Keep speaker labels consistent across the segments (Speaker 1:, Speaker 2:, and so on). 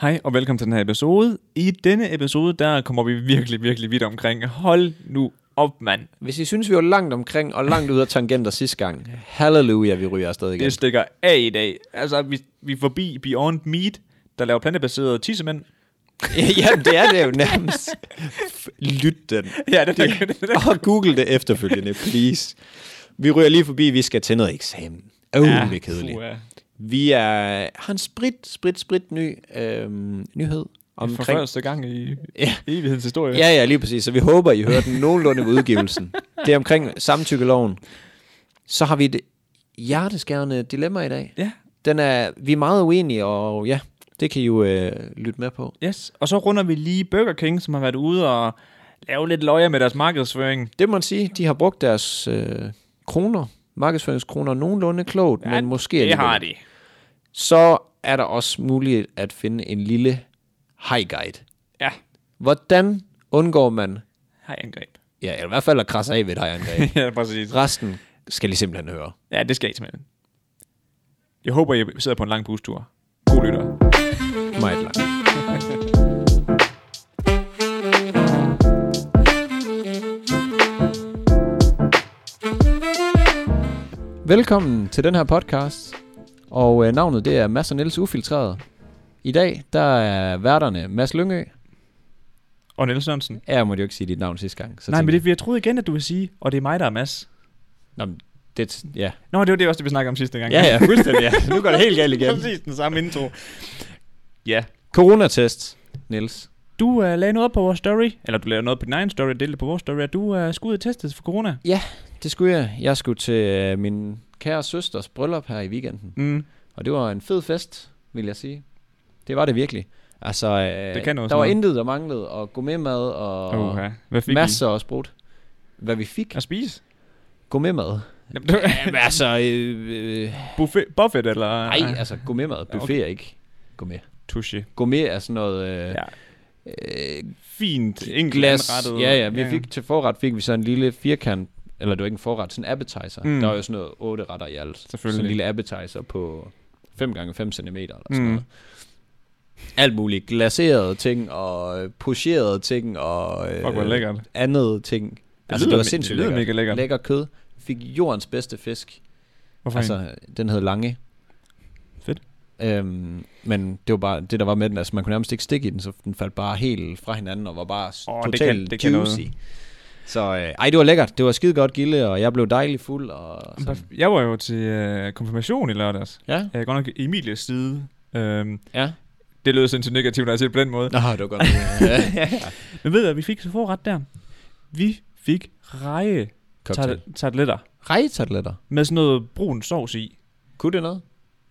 Speaker 1: Hej og velkommen til den her episode. I denne episode, der kommer vi virkelig, virkelig vidt omkring. Hold nu op, mand.
Speaker 2: Hvis I synes, vi var langt omkring og langt ud af tangenter sidste gang, halleluja, vi ryger afsted igen.
Speaker 1: Det stikker af i dag. Altså, vi, vi er forbi Beyond Meat, der laver plantebaserede tissemænd.
Speaker 2: ja, det er det jo nærmest. F- Lyt den.
Speaker 1: Ja, det, det, det, det.
Speaker 2: Og google det efterfølgende, please. Vi ryger lige forbi, vi skal til noget eksamen. Åh, oh, ja, det er kedeligt.
Speaker 1: Puha.
Speaker 2: Vi er, har en sprit, sprit, sprit ny øhm, nyhed
Speaker 1: For
Speaker 2: omkring...
Speaker 1: første gang i
Speaker 2: Ja.
Speaker 1: evighedens historie.
Speaker 2: Ja, ja, lige præcis. Så vi håber, I hører den nogenlunde ved udgivelsen. Det er omkring samtykkeloven. Så har vi et hjerteskærende dilemma i dag.
Speaker 1: ja.
Speaker 2: Den er, vi er meget uenige, og ja, det kan I jo øh, lytte med på.
Speaker 1: Yes, og så runder vi lige Burger King, som har været ude og lave lidt løjer med deres markedsføring.
Speaker 2: Det må man sige, de har brugt deres øh, kroner, markedsføringskroner, nogenlunde klogt, ja, men måske
Speaker 1: det
Speaker 2: alligevel.
Speaker 1: har de.
Speaker 2: Så er der også muligt at finde en lille high guide.
Speaker 1: Ja,
Speaker 2: Hvordan undgår man,
Speaker 1: har jeg angreb.
Speaker 2: ja, eller i hvert fald at krasse af ved et high angreb?
Speaker 1: ja, præcis.
Speaker 2: Resten skal I simpelthen høre.
Speaker 1: Ja, det skal I simpelthen. Jeg håber, I sidder på en lang bustur. God lytter.
Speaker 2: Meget langt. Velkommen til den her podcast, og øh, navnet det er Mads og Niels Ufiltreret. I dag, der er værterne Mads Lyngø.
Speaker 1: Og Niels Sørensen.
Speaker 2: Ja, jeg måtte jo ikke sige dit navn sidste gang. Så
Speaker 1: Nej, men
Speaker 2: tænkte
Speaker 1: det, jeg troede igen, at du ville sige, og det er mig, der er Mads.
Speaker 2: jeg, Nå, men det, ja.
Speaker 1: Nå, det var det også, det vi snakkede om sidste gang.
Speaker 2: ja, ja, fuldstændig. Ja. Nu går det helt galt igen.
Speaker 1: Præcis den samme intro. Ja.
Speaker 2: Coronatest, Niels.
Speaker 1: Du uh, lagde noget op på vores story, eller du lavede noget på din egen story, og delte det på vores story, at du uh, skulle ud og testes for corona.
Speaker 2: Det skulle jeg. Jeg skulle til øh, min kære søsters bryllup her i weekenden.
Speaker 1: Mm.
Speaker 2: Og det var en fed fest, vil jeg sige. Det var det virkelig. Altså, øh,
Speaker 1: Det kan noget,
Speaker 2: der
Speaker 1: sådan
Speaker 2: var
Speaker 1: noget.
Speaker 2: intet, der manglede, og gourmetmad og
Speaker 1: Uh, Hvad fik
Speaker 2: masser af sprut. Hvad vi
Speaker 1: I?
Speaker 2: fik?
Speaker 1: At spise?
Speaker 2: Gourmetmad.
Speaker 1: Jamen, det var-
Speaker 2: Jamen, altså, øh, øh,
Speaker 1: Buffet, buffet eller?
Speaker 2: nej, altså gourmetmad. Buffet okay. er ikke gourmet.
Speaker 1: Touche.
Speaker 2: Gourmet er sådan noget... Øh,
Speaker 1: Ja.
Speaker 2: øh,
Speaker 1: Fint, enkelt
Speaker 2: glas.
Speaker 1: anrettet.
Speaker 2: Ja, ja. Vi fik, til forret fik vi så en lille firkant, eller det var ikke en forret, sådan en appetizer.
Speaker 1: Mm.
Speaker 2: Mm. Der var jo sådan noget otte retter i alt.
Speaker 1: Selvfølgelig.
Speaker 2: Sådan en lille appetizer på 5 gange 5 cm eller
Speaker 1: Mm.
Speaker 2: sådan mm. noget. Alt muligt. Glaserede ting og øh, pocherede ting og øh,
Speaker 1: Fuck, hvor lækkert. Det
Speaker 2: andet ting. altså,
Speaker 1: lyder
Speaker 2: det var
Speaker 1: me-
Speaker 2: sindssygt
Speaker 1: det lyder
Speaker 2: lækkert.
Speaker 1: mega lækkert.
Speaker 2: Lækker kød. Fik jordens bedste fisk.
Speaker 1: Hvorfor altså,
Speaker 2: Altså, den hed Lange.
Speaker 1: Fedt.
Speaker 2: Øhm, men det var bare det, der var med den. Altså, man kunne nærmest ikke stikke i den, så den faldt bare helt fra hinanden og var bare
Speaker 1: Åh,
Speaker 2: oh,
Speaker 1: det
Speaker 2: totalt
Speaker 1: kan- det kan noget.
Speaker 2: juicy. Så øh, ej, det var lækkert. Det var skide godt gilde, og jeg blev dejlig fuld. Og sådan.
Speaker 1: Jeg var jo til øh, konfirmation i lørdags.
Speaker 2: Ja,
Speaker 1: Jeg er godt nok i Emilies side. Øhm,
Speaker 2: ja.
Speaker 1: det lød sindssygt negativt, når jeg siger det på den måde.
Speaker 2: Nå, det var godt. ja.
Speaker 1: Men ved du, hvad vi fik så forret der? Vi fik reje
Speaker 2: Cocktail.
Speaker 1: tar- tarteletter
Speaker 2: Rejetatletter.
Speaker 1: med sådan noget brun sovs i.
Speaker 2: Kunne det noget?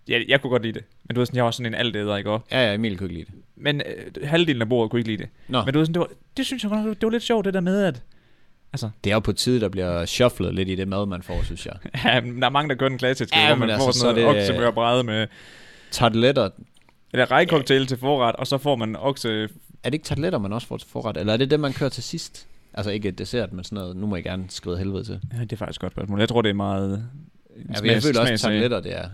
Speaker 1: Jeg, jeg kunne godt lide det, men du ved sådan, jeg var sådan en altæder, ikke også?
Speaker 2: Ja, ja, Emil kunne ikke lide det.
Speaker 1: Men øh, halvdelen af bordet kunne ikke lide det.
Speaker 2: Nå,
Speaker 1: Men
Speaker 2: men,
Speaker 1: du ved sådan, det, var, det synes jeg godt nok, det var lidt sjovt, det der med, at
Speaker 2: det er jo på tide, der bliver shufflet lidt i det mad, man får, synes jeg.
Speaker 1: ja, men der er mange, der gør den klassiske,
Speaker 2: Ja,
Speaker 1: ja, hvor
Speaker 2: men
Speaker 1: man får
Speaker 2: altså,
Speaker 1: sådan
Speaker 2: så er
Speaker 1: noget
Speaker 2: det-
Speaker 1: oksemør bræde med
Speaker 2: Tartletter.
Speaker 1: Eller rejcocktail til forret, og så får man okse...
Speaker 2: Er det ikke tartletter, man også får til forret? Eller er det det, man kører til sidst? Altså ikke et dessert, men sådan noget. Nu må jeg gerne skride helvede til.
Speaker 1: Ja, det er faktisk et godt spørgsmål. Jeg tror, det er meget...
Speaker 2: Ja, men jeg føler også, at tarteletter, det er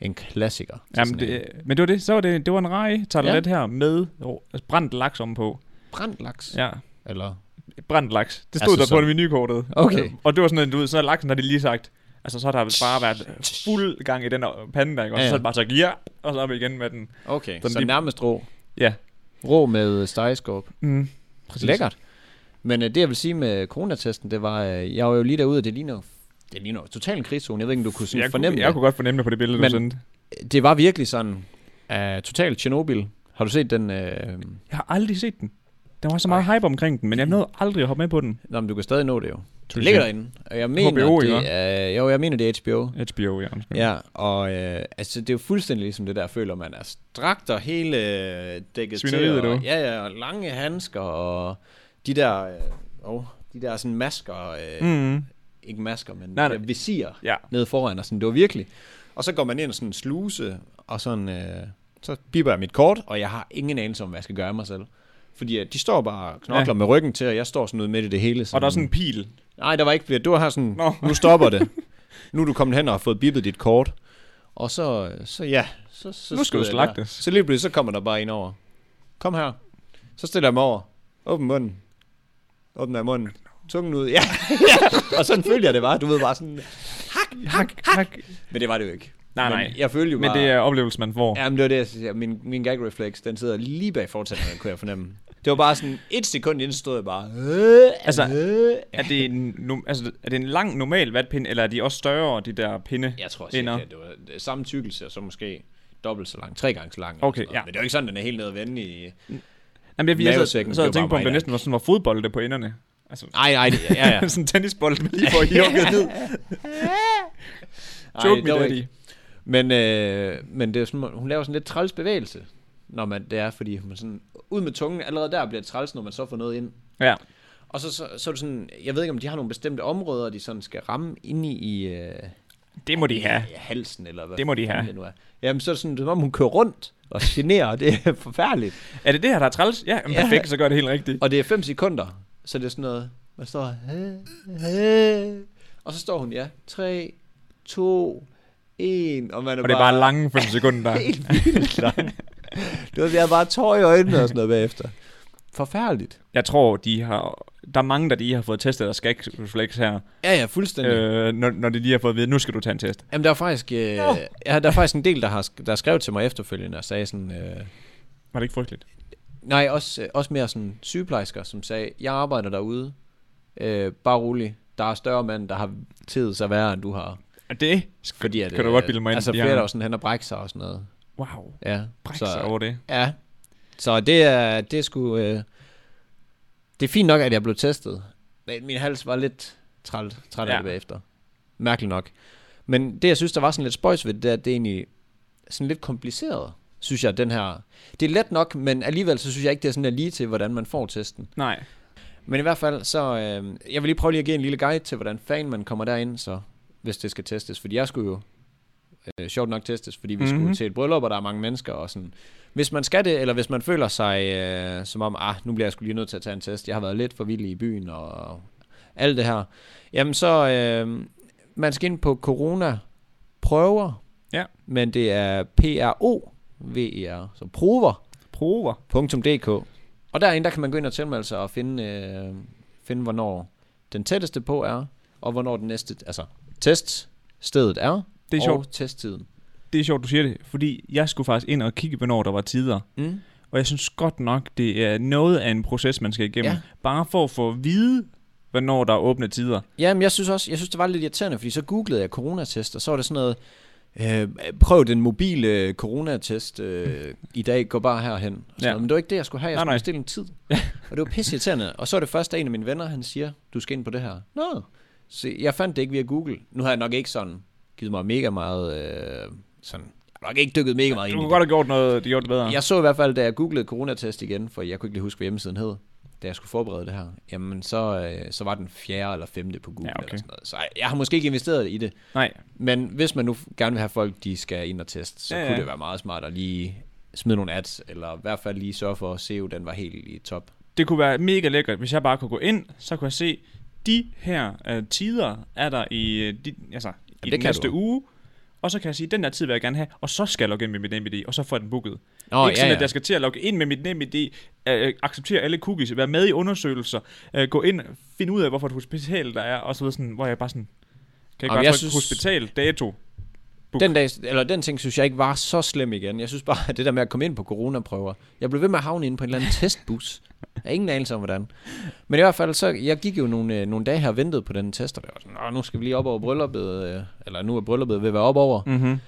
Speaker 2: en klassiker. til
Speaker 1: Jamen,
Speaker 2: sådan en
Speaker 1: det, men det var det. Så var det, det var en rej tartelet ja. her med rå- altså, brændt laks ovenpå.
Speaker 2: Brændt laks? Ja.
Speaker 1: Ja,
Speaker 2: Eller?
Speaker 1: brændt laks. Det stod
Speaker 2: Altså,
Speaker 1: altså, der på
Speaker 2: så-
Speaker 1: menukortet. Øh,
Speaker 2: Okay.
Speaker 1: Og det var sådan, at du ved, så er laksen, har de lige sagt, altså så har der bare været fuld gang i den der pande der, ikke? Og
Speaker 2: Ja,
Speaker 1: så
Speaker 2: ja.
Speaker 1: er det bare sagt, ja, og så op igen med den.
Speaker 2: Okay,
Speaker 1: Sådan
Speaker 2: så
Speaker 1: lige-
Speaker 2: nærmest rå.
Speaker 1: Ja.
Speaker 2: Rå med stegeskåb.
Speaker 1: Mm.
Speaker 2: Lækkert. Men øh, det, jeg vil sige med coronatesten, det var, øh, jeg var jo lige derude, og det ligner, jo- det ligner jo totalt en krigszone. Jeg ved ikke, om du kunne sådan
Speaker 1: Jeg
Speaker 2: fornemme
Speaker 1: kunne, jeg
Speaker 2: det.
Speaker 1: kunne godt fornemme det på det billede, du
Speaker 2: Men-
Speaker 1: sendte.
Speaker 2: Det var virkelig sådan, uh, totalt Tjernobyl. Har du set den? Øh...
Speaker 1: Jeg har aldrig set den. Der var så meget hype omkring den, men jeg nåede aldrig at hoppe med på den.
Speaker 2: Nå, men du kan stadig nå det jo.
Speaker 1: Tusind.
Speaker 2: Det ligger derinde. Og jeg mener,
Speaker 1: HBO, ikke?
Speaker 2: det er, jo, jeg mener, det er HBO.
Speaker 1: HBO, ja. undskyld.
Speaker 2: Ja, og øh, altså, det er jo fuldstændig ligesom det der, føler man er strakt og hele øh, dækket
Speaker 1: Svineriet,
Speaker 2: til.
Speaker 1: du.
Speaker 2: Og, ja, ja, og lange handsker og de der, øh, oh, de der sådan masker, øh, mm.
Speaker 1: Mm.
Speaker 2: ikke masker, men
Speaker 1: Nej,
Speaker 2: nej,
Speaker 1: nej.
Speaker 2: nej. visirer
Speaker 1: Ja.
Speaker 2: nede foran og sådan, det var virkelig. Og så går man ind og sådan en sluse, og sådan, øh, så biber jeg mit kort, og jeg har ingen anelse om, hvad jeg skal gøre af mig selv. Fordi øh, de står bare og knokler
Speaker 1: Ja.
Speaker 2: ja. med ryggen til, og jeg står sådan ude midt i det hele.
Speaker 1: Og der er sådan en pil.
Speaker 2: Nej, der var ikke flere. Du har sådan,
Speaker 1: Nå.
Speaker 2: Nå. nu stopper det. Nu er du kommet hen og har fået bippet dit kort. Og så, så ja, så, så
Speaker 1: Nu skal
Speaker 2: stod
Speaker 1: du
Speaker 2: jeg
Speaker 1: slagtes.
Speaker 2: Der. Så lige pludselig, så kommer der bare en over. Kom her. Så stiller jeg mig over. Åbn munden. Åbner jeg munden. Tungen ud. Ja, ja. Og sådan følger jeg det bare. Du ved bare sådan...
Speaker 1: Hak, hak.
Speaker 2: Men det var det jo ikke.
Speaker 1: Nej,
Speaker 2: Men
Speaker 1: nej.
Speaker 2: Jeg følte jo
Speaker 1: Men
Speaker 2: bare...
Speaker 1: det er oplevelsen, man får.
Speaker 2: Jamen, det var det, jeg siger. Min, min gag reflex, den sidder lige bag fortællingen, kunne jeg fornemme. Det var bare sådan et sekund inden, så stod jeg bare... Øh,
Speaker 1: Altså,
Speaker 2: altså, øh.
Speaker 1: Er det, en, num- altså, er det en lang normal vatpind, eller er de også større, de der pinde?
Speaker 2: Jeg tror
Speaker 1: Ender.
Speaker 2: sikkert, at det var det samme tykkelse, og så måske dobbelt så lang, tre gange så lang. eller
Speaker 1: Okay,
Speaker 2: sådan noget.
Speaker 1: ja.
Speaker 2: Men det er jo ikke sådan, den er helt nede at vende i...
Speaker 1: Jamen, jeg, jeg, jeg
Speaker 2: Mavesækken
Speaker 1: så, så jeg
Speaker 2: blev
Speaker 1: tænkte på,
Speaker 2: bare
Speaker 1: om
Speaker 2: mig,
Speaker 1: det næsten var sådan var fodbolde på enderne. Altså,
Speaker 2: Nej, nej, det- ja, ja.
Speaker 1: sådan en tennisbold, man lige får hjulket ned.
Speaker 2: Ej,
Speaker 1: Joke me
Speaker 2: det var
Speaker 1: daddy.
Speaker 2: ikke- Men, øh, men det er sådan, hun laver sådan lidt træls bevægelse, når man, det er, fordi man sådan, ud med tungen, allerede der bliver det træls, når man så får noget ind.
Speaker 1: Ja.
Speaker 2: Og så, så, så er det sådan, jeg ved ikke, om de har nogle bestemte områder, de sådan skal ramme inde i, øh,
Speaker 1: Det må de have.
Speaker 2: i øh, halsen, eller hvad
Speaker 1: Det må de
Speaker 2: fanden
Speaker 1: have.
Speaker 2: Det nu er. Jamen, så er det sådan, som om hun kører rundt og generer, og det er forfærdeligt.
Speaker 1: Er det det her, der er træls? Ja, jamen,
Speaker 2: Ja.
Speaker 1: perfekt, så gør det helt rigtigt.
Speaker 2: Og det er 5 sekunder, så det er sådan noget, man står, øh, øh, og så står hun, ja, 3, 2, 1, og man er
Speaker 1: Og det er bare lange 5 sekunder.
Speaker 2: helt vildt lang. Det var, jeg havde bare tår i øjnene og sådan noget bagefter. Forfærdeligt.
Speaker 1: Jeg tror, de har... Der er mange, der lige har fået testet deres skrækrefleks her,
Speaker 2: Ja, ja, fuldstændig. Øh.
Speaker 1: øh, når, når de lige har fået at vide, nu skal du tage en test.
Speaker 2: Jamen, der er faktisk, øh, ja, der er faktisk en del, der har sk- der skrev til mig efterfølgende og sagde sådan, øh,
Speaker 1: Var det ikke frygteligt?
Speaker 2: nej, også, øh, også mere sådan sygeplejersker, som sagde, jeg arbejder derude, øh, bare rolig, der er større mænd, der har tid sig værre, end du har.
Speaker 1: Og det...
Speaker 2: Fordi at,
Speaker 1: Kan du godt bilde mig ind,
Speaker 2: Altså,
Speaker 1: de
Speaker 2: flere
Speaker 1: har-
Speaker 2: der var sådan hen og brække sig og sådan noget.
Speaker 1: Wow.
Speaker 2: Ja.
Speaker 1: Bræk sig over det.
Speaker 2: Ja. Så det er, det er sgu, øh, det er fint nok, at jeg blev testet. Men min hals var lidt træt, træt af
Speaker 1: Ja.
Speaker 2: det bagefter. Mærkeligt nok. Men det, jeg synes, der var sådan lidt spøjs ved det, det er, at det er egentlig sådan lidt kompliceret, synes jeg, den her. Det er let nok, men alligevel så synes jeg ikke, det er sådan der lige til, hvordan man får testen.
Speaker 1: Nej.
Speaker 2: Men i hvert fald, så øh, jeg vil lige prøve lige at give en lille guide til, hvordan fanden man kommer derind, så hvis det skal testes. Fordi jeg skulle jo øh, sjovt nok testes, fordi vi mm-hmm.
Speaker 1: Mhm.
Speaker 2: skulle til et bryllup, og der er mange mennesker og sådan. Hvis man skal det, eller hvis man føler sig øh, som om, ah, nu bliver jeg skulle lige nødt til at tage en test, jeg har været lidt for vild i byen og alt det her, jamen så, øh, man skal ind på corona-prøver,
Speaker 1: Ja.
Speaker 2: men det er P-R-O-V-E-R, E så prover.
Speaker 1: Prover.
Speaker 2: .dk. Og derinde, der kan man gå ind og tilmelde sig og finde, øh, finde hvornår den tætteste på er, og hvornår den næste, altså teststedet er,
Speaker 1: Det er
Speaker 2: og
Speaker 1: sjovt.
Speaker 2: testtiden.
Speaker 1: Det er sjovt, du siger det, fordi jeg skulle faktisk ind og kigge, hvornår der var tider.
Speaker 2: Mm.
Speaker 1: Og jeg synes godt nok, det er noget af en proces, man skal igennem.
Speaker 2: Ja.
Speaker 1: Ja. Bare for at få at vide, hvornår der er åbne tider.
Speaker 2: Jamen, jeg synes også, jeg synes, det var lidt irriterende, fordi så googlede jeg coronatest, og så var det sådan noget, øh, prøv den mobile øh, coronatest øh, i dag, gå bare herhen. Og sådan
Speaker 1: Ja.
Speaker 2: noget. Men det var ikke det, jeg skulle have, jeg
Speaker 1: Nej,
Speaker 2: skulle
Speaker 1: nej.
Speaker 2: bestille en tid. og det var pisse irriterende. Og så var det først, at en af mine venner, han siger, du skal ind på det her. Nå, så jeg fandt det ikke via Google. Nu har jeg nok ikke sådan givet mig mega meget, øh, sådan, jeg har nok ikke dykket mega meget
Speaker 1: Du
Speaker 2: ind i
Speaker 1: kunne
Speaker 2: det.
Speaker 1: godt have gjort noget, det gjorde det bedre.
Speaker 2: Jeg så i hvert fald, da jeg googlede coronatest igen, for jeg kunne ikke lige huske, hvad hjemmesiden hed, da jeg skulle forberede det her, jamen så, øh, så var den fjerde eller femte på Google
Speaker 1: Ja,
Speaker 2: ja,
Speaker 1: okay.
Speaker 2: okay. eller sådan noget. Så jeg- jeg har måske ikke investeret i det,
Speaker 1: Nej,
Speaker 2: men hvis man nu f- gerne vil have folk, de skal ind og teste, så
Speaker 1: Ja,
Speaker 2: ja,
Speaker 1: ja.
Speaker 2: kunne det være meget smart at lige smide nogle ads, eller i hvert fald lige sørge for at SEO, den var helt i top.
Speaker 1: det kunne være mega lækkert, hvis jeg bare kunne gå ind, så kunne jeg se, de her øh, tider er der i, øh, de, altså, i
Speaker 2: det
Speaker 1: den
Speaker 2: kan
Speaker 1: næste
Speaker 2: du.
Speaker 1: uge. Og så kan jeg sige, den der tid vil jeg gerne have, og så skal jeg logge ind med mit NemID, og så får jeg den booket.
Speaker 2: Nå,
Speaker 1: ikke sådan, at jeg skal til at logge ind med mit NemID, øh, acceptere alle cookies, være med i undersøgelser, øh, gå ind, finde ud af, hvorfor et hospital der er, og så videre sådan, hvor jeg bare sådan, kan jeg bare
Speaker 2: Jamen, jeg
Speaker 1: trykke synes...
Speaker 2: synes-
Speaker 1: hospital, dato.
Speaker 2: Den, dag, eller den ting synes jeg ikke var så slem igen. Jeg synes bare, at det der med at komme ind på coronaprøver, jeg blev ved med at havne inde på en eller anden testbus. Jeg har ingen anelse om, hvordan. Men i hvert fald, så jeg gik jo nogle, øh, nogle dage her og ventede på den test, og det var sådan, "Nå, nu skal vi lige op over brylluppet, øh, eller nu er brylluppet ved at være op over.
Speaker 1: Mm-hmm.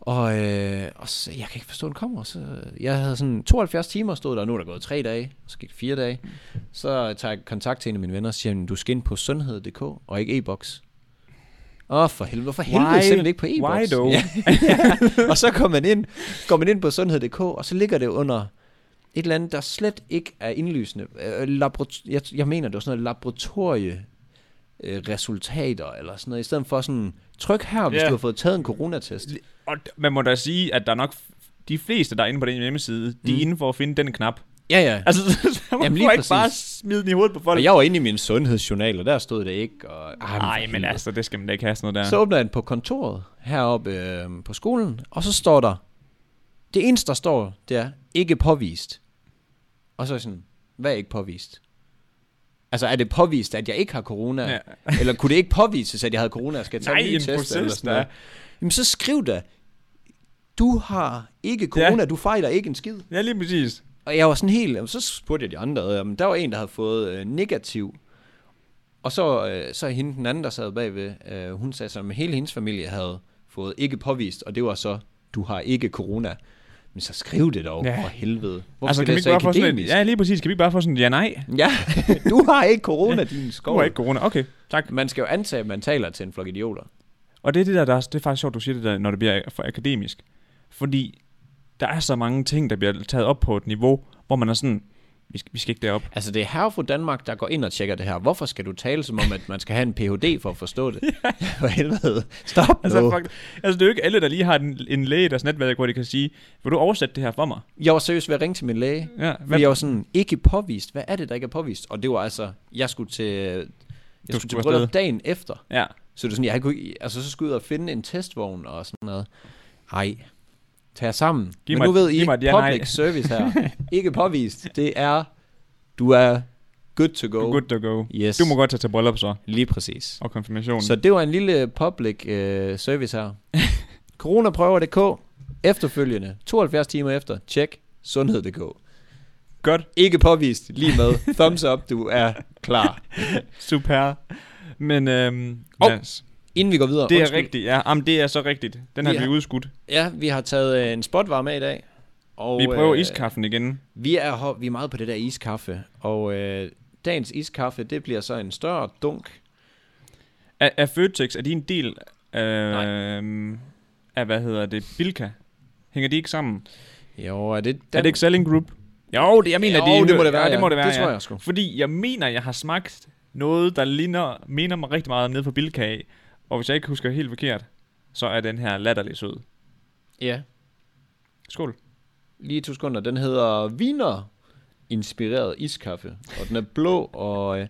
Speaker 2: Og, øh, og så, jeg kan ikke forstå, at den kommer. Så, jeg havde sådan 72 timer stået der, og nu er der gået tre dage, så gik det fire dage. Så tager jeg kontakt til en af mine venner og siger, "Jamen, du skal ind på sundhed.dk og ikke e-boks. Åh, for helvede, hvorfor helvede sender det ikke på e-boks?
Speaker 1: Why though?
Speaker 2: Ja, og så går man ind, går man ind på sundhed.dk, og så ligger det under et eller andet, der slet ikke er indlysende. Øh, laborat- jeg, jeg mener, det var sådan noget laboratorie øh, resultater eller sådan noget, i stedet for sådan, tryk her, hvis
Speaker 1: Ja.
Speaker 2: yeah. du har fået taget en coronatest.
Speaker 1: Og d- man må da sige, at der er nok f- de fleste, der er inde på den hjemmeside, de er inde for at finde den knap.
Speaker 2: Ja, ja.
Speaker 1: Altså, så man
Speaker 2: Mm. Jamen,
Speaker 1: Jamen,
Speaker 2: lige
Speaker 1: får ikke
Speaker 2: præcis.
Speaker 1: bare smide den i hovedet på folk.
Speaker 2: Og jeg var inde i min sundhedsjournal, og der stod det ikke. Og, Ej, for
Speaker 1: Nej, men
Speaker 2: helvede.
Speaker 1: altså, det skal man da ikke have sådan noget der.
Speaker 2: Så åbner jeg den på kontoret heroppe øh, på skolen, og så står der, det eneste, der står, det er, ikke påvist. Og så er jeg sådan, hvad er ikke påvist? Altså, er det påvist, at jeg ikke har corona? Ja. Eller kunne det ikke påvises, at jeg havde corona? og Skal jeg tage
Speaker 1: Nej,
Speaker 2: en ny
Speaker 1: en
Speaker 2: test? eller
Speaker 1: proces,
Speaker 2: sådan
Speaker 1: der
Speaker 2: noget?
Speaker 1: er.
Speaker 2: Jamen, så skriv da. Du har ikke corona, ja. du fejler ikke en skid.
Speaker 1: Ja, lige præcis.
Speaker 2: Og jeg var sådan helt, jamen, så spurgte jeg de andre, jamen, der var en, der havde fået øh, negativ. Og så, øh, så hende, den anden, der sad bagved, øh, hun sagde sådan, at hele hendes familie havde fået ikke påvist, og det var så, du har ikke corona. Men så skriv det dog, ja.
Speaker 1: Ja.
Speaker 2: for helvede. Hvorfor
Speaker 1: altså,
Speaker 2: skal
Speaker 1: kan vi
Speaker 2: det
Speaker 1: ikke
Speaker 2: så
Speaker 1: bare få sådan en,
Speaker 2: akademisk?
Speaker 1: Ja, lige præcis. Kan vi ikke bare få sådan en ja-nej?
Speaker 2: Ja, du har ikke corona, din
Speaker 1: Du har
Speaker 2: skov.
Speaker 1: ikke corona. Okay, tak.
Speaker 2: Man skal jo antage, at man taler til en flok idioter.
Speaker 1: Og det er, det, der, der er, det er faktisk sjovt, du siger det der, når det bliver for akademisk. Fordi der er så mange ting, der bliver taget op på et niveau, hvor man er sådan, vi skal, vi skal ikke derop.
Speaker 2: Altså, det er herre fra Danmark, der går ind og tjekker det her. Hvorfor skal du tale som om, at man skal have en Ph.D. for at forstå det? For helvede. Stop
Speaker 1: Altså,
Speaker 2: nu.
Speaker 1: no. fuck, altså, det er jo ikke alle, der lige har en, en læge i deres netværk, hvor de kan sige, vil du oversætte det her for mig?
Speaker 2: Jeg var seriøst ved at ringe til min læge.
Speaker 1: Ja,
Speaker 2: Hvad?
Speaker 1: hvad,
Speaker 2: Jeg var sådan, ikke påvist. Hvad er det, der ikke er påvist? Og det var altså, jeg skulle til, jeg skulle,
Speaker 1: skulle
Speaker 2: til
Speaker 1: afsted.
Speaker 2: bryllup dagen efter.
Speaker 1: ja.
Speaker 2: Så det var sådan, jeg kunne, altså, så skulle jeg ud og finde en testvogn og sådan noget. Ej, tag jer sammen.
Speaker 1: Giv
Speaker 2: Men
Speaker 1: mig-
Speaker 2: nu ved I,
Speaker 1: giv mig et ja, nej.
Speaker 2: public service her. ikke påvist. Det er, du er good to go.
Speaker 1: Good to go.
Speaker 2: Yes,
Speaker 1: Du må godt tage til bryllup så,
Speaker 2: lige præcis.
Speaker 1: og konfirmation.
Speaker 2: Så det var en lille public øh, service her. Coronaprøver.dk Efterfølgende, 72 timer efter, tjek sundhed.dk.
Speaker 1: Godt.
Speaker 2: Ikke påvist, lige med. Thumbs up, du er klar.
Speaker 1: Super. Men øhm,
Speaker 2: Hov,
Speaker 1: yes.
Speaker 2: Inden vi går videre.
Speaker 1: det er
Speaker 2: undskyld.
Speaker 1: rigtigt, ja. Jamen, det er så rigtigt. Den har
Speaker 2: Ja.
Speaker 1: vi udskudt.
Speaker 2: Ja, vi har taget øh, en spotvar med i dag. Og,
Speaker 1: Vi prøver
Speaker 2: øh,
Speaker 1: iskaffen igen.
Speaker 2: Vi er, ho- vi er meget på det der iskaffe. Og øh, dagens iskaffe, det bliver så en større dunk.
Speaker 1: Er, er Føtex, er de en del
Speaker 2: Nej.
Speaker 1: øh, af, hvad hedder det, Bilka? Hænger de ikke sammen? Den...
Speaker 2: Jo, er det...
Speaker 1: Er det ikke Selling Group? Jo, det, jeg mener,
Speaker 2: jo,
Speaker 1: de er-
Speaker 2: det må det være.
Speaker 1: Ja, det må det være,
Speaker 2: Det tror
Speaker 1: ja.
Speaker 2: jeg sgu.
Speaker 1: Fordi jeg mener, jeg har smagt noget, der ligner, minder mig rigtig meget om nede på Bilka af. Og hvis jeg ikke husker helt forkert, så er den her latterlig sød.
Speaker 2: Ja,
Speaker 1: Skål.
Speaker 2: lige to sekunder. Den hedder Wiener inspireret iskaffe, og den er blå, og øh,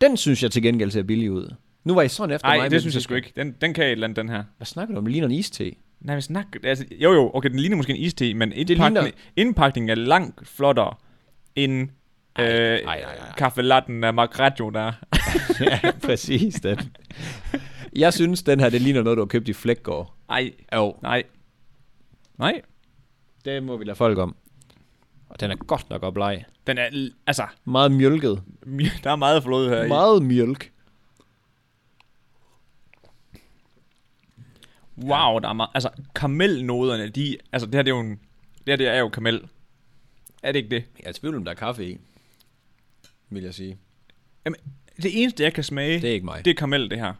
Speaker 2: den synes jeg til gengæld ser billig ud. Nu var I sådan efter
Speaker 1: Nej,
Speaker 2: mig. med
Speaker 1: det
Speaker 2: den
Speaker 1: synes jeg
Speaker 2: sidste.
Speaker 1: sgu ikke. Den, den kan et eller andet, den her.
Speaker 2: Hvad snakker du om? Det ligner en iste.
Speaker 1: Nej, vi snakker... Altså, jo, jo, okay, den ligner måske en iste, men indpakning,
Speaker 2: ligner-
Speaker 1: indpakningen er langt flottere end
Speaker 2: Ej,
Speaker 1: øh,
Speaker 2: ej, ej, ej.
Speaker 1: kaffe latten af Macradio, der er.
Speaker 2: ja, præcis den. Jeg synes, den her, det ligner noget, du har købt i Flækgaard.
Speaker 1: Ej,
Speaker 2: Jo,
Speaker 1: nej. Nej,
Speaker 2: det må vi lade folk om. Og den er godt nok opleg.
Speaker 1: den er... l- Altså,
Speaker 2: Meget mjølket.
Speaker 1: mi- der er meget flod her. i.
Speaker 2: Meget mjølk.
Speaker 1: Wow, der er meget... Altså, karamelnoderne, de... Altså, det her, det er jo en... Det her, det er jo karamel. Er det ikke det?
Speaker 2: Jeg er i tvivl, om der er kaffe i, vil jeg sige.
Speaker 1: Det eneste, jeg kan smage,
Speaker 2: Det
Speaker 1: det,
Speaker 2: er ikke mig.
Speaker 1: det er karamel, det her.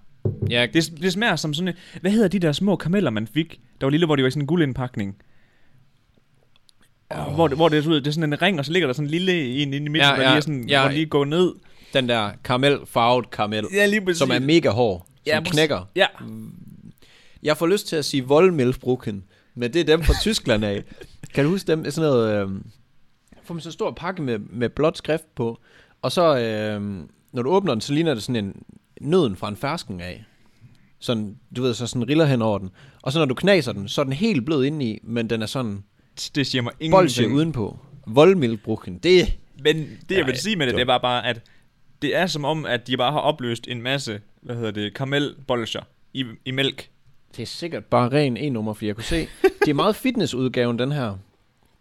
Speaker 2: jeg,
Speaker 1: Det, det smager som sådan en... Hvad hedder de der små karameller, man fik? Der var lille, hvor det var i sådan en guldindpakning. Oh. Hvor, det, hvor det, er sådan ud, det er sådan en ring, og så ligger der sådan en lille en inde i midten,
Speaker 2: Ja,
Speaker 1: ja, ja,
Speaker 2: ja,
Speaker 1: der lige er sådan,
Speaker 2: ja.
Speaker 1: ja, hvor den lige går ned.
Speaker 2: den der karamel, farvet karamel.
Speaker 1: Ja, lige præcis.
Speaker 2: som er mega hård, som
Speaker 1: Ja,
Speaker 2: ja,
Speaker 1: præcis.
Speaker 2: knækker.
Speaker 1: Ja,
Speaker 2: Jeg får lyst til at sige voldmælsbrukken, men det er dem fra Tyskland af. Kan du huske dem? Det er Sådan noget, øh, får man sådan en stor pakke med, med blåt skrift på, og så, øh, når du åbner den, så ligner det sådan en nøden fra en fersken af. Sådan, du ved, så sådan riller hen over den. Og så når du knaser den, så er den helt blød indeni, men den er sådan
Speaker 1: det siger mig
Speaker 2: bolsje
Speaker 1: ingenting.
Speaker 2: udenpå. Voldmælsbrukken, det
Speaker 1: Men det, jeg
Speaker 2: Ej,
Speaker 1: vil sige med det,
Speaker 2: dumt.
Speaker 1: det var bare, at det er som om, at de bare har opløst en masse, hvad hedder det, karamelbolsjer i, i mælk.
Speaker 2: Det er sikkert bare ren en nummer, for jeg kunne se. Det er meget fitnessudgaven, den her.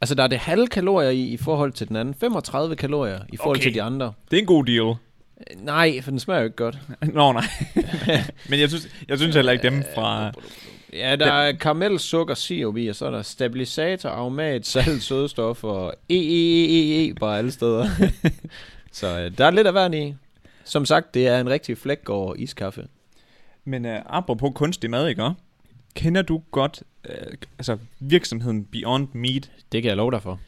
Speaker 2: Altså, der er det halve kalorier i, i forhold til den anden. 35 kalorier i forhold okay.
Speaker 1: Okay.
Speaker 2: til de andre.
Speaker 1: Det er en god deal.
Speaker 2: Øh, Nej, for den smager jo ikke godt.
Speaker 1: Nå, nej. Men jeg synes, jeg synes heller ikke dem fra...
Speaker 2: Ja, der er karamel, sukker, sirup i, og så er der stabilisator, aromat, salt, sødestof og e, EEEE bare alle steder. så øh, der er lidt af værd i. Som sagt, det er en rigtig flækgård iskaffe.
Speaker 1: Men uh, apropos kunstig mad, ikke? også? Kender du godt uh, altså virksomheden Beyond Meat?
Speaker 2: Det kan jeg love dig for.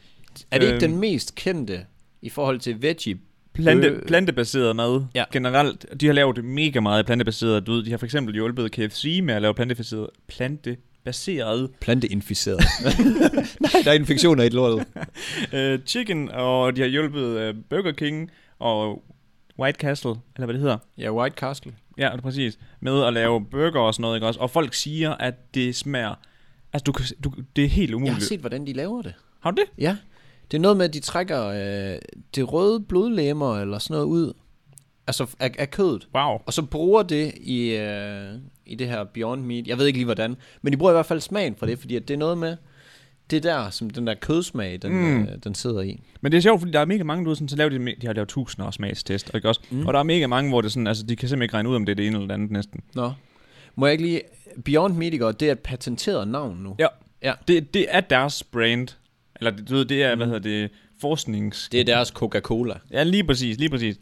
Speaker 2: Er det ikke
Speaker 1: Øhm.
Speaker 2: den mest kendte i forhold til veggie?
Speaker 1: Plante,
Speaker 2: Øh.
Speaker 1: plantebaseret mad
Speaker 2: Ja.
Speaker 1: ja. generelt. De har lavet mega meget plantebaseret ud. De har for eksempel hjulpet KFC med at lave plantebaseret, plantebaseret
Speaker 2: Planteinficeret. Nej, der er infektioner i et lortet.
Speaker 1: øh, chicken, og de har hjulpet øh, Burger King og White Castle, eller hvad det hedder.
Speaker 2: Ja, White Castle.
Speaker 1: Ja, præcis. Med at lave burger og sådan noget, ikke også? Og folk siger, at det smager... Altså, du, kan- du, det er helt
Speaker 2: Jeg har
Speaker 1: umuligt.
Speaker 2: set, hvordan de laver det.
Speaker 1: Har du det?
Speaker 2: Ja. Det er noget med, at de trækker øh, det røde blodlemmer eller sådan noget ud altså af, af kødet.
Speaker 1: Wow.
Speaker 2: Og så bruger det i, øh, i det her Beyond Meat. Jeg ved ikke lige hvordan. Men de bruger i hvert fald smagen fra det, fordi at det er noget med det der, som den der kødsmag, den,
Speaker 1: Mm.
Speaker 2: mm. øh, den sidder i.
Speaker 1: Men det er sjovt, fordi der er mega mange, du ved, sådan, så laver de, de har lavet tusinder af smagstest, ikke også? Mm. Og der er mega mange, hvor det sådan, altså, de kan simpelthen ikke regne ud, om det er det ene eller det andet næsten.
Speaker 2: Nå. Må jeg ikke lige... Beyond Meat, ikke? Og det er et patenteret navn nu.
Speaker 1: Ja.
Speaker 2: Ja.
Speaker 1: Det, det er deres brand. Eller det- du ved, det er, mm. hvad hedder det, forsknings...
Speaker 2: Det er deres Coca-Cola.
Speaker 1: Ja, lige præcis, lige præcis.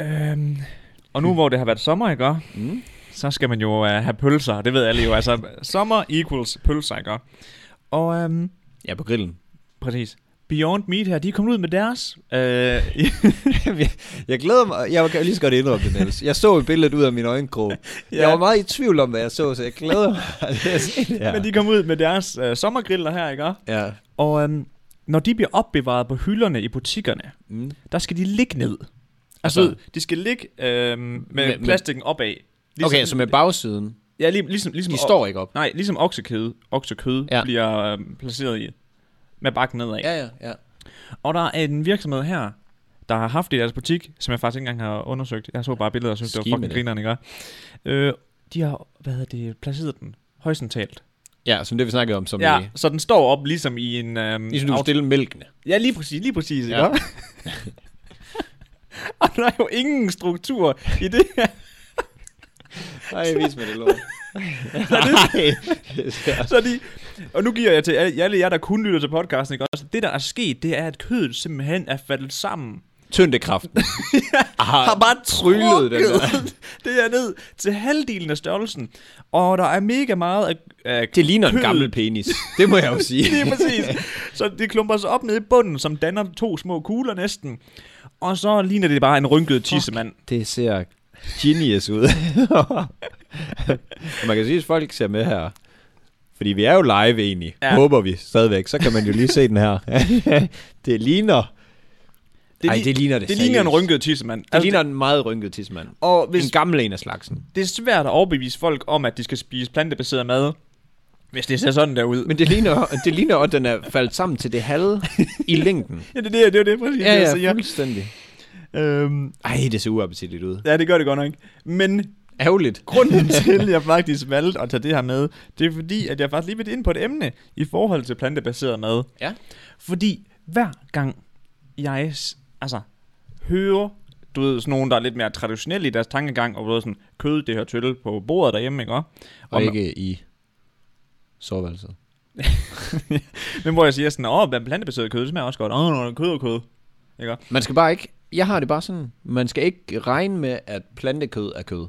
Speaker 1: Øhm, og
Speaker 2: Hm.
Speaker 1: nu hvor det har været sommer, ikke? også?
Speaker 2: Mm.
Speaker 1: Så skal man jo uh, have pølser, det ved alle jo. Altså, sommer equals pølser, ikke? også? Og øhm,
Speaker 2: Ja, på grillen.
Speaker 1: præcis. Beyond Meat her, de er kommet ud med deres. Øh,
Speaker 2: jeg glæder mig. Jeg kan jo lige så godt indrømme det, Niels. Jeg så et billede ud af min øjenkrog. ja. Jeg var meget i tvivl om, hvad jeg så, så jeg glæder mig.
Speaker 1: ja.
Speaker 2: ja.
Speaker 1: Men de kom ud med deres øh, sommergriller her, ikke? også?
Speaker 2: ja.
Speaker 1: Og øhm, når de bliver opbevaret på hylderne i butikkerne,
Speaker 2: Mm.
Speaker 1: der skal de ligge ned. Altså,
Speaker 2: Altså-
Speaker 1: de skal ligge øhm, med, med
Speaker 2: med-
Speaker 1: plastikken opad. Ligesom,
Speaker 2: Okay, så med bagsiden.
Speaker 1: Ja, lige, ligesom, ligesom,
Speaker 2: De
Speaker 1: o-
Speaker 2: står ikke op.
Speaker 1: Nej, ligesom oksekød, oksekød ja.
Speaker 2: Ja.
Speaker 1: bliver øhm, placeret i. Med bakken nedad. Ja.
Speaker 2: Ja, ja, ja.
Speaker 1: Og der er en virksomhed her, der har haft det i deres butik, som jeg faktisk ikke engang har undersøgt. Jeg så bare billeder og synes, det var
Speaker 2: Ski med
Speaker 1: fucking
Speaker 2: det.
Speaker 1: grinerne, ikke? Øh, de har, hvad hedder det, placeret den horisontalt.
Speaker 2: Ja, som det vi snakkede om, som ja.
Speaker 1: Ja,
Speaker 2: i,
Speaker 1: så den står op ligesom i en... Øhm,
Speaker 2: ligesom du kan stille mælkene.
Speaker 1: Ja, lige præcis, lige præcis, ja.
Speaker 2: Ja.
Speaker 1: ikke? og der er jo ingen struktur i det her.
Speaker 2: Ej, vis mig det lort. Nej.
Speaker 1: Så de, og nu giver jeg til alle, alle jer, der kun lytter til podcasten, ikke også? Det, der er sket, det er, at kødet simpelthen er faldet sammen.
Speaker 2: Tyndekraften.
Speaker 1: Har bare
Speaker 2: tryllet den der.
Speaker 1: trukket det er ned til halvdelen af størrelsen. Og der er mega meget af, af
Speaker 2: Det ligner en
Speaker 1: kødet.
Speaker 2: gammel penis. Det må jeg jo sige.
Speaker 1: Lige præcis. Så det klumper sig op nede i bunden, som danner to små kugler næsten. Og så ligner det bare en rynket tissemand.
Speaker 2: Det ser genius ud. Og man kan sige, at folk ser med her. Fordi vi er jo live egentlig.
Speaker 1: Ja.
Speaker 2: Ja. Håber vi stadigvæk. Så kan man jo lige se den her. det ligner...
Speaker 1: Det,
Speaker 2: Ej,
Speaker 1: li-
Speaker 2: det ligner det
Speaker 1: Det ligner en
Speaker 2: seriøst.
Speaker 1: rynket tissemand.
Speaker 2: Det ligner en meget rynket tidsmand.
Speaker 1: Og hvis
Speaker 2: En gammel en af slagsen.
Speaker 1: det er svært at overbevise folk om, at de skal spise plantebaseret mad, hvis det ser sådan der ud.
Speaker 2: Men det ligner, det ligner at den er faldet sammen til det halve i længden.
Speaker 1: ja, det, er det, det er det præcis, det, jeg siger.
Speaker 2: fuldstændig.
Speaker 1: Øhm,
Speaker 2: Ej, det ser uappetitligt ud.
Speaker 1: ja, det gør det godt nok. Men
Speaker 2: Ærgerligt.
Speaker 1: grunden til, at jeg faktisk valgte at tage det her med, det er fordi, at jeg faktisk lige vil ind på et emne i forhold til plantebaseret mad.
Speaker 2: Ja.
Speaker 1: Fordi hver gang jeg s- altså, hører du ved, sådan nogen, der er lidt mere traditionelle i deres tankegang, og du ved, sådan, kød, det her tølle på bordet derhjemme, ikke? Og,
Speaker 2: Og ikke i soveværelset.
Speaker 1: Men hvor jeg siger sådan, åh, oh, plantebaseret kød, det smager også godt. Åh, oh, kød og kød. Ikke?
Speaker 2: Man skal bare ikke... Jeg har det bare sådan, man skal ikke regne med, at plantekød er kød.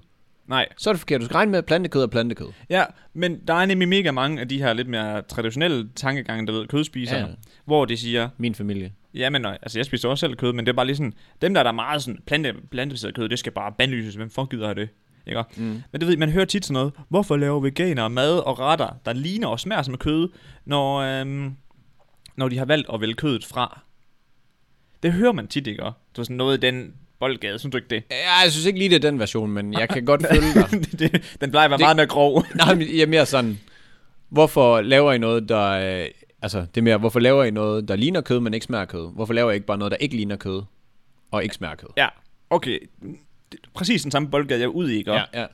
Speaker 1: Nej.
Speaker 2: Så er det forkert. Du skal regne med, at plantekød er plantekød.
Speaker 1: Ja, men der er nemlig mega mange af de her lidt mere traditionelle tankegange, der ved kødspisere, ja.
Speaker 2: Ja.
Speaker 1: hvor de siger,
Speaker 2: Min familie.
Speaker 1: ja, men nej, altså jeg spiser også selv kød, men det er bare lige sådan, dem der, der er meget sådan, plante, plantebaseret kød, det skal bare bandlyses, hvem fuck gider have det? Ikke? Mm. Men det ved I, man hører tit sådan noget, hvorfor laver veganere mad og retter, der ligner og smager som kød, når, øhm, når de har valgt at vælge kødet fra? Det hører man tit, ikke? Det er sådan noget i den boldgade, synes du ikke det?
Speaker 2: Ja, jeg synes ikke lige, det er den version, men jeg kan godt følge dig.
Speaker 1: det, det, den plejer at være det...
Speaker 2: Det-
Speaker 1: meget mere grov.
Speaker 2: Nej, men jeg er mere sådan, hvorfor laver I noget, der... øh, Altså, det er mere, hvorfor laver I noget, der ligner kød, men ikke smager af kød? Hvorfor laver I ikke bare noget, der ikke ligner kød, og ikke smager af kød?
Speaker 1: ja, okay. Det er Præcis den samme boldgade, jeg er ude i, ikke? Ja.
Speaker 2: ja.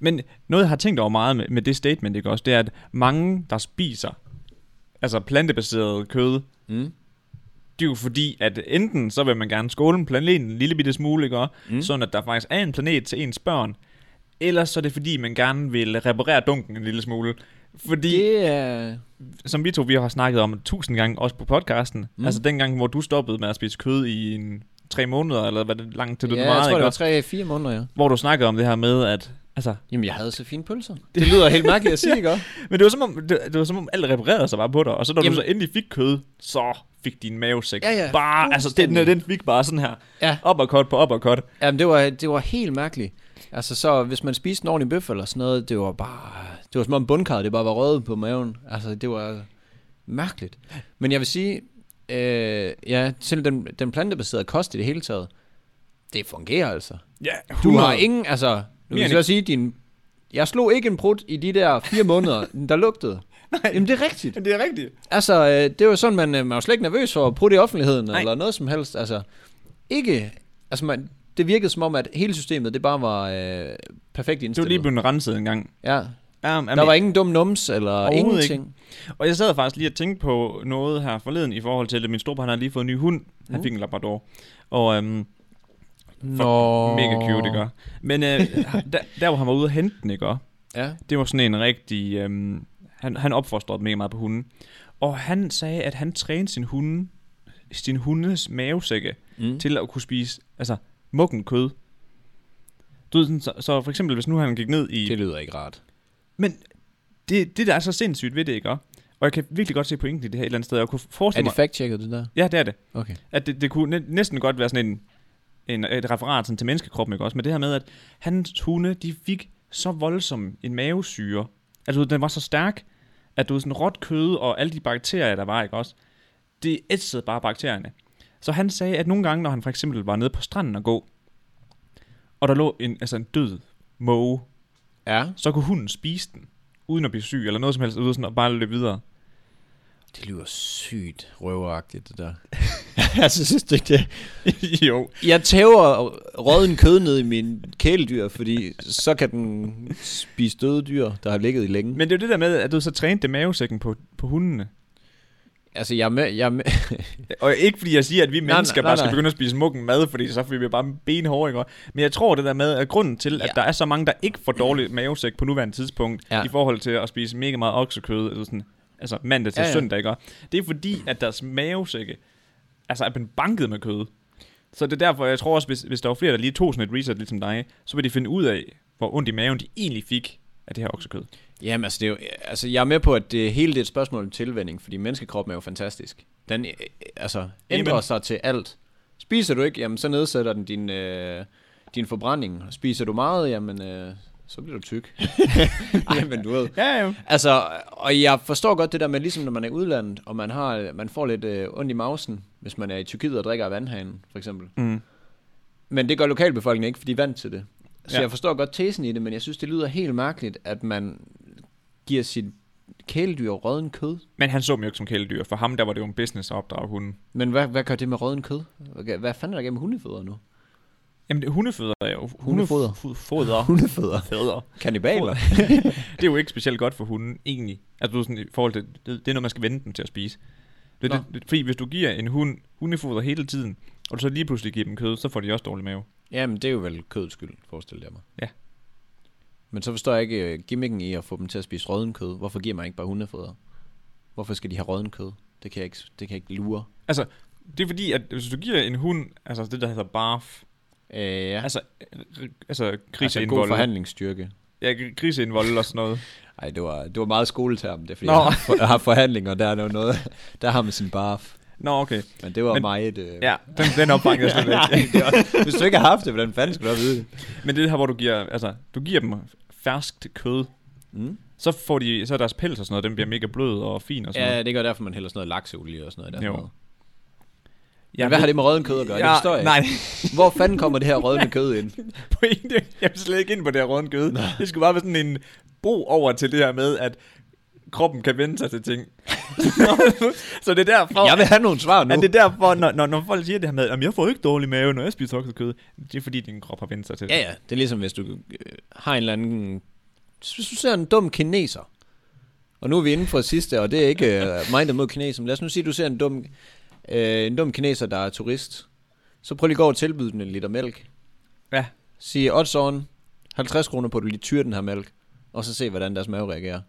Speaker 1: Men noget, jeg har tænkt over meget med, med det statement, ikke også, det er, at mange, der spiser altså plantebaseret kød,
Speaker 2: Mm.
Speaker 1: det er jo fordi, at enten så vil man gerne skåle planeten en lille bitte smule, ikke? også,
Speaker 2: Mm.
Speaker 1: Sådan at der faktisk er en planet til ens børn. Ellers så er det fordi, man gerne vil reparere dunken en lille smule. Fordi
Speaker 2: Det er...
Speaker 1: som vi to vi har snakket om tusind gange, også på podcasten. Mm. Altså dengang, hvor du stoppede med at spise kød i en, tre måneder, eller hvad det langt til du
Speaker 2: Ja,
Speaker 1: det meget,
Speaker 2: jeg tror,
Speaker 1: ikke?
Speaker 2: det var
Speaker 1: også?
Speaker 2: 3-4 måneder, ja.
Speaker 1: hvor du snakkede om det her med, at... Altså,
Speaker 2: Jamen, jeg havde så fine pølser. Det lyder helt mærkeligt at sige, ikke? også?
Speaker 1: men det var, som om, det, det var som om alt reparerede sig bare på dig, og så når Jamen.
Speaker 2: Jamen.
Speaker 1: du så endelig fik kød, så fik din mavesæk
Speaker 2: Ja, ja,
Speaker 1: bare, altså den,
Speaker 2: fuldstændig.
Speaker 1: den fik bare sådan her,
Speaker 2: Ja.
Speaker 1: uppercut på uppercut.
Speaker 2: Jamen, det var, det var helt mærkeligt. Altså, så hvis man spiste en ordentlig bøf eller sådan noget, det var bare... Det var som om bundkarret, det bare var røget på maven. Altså, det var mærkeligt. Men jeg vil sige, øh, ja, selv den, den plantebaserede kost i det hele taget, det fungerer altså.
Speaker 1: Ja,
Speaker 2: Du
Speaker 1: 100.
Speaker 2: har ingen, altså... Nu
Speaker 1: Mere
Speaker 2: kan
Speaker 1: end-
Speaker 2: jeg sige, din... Jeg slog ikke en prut i de der fire måneder, der lugtede. Jamen det er rigtigt.
Speaker 1: Men det er rigtigt.
Speaker 2: Altså, øh, det var sådan, man, øh, man var slet ikke nervøs for at putte i offentligheden Nej.
Speaker 1: Nej.
Speaker 2: eller noget som helst. Altså, ikke... Altså, man, det virkede som om, at hele systemet, det bare var øh, perfekt
Speaker 1: Det var
Speaker 2: indstillet.
Speaker 1: lige blevet renset en gang.
Speaker 2: ja.
Speaker 1: Ja,
Speaker 2: Der var ingen dum nums eller
Speaker 1: Overhovedet
Speaker 2: ingenting.
Speaker 1: Og jeg sad faktisk lige og tænkte på noget her forleden i forhold til, at min storebror han har lige fået en ny hund. Han
Speaker 2: Mm.
Speaker 1: fik en labrador. Og øhm,
Speaker 2: Nå.
Speaker 1: mega cute, ikke? Men øh, der, der, hvor han var ude og hente den, ikke?
Speaker 2: Ja.
Speaker 1: Det var sådan en rigtig... Øhm, han, han opfostrede mega meget på hunden. Og han sagde, at han trænede sin hunde, sin hundes mavesække
Speaker 2: Mm.
Speaker 1: til at kunne spise altså, muggen kød. Du ved, sådan, så, så for eksempel, hvis nu han gik ned i...
Speaker 2: Det lyder ikke rart.
Speaker 1: Men det, det, der er så sindssygt ved det, ikke? Og jeg kan virkelig godt se pointen i det her et eller andet sted. Jeg kunne
Speaker 2: Er
Speaker 1: forestille
Speaker 2: det
Speaker 1: mig...
Speaker 2: fact-checket, det der?
Speaker 1: Ja, det er det.
Speaker 2: Okay.
Speaker 1: At det, det kunne næ- næsten godt være sådan en, en, et referat sådan til menneskekroppen, ikke også? Men det her med, at hans hunde, de fik så voldsom en mavesyre. Altså, du ved, den var så stærk, at du ved, sådan råt kød og alle de bakterier, der var, ikke også? Det ætsede bare bakterierne. Så han sagde, at nogle gange, når han for eksempel var nede på stranden og gå, og der lå en, altså en død måge,
Speaker 2: Ja.
Speaker 1: så kunne hunden spise den, uden at blive syg eller noget som helst, uden sådan at bare løbe videre.
Speaker 2: Det lyder sygt røveragtigt, det der. altså, synes du ikke det?
Speaker 1: jo.
Speaker 2: Jeg tæver råden kød ned i min kæledyr, fordi så kan den spise døde dyr, der har ligget i længe. Men,
Speaker 1: Men det er jo det der med, at du så trænede det mavesækken på, på hundene.
Speaker 2: altså, jeg er med, jeg er med.
Speaker 1: Og ikke fordi jeg siger, at vi
Speaker 2: Nej,
Speaker 1: mennesker nej,
Speaker 2: nej,
Speaker 1: nej, bare skal
Speaker 2: nej.
Speaker 1: begynde at spise mukken mad, fordi så bliver vi bare benhårde, ikke? Men jeg tror det der med, at grunden til, at
Speaker 2: Ja.
Speaker 1: ja. der er så mange, der ikke får dårlig mavesæk på nuværende tidspunkt,
Speaker 2: Ja.
Speaker 1: ja. i forhold til at spise mega meget oksekød, altså, sådan, altså mandag til
Speaker 2: Ja, ja.
Speaker 1: ja, ja. søndag, ikke? Det er fordi, at deres mavesække altså er blevet banket med kød. Så det er derfor, jeg tror også, hvis, hvis der var flere, der lige tog sådan et research, ligesom dig, så vil de finde ud af, hvor ondt i maven de egentlig fik af det her oksekød.
Speaker 2: Jamen, altså, det er jo, altså, jeg er med på, at det hele det er et spørgsmål om tilvænding, fordi menneskekroppen er jo fantastisk. Den øh, altså, ændrer
Speaker 1: Amen.
Speaker 2: sig til alt. Spiser du ikke, jamen, så nedsætter den din, øh, din forbrænding. Og Spiser du meget, jamen, øh, så bliver du tyk. Ej, men du ved.
Speaker 1: Ja, ja.
Speaker 2: Altså, og jeg forstår godt det der med, ligesom når man er i udlandet, og man, har, man får lidt øh, ondt i mausen, hvis man er i Tyrkiet og drikker af vandhanen, for eksempel.
Speaker 1: Mm.
Speaker 2: Men det gør lokalbefolkningen ikke, for de er vant til det. Så ja.
Speaker 1: Ja.
Speaker 2: jeg forstår godt tesen i det, men jeg synes, det lyder helt mærkeligt, at man giver sit kæledyr rødden kød.
Speaker 1: Men han så dem jo ikke som kæledyr. For ham, der var det jo en business at opdrage hunden.
Speaker 2: Men hvad, hvad gør det med rødden kød? Hvad, hvad fanden er der gennem hundefødder nu?
Speaker 1: Jamen, det er hundefødder er jo.
Speaker 2: Hundefoder.
Speaker 1: Foder.
Speaker 2: Hundefødder?
Speaker 1: Fædre.
Speaker 2: Kannibaler?
Speaker 1: Det er jo ikke specielt godt for hunden, egentlig. Altså, du ved, sådan, i forhold til, det, det er noget, man skal vende dem til at spise. Det,
Speaker 2: Nå.
Speaker 1: det, det, fordi hvis du giver en hund hundefoder hele tiden, og du så lige pludselig giver dem kød, så får de også dårlig mave.
Speaker 2: Jamen, det er jo vel køds skyld, forestiller jeg mig.
Speaker 1: Ja.
Speaker 2: Men så forstår jeg ikke øh, gimmicken i at få dem til at spise rødden kød. Hvorfor giver man ikke bare hundefoder? Hvorfor skal de have rødden kød? Det kan jeg ikke, det kan jeg ikke lure.
Speaker 1: Altså, det er fordi, at hvis du giver en hund, altså det, der hedder barf,
Speaker 2: Øh, ja.
Speaker 1: altså, øh, altså
Speaker 2: altså god
Speaker 1: griseindvold, altså,
Speaker 2: forhandlingsstyrke.
Speaker 1: ja, griseindvold og sådan noget.
Speaker 2: Ej, det var, det var meget skoleterm. Det er fordi,
Speaker 1: Nå.
Speaker 2: jeg har, for, jeg har forhandlinger, der er noget- noget, der har man sin barf.
Speaker 1: Nå, okay.
Speaker 2: Men det var Men,
Speaker 1: Men-
Speaker 2: meget... Øh,
Speaker 1: Ja, den, den opbakker sådan lidt.
Speaker 2: det var, hvis du ikke har haft det, hvordan fanden skulle du vide det?
Speaker 1: Men det er her, hvor du giver, altså, du giver dem ferskt kød,
Speaker 2: Mm?
Speaker 1: så får de, så er deres pels og sådan noget, den bliver mega blød og fin og sådan noget.
Speaker 2: Ja, det gør derfor, man hælder sådan noget lakseolie og sådan noget. Der
Speaker 1: Jo.
Speaker 2: jo. Men hvad har det med rødden kød at gøre? Ja, det forstår jeg ikke.
Speaker 1: Nej,
Speaker 2: Hvor fanden kommer det her rødne kød ind?
Speaker 1: pointe, jeg vil slet ikke ind på det her runde kød. Det skulle bare være sådan en bro over til det her med, at kroppen kan vende sig til ting. så det er derfor,
Speaker 2: Jeg vil have nogle svar nu.
Speaker 1: at det er derfor når, når, når folk siger det her med, at jeg får ikke dårlig mave, når jeg spiser oksekød, det er fordi, din krop har vendt sig til det.
Speaker 2: Ja, ja. Det er ligesom, hvis du øh, har en eller anden... Hvis du ser en dum kineser, og nu er vi inde for sidste, og det er ikke øh, mig, der mod kineser, men lad os nu sige, at du ser en dum, øh, en dum kineser, der er turist. Så prøv lige at gå over og tilbyde den en liter mælk.
Speaker 1: Ja.
Speaker 2: Sige odds on, 50 kroner på, at du lige tyrer den her mælk, og så se, hvordan deres mave reagerer.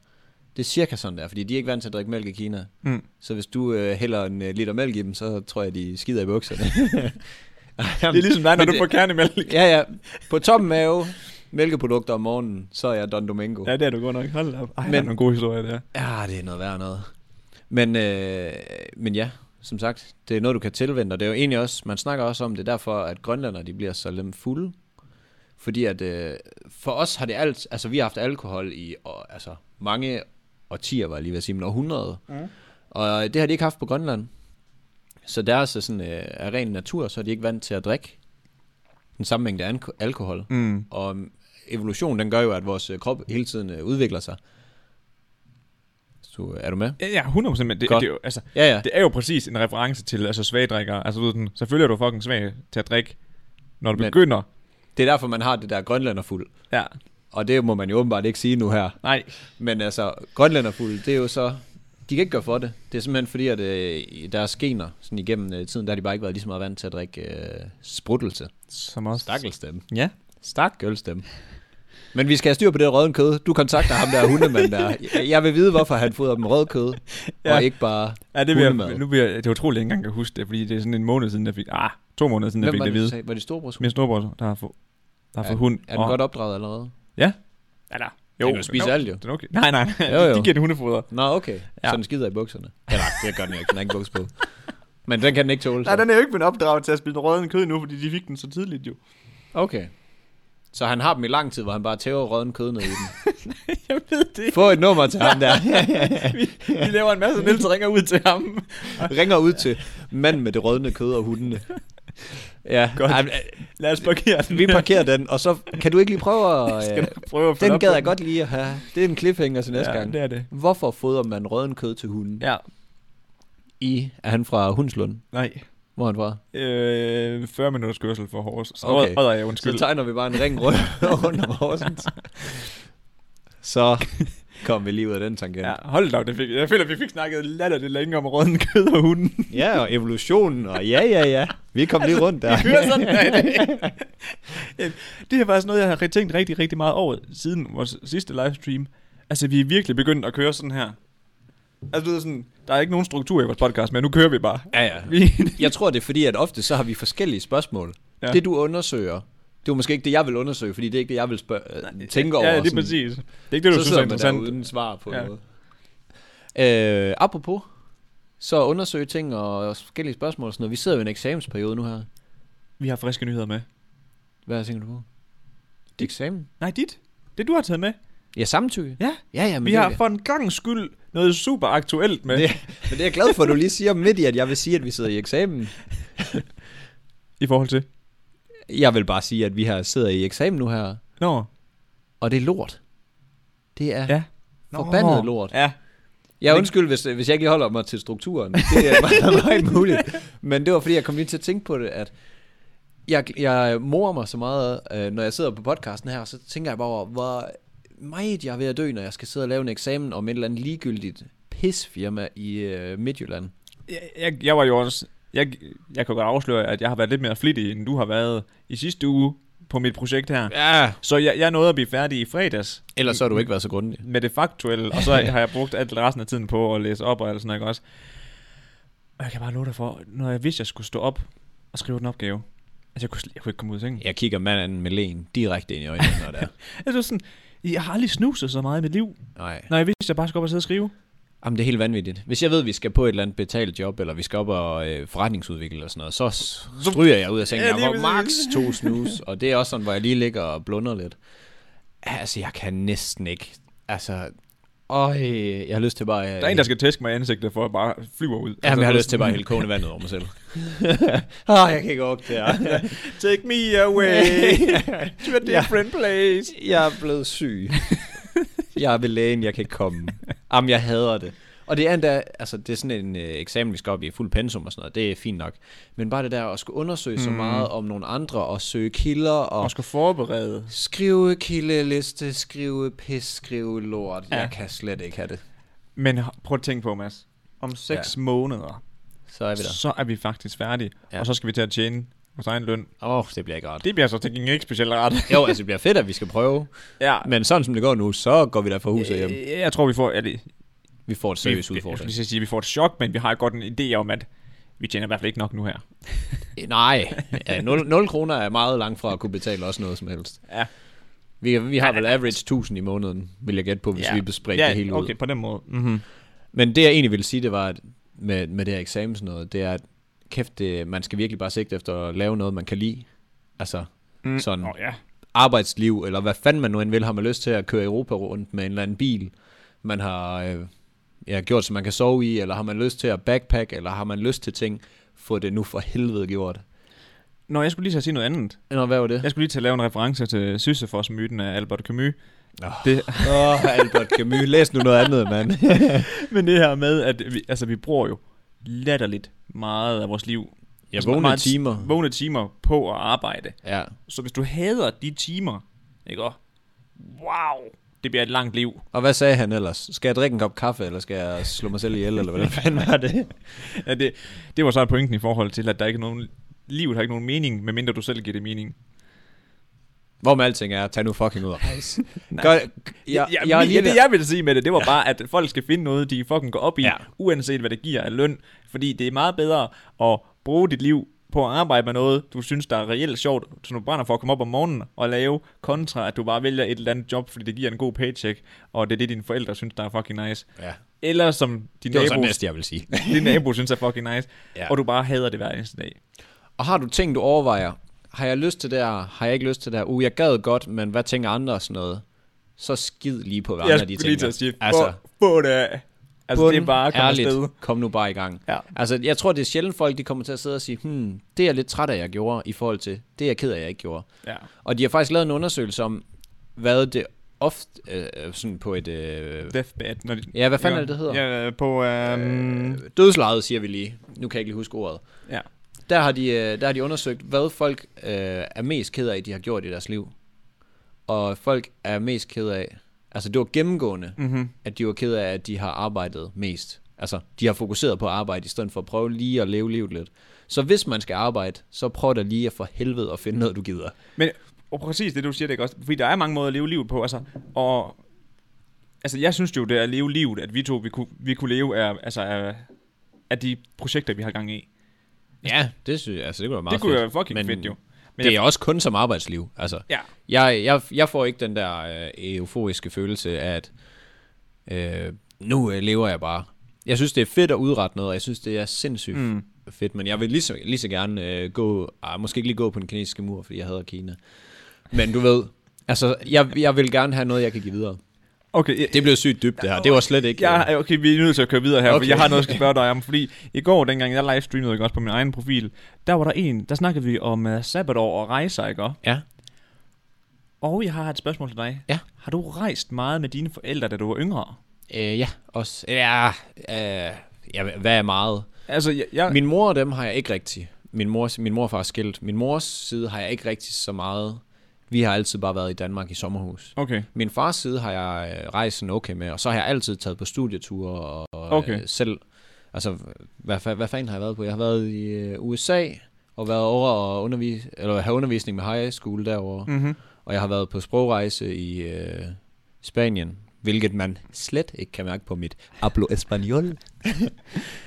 Speaker 2: Det er cirka sådan der, fordi de er ikke vant til at drikke mælk i Kina.
Speaker 1: Mm.
Speaker 2: Så hvis du øh, hælder en øh, liter mælk i dem, så tror jeg, de skider i bukserne.
Speaker 1: Det er ligesom dig, når
Speaker 2: Men
Speaker 1: du
Speaker 2: det-
Speaker 1: får kernemælk.
Speaker 2: Ja, ja. På tom mave, mælkeprodukter om morgenen, så er jeg Don Domingo. Ja,
Speaker 1: Ja, det er du godt nok. Hold da op. Ej,
Speaker 2: Men-
Speaker 1: Men... der er nogle gode historier der.
Speaker 2: ja det er noget værd noget. Men, øh, men ja, som sagt, det er noget, du kan tilvende, og det er jo egentlig også, man snakker også om det, er derfor, at grønlænder, de bliver så lemfulde. Fordi at, øh, for os har det alt, altså vi har haft alkohol i, og, altså mange årtier, var jeg lige ved at sige, men århundrede. Mm. Og det har de ikke haft på Grønland. Så deres er sådan, øh, er ren natur, så er de ikke vant til at drikke den samme mængde anko- alkohol.
Speaker 1: Mm.
Speaker 2: Og evolution, den gør jo, at vores øh, krop hele tiden øh, udvikler sig. du, er du med?
Speaker 1: Ja, 100% men det, det,
Speaker 2: Godt.
Speaker 1: er jo, altså,
Speaker 2: Ja, ja.
Speaker 1: det er jo præcis en reference til altså, svagdrikkere. Altså, du ved, den, selvfølgelig er du fucking svag til at drikke, når du
Speaker 2: Men-
Speaker 1: begynder.
Speaker 2: Det er derfor, man har det der grønlænderfuld.
Speaker 1: Ja,
Speaker 2: Og det må man jo åbenbart ikke sige nu her.
Speaker 1: nej.
Speaker 2: Men altså, grønlænderfuld, det er jo så... De kan ikke gøre for det. Det er simpelthen fordi, at øh, i deres gener sådan igennem øh, tiden, der har de bare ikke været lige så meget vant til at drikke øh, spruttelse.
Speaker 1: Som også.
Speaker 2: Stakkels dem.
Speaker 1: Ja.
Speaker 2: Stakkels dem. Men vi skal have styr på det røde kød. Du kontakter ham der hundemand der. Jeg- Jeg vil vide, hvorfor han fodrer dem rød kød, ja.
Speaker 1: Ja.
Speaker 2: og ikke bare
Speaker 1: Ja, det bliver,
Speaker 2: hundemad.
Speaker 1: nu bliver, det er utroligt, at jeg ikke engang kan huske det, fordi det er sådan en måned siden, jeg fik... Ah, to måneder siden, jeg
Speaker 2: Hvem
Speaker 1: fik
Speaker 2: var
Speaker 1: det at
Speaker 2: det,
Speaker 1: vide.
Speaker 2: du sagde? Var det storebrors hund?
Speaker 1: Min storebror, der har fået der har fået hund.
Speaker 2: Er den godt opdraget allerede?
Speaker 1: Eller,
Speaker 2: Den kan jo spise
Speaker 1: no,
Speaker 2: alt, jo.
Speaker 1: Den er okay. Nej, nej, nej.
Speaker 2: Jo,
Speaker 1: Jo,
Speaker 2: jo.
Speaker 1: jo. De giver den hundefoder.
Speaker 2: Nå, okay. Ja.
Speaker 1: Ja.
Speaker 2: Så den skider i bukserne. Ja, nej, det gør den jo ikke. Den har ikke buks på. Men den kan den ikke tåle. Så.
Speaker 1: er jo ikke blevet opdraget til at spille røden kød nu, fordi de fik den så tidligt jo.
Speaker 2: Okay. Så han har dem i lang tid, hvor han bare tæver røden kød ned i den.
Speaker 1: Jeg ved det ikke.
Speaker 2: Få et nummer til ham der.
Speaker 1: Vi laver en masse, Niels ringer ud til ham.
Speaker 2: Ringer ud til manden med det rødne kød og hundene. Ja,
Speaker 1: Godt.
Speaker 2: Ej, øh,
Speaker 1: Lad os blokere den.
Speaker 2: vi parkerer den, og så kan du ikke lige prøve at... Øh,
Speaker 1: prøve at følge
Speaker 2: den
Speaker 1: op
Speaker 2: gad
Speaker 1: på
Speaker 2: jeg godt lige at have. Det er en cliffhanger til næste
Speaker 1: ja,
Speaker 2: gang.
Speaker 1: det er det.
Speaker 2: Hvorfor fodrer man røden kød til hunden?
Speaker 1: Ja,
Speaker 2: I, er han fra Hundslund?
Speaker 1: nej.
Speaker 2: Hvor er han fra?
Speaker 1: Øh, 40 minutters kørsel for Horse. Så
Speaker 2: Okay.
Speaker 1: okay. jeg
Speaker 2: Så
Speaker 1: undskyld.
Speaker 2: tegner vi bare en ring rundt, rundt om Horsens. Så kom vi lige ud af den tangent.
Speaker 1: Ja, hold da op, det fik, jeg føler, vi fik snakket latterligt længe om røden kød og hunden.
Speaker 2: Ja, og evolutionen, og ja, ja, ja. Vi kom lige rundt der.
Speaker 1: Vi kører sådan her i dag. Øhm, Det er faktisk noget, jeg har tænkt rigtig, rigtig meget over siden vores sidste livestream. Altså, vi er virkelig begyndt at køre sådan her. Altså, du ved sådan, der er ikke nogen struktur i vores podcast, men nu kører vi bare.
Speaker 2: Ja, ja.
Speaker 1: Vi,
Speaker 2: Jeg tror, det er fordi, at ofte så har vi forskellige spørgsmål. Ja.
Speaker 1: Ja.
Speaker 2: Det, du undersøger, det er måske ikke det, jeg vil undersøge, fordi det er ikke det, jeg vil spørge, øh, tænke over.
Speaker 1: ja, det er
Speaker 2: sådan.
Speaker 1: præcis. Det er ikke det, du
Speaker 2: så
Speaker 1: synes er
Speaker 2: sidder man der
Speaker 1: interessant.
Speaker 2: uden svar på ja.
Speaker 1: Ja.
Speaker 2: noget. Øh, apropos, så undersøge ting og forskellige spørgsmål og sådan noget. Vi sidder jo i en eksamensperiode nu her.
Speaker 1: Vi har friske nyheder med.
Speaker 2: Hvad tænker du på? Det eksamen?
Speaker 1: Nej, dit. Det, du har taget med.
Speaker 2: Ja, samtykke.
Speaker 1: Ja.
Speaker 2: Ja, ja, men
Speaker 1: Vi
Speaker 2: det,
Speaker 1: har for en gang skyld noget super aktuelt med.
Speaker 2: det, men det er jeg glad for, at du lige siger midt i, at jeg vil sige, at vi sidder i eksamen.
Speaker 1: I forhold til.
Speaker 2: Jeg vil bare sige, at vi har sidder i eksamen nu her,
Speaker 1: Nå.
Speaker 2: og det er lort. Det er...
Speaker 1: Ja.
Speaker 2: Forbandet lort.
Speaker 1: Ja.
Speaker 2: Jeg undskyld, hvis, hvis jeg ikke lige holder mig til strukturen. Det er meget, meget muligt. Men det var, fordi jeg kom lige til at tænke på det, at jeg, jeg morer mig så meget, øh, når jeg sidder på podcasten her, så tænker jeg bare over, hvor meget jeg er ved at dø, når jeg skal sidde og lave en eksamen om et eller andet ligegyldigt pisfirma i øh, Midtjylland.
Speaker 1: jeg, jeg, jeg var jo også... Jeg, jeg kan godt afsløre, at jeg har været lidt mere flittig, end du har været i sidste uge på mit projekt her.
Speaker 2: Ja.
Speaker 1: Så jeg, jeg nåede at blive færdig i fredags
Speaker 2: Ellers så har du ikke været så grundig.
Speaker 1: med det faktuelle, og så har jeg brugt alt resten af tiden på at læse op og alt sådan noget, også? Og jeg kan bare love dig for, når jeg vidste, jeg skulle stå op og skrive den opgave, altså jeg kunne, slet- jeg kunne ikke komme ud af sengen.
Speaker 2: Jeg kigger manden med lægen direkte ind i øjnene, når det er.
Speaker 1: Jeg, var sådan, jeg har aldrig snuset så meget i mit liv,
Speaker 2: Nej.
Speaker 1: når jeg vidste, jeg bare skulle op og sidde og skrive.
Speaker 2: Jamen, det er helt vanvittigt. Hvis jeg ved, at vi skal på et eller andet betalt job, eller vi skal op og øh, forretningsudvikle og sådan noget, så s- stryger jeg ud af sengen.
Speaker 1: Ja,
Speaker 2: Jeg
Speaker 1: lige
Speaker 2: var max
Speaker 1: præcis.
Speaker 2: to snus, og det er også sådan, hvor jeg lige ligger og blunder lidt. Altså, jeg kan næsten ikke. Altså, øj, jeg har lyst til bare...
Speaker 1: Der er en, der skal tæske mig i ansigtet, for at jeg bare flyver ud.
Speaker 2: Ja, men jeg har
Speaker 1: Altså,
Speaker 2: lyst til bare at hælde kogende vand ud over mig selv. Åh, jeg kan ikke orke det her.
Speaker 1: Take me away to a different place.
Speaker 2: Jeg er blevet syg. Jeg er ved lægen, jeg kan ikke komme. Jamen, jeg hader det. Og det er endda, altså det er sådan en øh, eksamen, vi skal op i fuld pensum og sådan noget, det er fint nok. Men bare det der at skulle undersøge mm. så meget om nogle andre, og søge kilder, og,
Speaker 1: Og
Speaker 2: og
Speaker 1: skal forberede.
Speaker 2: skrive kildeliste, skrive pis, skrive lort. Ja.
Speaker 1: Ja.
Speaker 2: Jeg kan slet ikke have det.
Speaker 1: Men h- prøv at tænke på, Mads. Om 6 ja. måneder,
Speaker 2: Så er vi der.
Speaker 1: så er vi faktisk færdige.
Speaker 2: Ja.
Speaker 1: Ja. Og så skal vi til at tjene vores egen løn.
Speaker 2: Åh, oh, det bliver ikke rart.
Speaker 1: Det bliver så til gengæld ikke specielt rart.
Speaker 2: Jo, altså det bliver fedt, at vi skal prøve.
Speaker 1: ja.
Speaker 2: Men sådan som det går nu, så går vi der for huset hjem.
Speaker 1: Øh, Jeg tror, vi får... Ja, det,
Speaker 2: Vi får et
Speaker 1: vi,
Speaker 2: seriøst
Speaker 1: jeg skulle
Speaker 2: udfordring.
Speaker 1: lige så sige, vi får et chok, men vi har godt en idé om, at vi tjener i hvert fald ikke nok nu her.
Speaker 2: Øh, Nej, ja, 0, 0 kroner er meget langt fra at kunne betale også noget som helst.
Speaker 1: Ja.
Speaker 2: Vi, vi har vel average 1000 i måneden, vil jeg gætte på, hvis ja. vi bespredte
Speaker 1: ja,
Speaker 2: det hele
Speaker 1: okay,
Speaker 2: ud.
Speaker 1: på den måde. Mm-hmm.
Speaker 2: Men det jeg egentlig ville sige, det var, at med, med det her eksamen sådan noget, det er, at kæft, det, man skal virkelig bare sigte efter at lave noget, man kan lide. Altså
Speaker 1: Mm.
Speaker 2: sådan
Speaker 1: Nå, ja.
Speaker 2: arbejdsliv, eller hvad fanden man nu end vil, har man lyst til at køre Europa rundt med en eller anden bil, man har øh, ja, gjort, så man kan sove i, eller har man lyst til at backpack, eller har man lyst til ting, få det nu for helvede gjort.
Speaker 1: Nå, jeg skulle lige til at sige noget andet.
Speaker 2: Nå, hvad var det?
Speaker 1: Jeg skulle lige til at lave en reference til Sisyfos-myten af Albert Camus. Det,
Speaker 2: Åh, oh, Albert Camus, læs nu noget andet, mand.
Speaker 1: men det her med, at vi, altså, vi bruger jo latterligt meget af vores liv.
Speaker 2: Jeg
Speaker 1: Altså,
Speaker 2: vågner
Speaker 1: meget-
Speaker 2: timer.
Speaker 1: Vågne timer på at arbejde.
Speaker 2: Ja.
Speaker 1: Så hvis du hader de timer, ikke også? Wow, det bliver et langt liv.
Speaker 2: Og hvad sagde han ellers? Skal jeg drikke en kop kaffe, eller skal jeg slå mig selv ihjel, eller hvordan fanden var det?
Speaker 1: Ja, det, det var så pointen i forhold til, at der ikke er nogen, livet har ikke nogen mening, medmindre du selv giver det mening.
Speaker 2: Hvor med alting er, tag nu fucking ud og rejse.
Speaker 1: Nej.
Speaker 2: Gør, jeg, jeg,
Speaker 1: ja,
Speaker 2: jeg, er lige
Speaker 1: ja, det
Speaker 2: ved,
Speaker 1: jeg ville sige med det, det var ja. bare, at folk skal finde noget, de fucking går op i,
Speaker 2: Ja.
Speaker 1: ja. uanset hvad det giver af løn. Fordi det er meget bedre at bruge dit liv på at arbejde med noget, du synes, der er reelt sjovt, så du brænder for at komme op om morgenen og lave, kontra at du bare vælger et eller andet job, fordi det giver en god paycheck, og det er det, dine forældre synes, der er fucking nice.
Speaker 2: ja,
Speaker 1: Eller som din
Speaker 2: det var så
Speaker 1: nabo,
Speaker 2: næste, jeg vil sige.
Speaker 1: din nabo synes er fucking nice,
Speaker 2: Ja.
Speaker 1: ja. og du bare hader det hver eneste dag.
Speaker 2: Og har du ting, du overvejer? Har jeg lyst til det her? Har jeg ikke lyst til det her? Uh, jeg gad godt, men hvad tænker andre og sådan noget? Så skid lige på, hvad
Speaker 1: Jeg
Speaker 2: andre de
Speaker 1: skulle lige til
Speaker 2: tænker.
Speaker 1: at sige,
Speaker 2: altså,
Speaker 1: altså, få det af. Altså, det er bare at komme
Speaker 2: ærligt,
Speaker 1: afsted.
Speaker 2: kom nu bare i gang.
Speaker 1: Ja.
Speaker 2: Altså, jeg tror, det er sjældent folk, de kommer til at sidde og sige, hmm, det er jeg lidt træt af, jeg gjorde, i forhold til, det er jeg ked af, jeg ikke gjorde.
Speaker 1: Ja.
Speaker 2: Og de har faktisk lavet en undersøgelse om, hvad det ofte, øh, sådan på et, øh,
Speaker 1: Deathbed. Når de,
Speaker 2: ja, hvad fanden er det, det hedder?
Speaker 1: Ja, på... Øhm,
Speaker 2: Øh, dødslejet, siger vi lige. Nu kan jeg ikke lige huske ordet.
Speaker 1: Ja.
Speaker 2: Der har de, øh, der har de undersøgt, hvad folk øh, er mest ked af, de har gjort i deres liv. Og folk er mest ked af, altså det var gennemgående,
Speaker 1: Mm-hmm.
Speaker 2: at de var ked af, at de har arbejdet mest. Altså, de har fokuseret på arbejde, i stedet for at prøve lige at leve livet lidt. Så hvis man skal arbejde, så prøv da lige at for helvede at finde noget, du gider.
Speaker 1: Men og præcis det, du siger, det ikke også? Fordi der er mange måder at leve livet på, altså, og... Altså, jeg synes jo, det er at leve livet, at vi to, vi kunne, vi kunne leve af, altså, af, af de projekter, vi har gang i.
Speaker 2: Ja, det synes jeg, altså det kunne være meget
Speaker 1: det kunne
Speaker 2: fedt.
Speaker 1: være fucking
Speaker 2: Men
Speaker 1: fedt, jo. Men
Speaker 2: det
Speaker 1: jeg-
Speaker 2: er også kun som arbejdsliv. Altså,
Speaker 1: Ja.
Speaker 2: jeg, jeg, jeg får ikke den der øh, euforiske følelse af, at øh, nu øh, lever jeg bare. Jeg synes, det er fedt at udrette noget, og jeg synes, det er sindssygt mm. fedt, men jeg vil lige så, lige så gerne øh, gå, ah, måske ikke lige gå på den kinesiske mur, fordi jeg hader Kina. Men du ved, altså, jeg, jeg vil gerne have noget, jeg kan give videre.
Speaker 1: Okay, jeg,
Speaker 2: Det blev sygt dybt, det her. Det var slet ikke... øh,
Speaker 1: jeg, okay, vi er nødt til at køre videre her, okay.
Speaker 2: Okay.
Speaker 1: for jeg har noget, jeg skal spørge dig om. Fordi i går, dengang jeg livestreamede, ikke også på min egen profil, der var der en, der snakkede vi om uh, sabbatår og rejser, ikke også?
Speaker 2: ja.
Speaker 1: Og jeg har et spørgsmål til dig.
Speaker 2: Ja.
Speaker 1: Har du rejst meget med dine forældre, da du var yngre?
Speaker 2: Øh, ja, også. Ja, øh, ja, hvad er meget?
Speaker 1: Altså, jeg, jeg,
Speaker 2: Min mor og dem har jeg ikke rigtig. Min, mor, min morfar er skilt. Min mors side har jeg ikke rigtig så meget. Vi har altid bare været i Danmark i sommerhus.
Speaker 1: Okay.
Speaker 2: Min fars side har jeg øh, rejst sådan okay med, og så har jeg altid taget på studieture og og,
Speaker 1: Okay.
Speaker 2: øh, selv... Altså, hvad, fa- hvad fanden har jeg været på? Jeg har været i øh, USA og været over og undervise, eller have undervisning med high school derovre.
Speaker 1: Mm-hmm.
Speaker 2: Og jeg har været på sprogrejse i øh, Spanien, hvilket man slet ikke kan mærke på mit hablo español.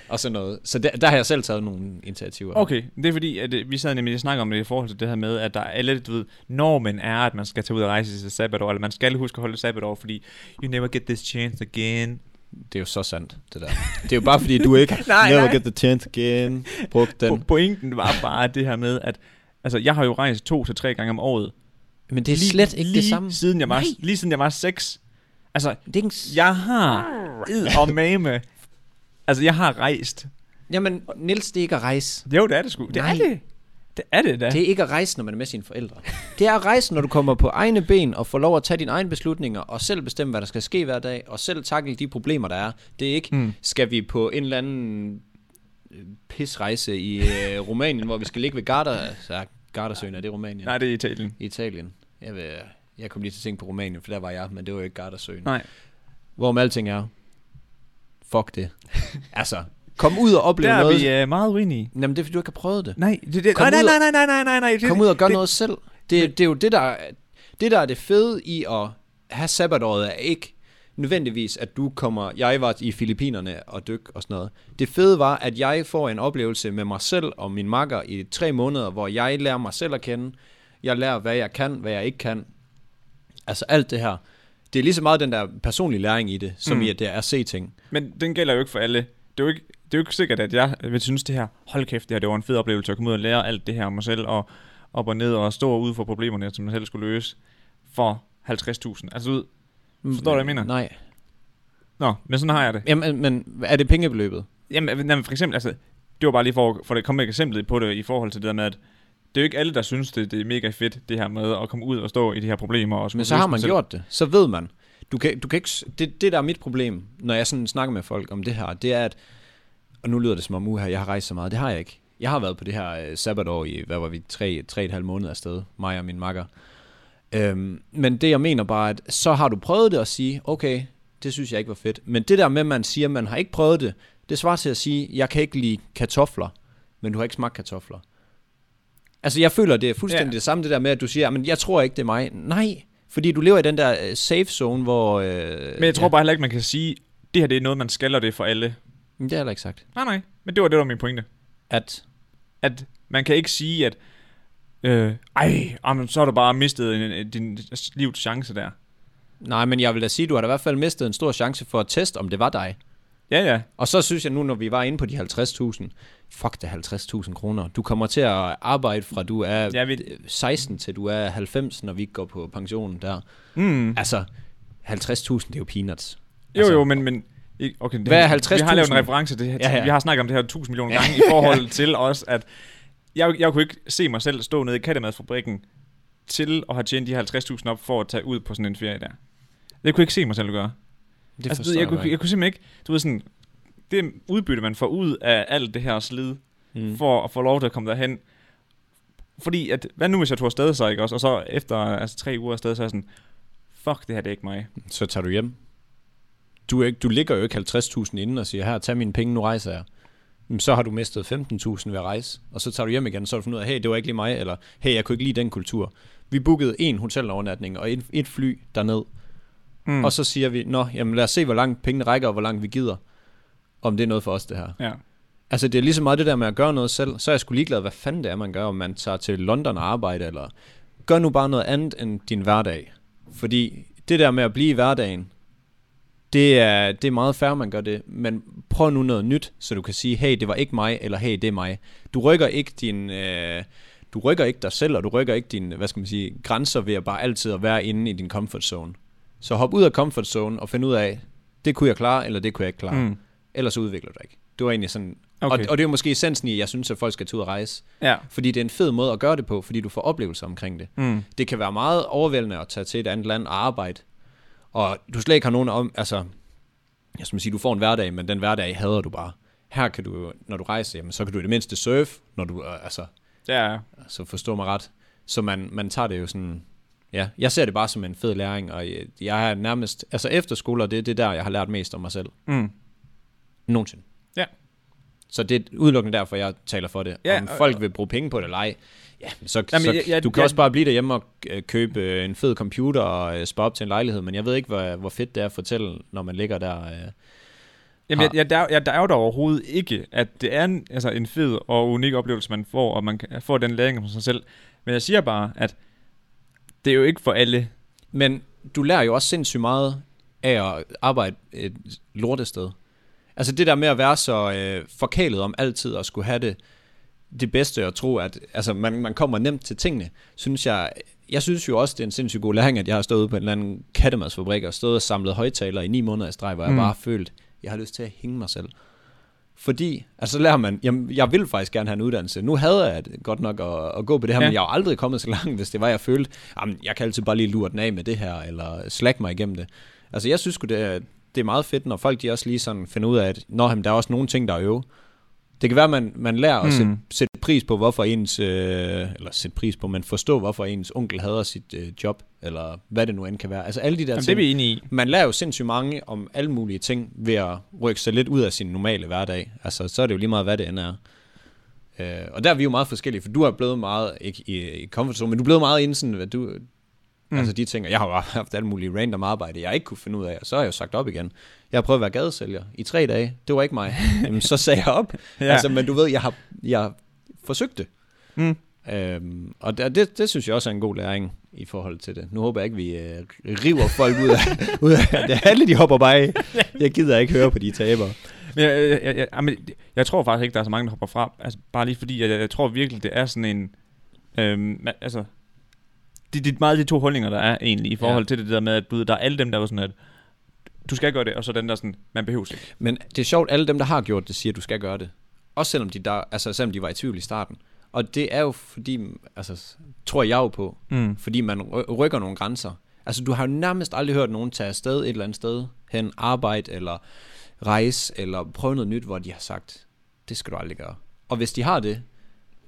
Speaker 2: og sådan noget. Så der, der har jeg selv taget nogle initiativer.
Speaker 1: Okay, det er fordi, at øh, vi sad nemlig og snakkede om det i forhold til det her med, at der er lidt, du ved, normen er, at man skal tage ud og rejse til sabbatår, eller man skal huske at holde sabbatår, fordi you never get this chance again.
Speaker 2: Det er jo så sandt, det der. Det er jo bare fordi, du ikke
Speaker 1: Nej,
Speaker 2: never
Speaker 1: nej.
Speaker 2: get the chance again. Brug
Speaker 1: Po-
Speaker 2: den.
Speaker 1: pointen var bare det her med, at altså, jeg har jo rejst to til tre gange om året.
Speaker 2: Men det er slet ikke
Speaker 1: lige
Speaker 2: det samme.
Speaker 1: Siden jeg var,
Speaker 2: Nej.
Speaker 1: lige siden jeg var seks. Altså,
Speaker 2: Det er ikke... en s-
Speaker 1: jeg har id og mame. Altså, jeg har rejst.
Speaker 2: Jamen, Nils, det er ikke at rejse.
Speaker 1: Jo, det er det sgu. Det
Speaker 2: Nej.
Speaker 1: er det. Det er det da.
Speaker 2: Det er ikke at rejse, når man er med sine forældre. Det er at rejse, når du kommer på egne ben og får lov at tage dine egne beslutninger og selv bestemme, hvad der skal ske hver dag, og selv takle de problemer, der er. Det er ikke, mm. skal vi på en eller anden øh, pisrejse i øh, Rumænien, hvor vi skal ligge ved Garda, så Gardasøen, er det Rumænien?
Speaker 1: Nej, det er Italien.
Speaker 2: Italien. Jeg, ved, jeg kom lige til at tænke på Rumænien, for der var jeg, men det var jo ikke Gardasøen.
Speaker 1: Nej.
Speaker 2: Hvorom alting er, fuck det. altså, kom ud og opleve
Speaker 1: Der er
Speaker 2: noget.
Speaker 1: vi uh, meget uenige.
Speaker 2: Jamen, det er fordi, du ikke har prøvet det.
Speaker 1: Nej, det, det,
Speaker 2: Kom
Speaker 1: nej, nej,
Speaker 2: ud og-
Speaker 1: nej, nej, nej, nej, nej, nej. det-
Speaker 2: Kom ud og gør
Speaker 1: det,
Speaker 2: noget selv. Det, det er jo det der, er- det, der er det fede i at have sabbatåret, er ikke nødvendigvis, at du kommer... Jeg var i Filippinerne og dyk og sådan noget. Det fede var, at jeg får en oplevelse med mig selv og min makker i tre måneder, hvor jeg lærer mig selv at kende. Jeg lærer, hvad jeg kan, hvad jeg ikke kan. Altså alt det her. Det er lige så meget den der personlige læring i det, som mm. i at det er at se ting.
Speaker 1: Men den gælder jo ikke for alle. Det er jo ikke, det er jo ikke sikkert, at jeg vil synes det her, hold kæft, det her det var en fed oplevelse at komme ud og lære alt det her om mig selv, og op og ned og stå ude for problemerne, som jeg selv skulle løse for 50.000. Altså ud. Forstår du, hvad jeg mener?
Speaker 2: Nej.
Speaker 1: Nå, men sådan har jeg det. øh,
Speaker 2: Jamen, men er det pengebeløbet?
Speaker 1: Jamen, jamen for eksempel, altså, det var bare lige for at for at komme med eksemplet på det i forhold til det der med, at det er jo ikke alle, der synes, det, det er mega fedt, det her med at komme ud og stå i de her problemer. Og skulle
Speaker 2: Men så har
Speaker 1: løse
Speaker 2: man
Speaker 1: dem selv.
Speaker 2: gjort det. Så ved man. Du kan, du kan ikke, s- det, det, der er mit problem, når jeg sådan snakker med folk om det her, det er, at... Og nu lyder det som om, uha, jeg har rejst så meget. Det har jeg ikke. Jeg har været på det her øh, sabbatår i, hvad var vi, tre, tre og et halvt måneder afsted, mig og min makker. Øhm, men det jeg mener bare, at så har du prøvet det at sige, okay, det synes jeg ikke var fedt. Men det der med, at man siger, at man har ikke prøvet det, det svarer til at sige, jeg kan ikke lide kartofler, men du har ikke smagt kartofler. Altså jeg føler, det er fuldstændig
Speaker 1: Ja.
Speaker 2: ja. det samme det der med, at du siger, men jeg tror ikke, det er mig. Nej, fordi du lever i den der øh, safe zone, hvor... Øh,
Speaker 1: Men jeg tror bare heller ikke, man kan sige, det her det er noget, man skal, og det er for alle.
Speaker 2: ja, det har jeg heller ikke sagt.
Speaker 1: Nej, nej. Men det var det, der var min pointe.
Speaker 2: At
Speaker 1: At man kan ikke sige, at øh, ej, jamen, så har du bare mistet en, en, din livs chance der.
Speaker 2: Nej, men jeg vil da sige, du har da i hvert fald mistet en stor chance for at teste, om det var dig.
Speaker 1: Ja, ja.
Speaker 2: Og så synes jeg nu, når vi var inde på de 50.000, fuck det 50.000 kroner. Du kommer til at arbejde fra du er
Speaker 1: Ja,
Speaker 2: ja,
Speaker 1: vi-
Speaker 2: vi... 16 øh, til du er 90, når vi går på pensionen der.
Speaker 1: Mm.
Speaker 2: Altså, 50.000, det er jo peanuts.
Speaker 1: Jo,
Speaker 2: Altså-
Speaker 1: jo, men... men i- okay, det,
Speaker 2: Hvad er
Speaker 1: Vi har lavet en
Speaker 2: 50.000?
Speaker 1: reference til det her.
Speaker 2: Ja, ja.
Speaker 1: Vi har snakket om det her 1000 millioner gange i forhold til også, at jeg, jeg kunne ikke se mig selv stå nede i kattemadsfabrikken til at have tjent de her 50.000 op for at tage ud på sådan en ferie der. Det kunne jeg ikke se mig selv gøre.
Speaker 2: Det
Speaker 1: altså, du ved, jeg, kunne, jeg kunne simpelthen ikke, du ved sådan, det udbytte, man får ud af alt det her slid, mm.
Speaker 2: Mm.
Speaker 1: for at få lov til at komme derhen. Fordi, at, hvad nu hvis jeg tog afsted så, ikke også? Og så efter altså, tre uger afsted, så er jeg sådan, fuck, det her det er ikke mig.
Speaker 2: Så tager du hjem. Du, er ikke, du ligger jo ikke 50.000 inden og siger, her, tag mine penge, nu rejser jeg. Jamen, så har du mistet 15.000 ved at rejse, og så tager du hjem igen, så har du fundet ud af, hey, det var ikke lige mig, eller hey, jeg kunne ikke lide den kultur. Vi bookede en hotelovernatning og et, et fly derned,
Speaker 1: Mm.
Speaker 2: mm. og så siger vi, nå, jamen lad os se, hvor langt pengene rækker, og hvor langt vi gider, om det er noget for os, det her.
Speaker 1: ja.
Speaker 2: Altså, det er lige så meget det der med at gøre noget selv, så er jeg sgu ligeglad, hvad fanden det er, man gør, om man tager til London og arbejder, eller gør nu bare noget andet end din hverdag. Fordi det der med at blive i hverdagen, det er, det er meget fair, man gør det, men prøv nu noget nyt, så du kan sige, hey, det var ikke mig, eller hey, det er mig. Du rykker ikke din... Øh, du rykker ikke dig selv, og du rykker ikke dine, hvad skal man sige, grænser ved at bare altid at være inde i din comfort zone. Så hop ud af comfort zone og find ud af, det kunne jeg klare, eller det kunne jeg ikke klare
Speaker 1: Mm.
Speaker 2: ellers så udvikler du dig ikke. Det var egentlig sådan,
Speaker 1: Okay.
Speaker 2: okay. og, og det er jo måske essensen i, at jeg synes, at folk skal tage ud og rejse,
Speaker 1: Ja.
Speaker 2: fordi det er en fed måde at gøre det på, fordi du får oplevelser omkring det.
Speaker 1: Mm.
Speaker 2: Det kan være meget overvældende at tage til et andet land og arbejde, og du slet ikke har nogen om, altså, jeg skal sige, du får en hverdag, men den hverdag hader du bare. Her kan du, jo- når du rejser, jamen, så kan du i det mindste surfe, når du, øh, altså,
Speaker 1: Ja,
Speaker 2: altså forstå mig ret. Så man, man tager det jo sådan, ja, jeg ser det bare som en fed læring, og jeg, jeg er nærmest, altså efterskoler, det er det der, jeg har lært mest om mig selv.
Speaker 1: mm.
Speaker 2: Nogensinde.
Speaker 1: Ja.
Speaker 2: Så det er udelukkende derfor, jeg taler for det.
Speaker 1: Ja,
Speaker 2: Ja, Om
Speaker 1: og-
Speaker 2: folk vil bruge penge på det eller ej, ja, så,
Speaker 1: Jamen,
Speaker 2: Jamen, så
Speaker 1: jeg- jeg-
Speaker 2: du kan
Speaker 1: jeg-
Speaker 2: også bare blive derhjemme og øh, købe øh, en fed computer og øh, spare op til en lejlighed, men jeg ved ikke, hvor, hvor fedt det er at fortælle, når man ligger der. Øh.
Speaker 1: Jamen, jeg, jeg, der, jeg der er jo da overhovedet ikke, at det er en, altså, en fed og unik oplevelse, man får, og man kan, får den læring om sig selv. Men jeg siger bare, at det er jo ikke for alle.
Speaker 2: Men du lærer jo også sindssygt meget af at arbejde et lortested. Altså det der med at være så øh, forkælet om altid at skulle have det, det bedste og tro, at altså, man, man kommer nemt til tingene, synes jeg, jeg synes jo også, det er en sindssygt god læring, at jeg har stået ude på en eller anden kattemadsfabrik og stået og samlet højtalere i ni måneder i streg, hvor mm. jeg
Speaker 1: Mm.
Speaker 2: bare har følt, jeg har lyst til at hænge mig selv. Fordi, altså så lærer man, jamen, jeg vil faktisk gerne have en uddannelse. Nu havde jeg det godt nok at, at gå på det her,
Speaker 1: Ja.
Speaker 2: ja. men jeg har jo aldrig kommet så langt, hvis det var, jeg følte, jamen, jeg kan altid bare lige lure den af med det her, eller slække mig igennem det. Altså jeg synes sgu, det er, det er meget fedt, når folk de også lige sådan finder ud af, at Nå, jamen, der er også nogle ting, der er øve. Det kan være, man, man lærer
Speaker 1: Mm.
Speaker 2: at sætte, sætte pris på, hvorfor ens, øh, eller sætte pris på, men forstå, hvorfor ens onkel hader sit øh, job, eller hvad det nu end kan være. Altså alle de der
Speaker 1: Jamen, det er
Speaker 2: ting.
Speaker 1: vi enige i.
Speaker 2: Man lærer jo sindssygt mange om alle mulige ting ved at rykke sig lidt ud af sin normale hverdag. Altså, så er det jo lige meget, hvad det end er. Øh, og der er vi jo meget forskellige, for du er blevet meget, ikke i, i comfort zone, men du er blevet meget inden sådan, hvad du,
Speaker 1: Mm.
Speaker 2: mm. altså de ting, og jeg har jo haft alle mulige random arbejde, jeg ikke kunne finde ud af, og så har jeg jo sagt op igen. Jeg har prøvet at være gadesælger i tre dage, det var ikke mig. Jamen, så sagde jeg op.
Speaker 1: Ja.
Speaker 2: ja. altså, men du ved, jeg har, jeg har forsøgt det.
Speaker 1: Mm.
Speaker 2: Øhm, og det, det, det synes jeg også er en god læring i forhold til det. Nu håber jeg ikke, vi øh, river folk ud af, ud af det. Alle de hopper bare af. Jeg gider ikke høre på de tabere.
Speaker 1: Men jeg, jeg, jeg, jeg, jeg, jeg, jeg tror faktisk ikke, der er så mange, der hopper fra. Altså, bare lige fordi, jeg, jeg, jeg tror virkelig, det er sådan en... Øhm, ma- altså, det, det er meget de to holdninger, der er egentlig i forhold ja.
Speaker 2: Ja.
Speaker 1: til det der med, at du ved, der er alle dem, der er sådan, at du skal gøre det, og så den der sådan, man behøver det ikke.
Speaker 2: Men det er sjovt, alle dem, der har gjort det, siger, at du skal gøre det. Også selvom de, der, altså, selvom de var i tvivl i starten. Og det er jo fordi, altså, tror jeg jo på,
Speaker 1: Mm.
Speaker 2: fordi man ry- rykker nogle grænser. Altså, du har jo nærmest aldrig hørt nogen tage afsted et eller andet sted hen, arbejde eller rejse eller prøve noget nyt, hvor de har sagt, det skal du aldrig gøre. Og hvis de har det,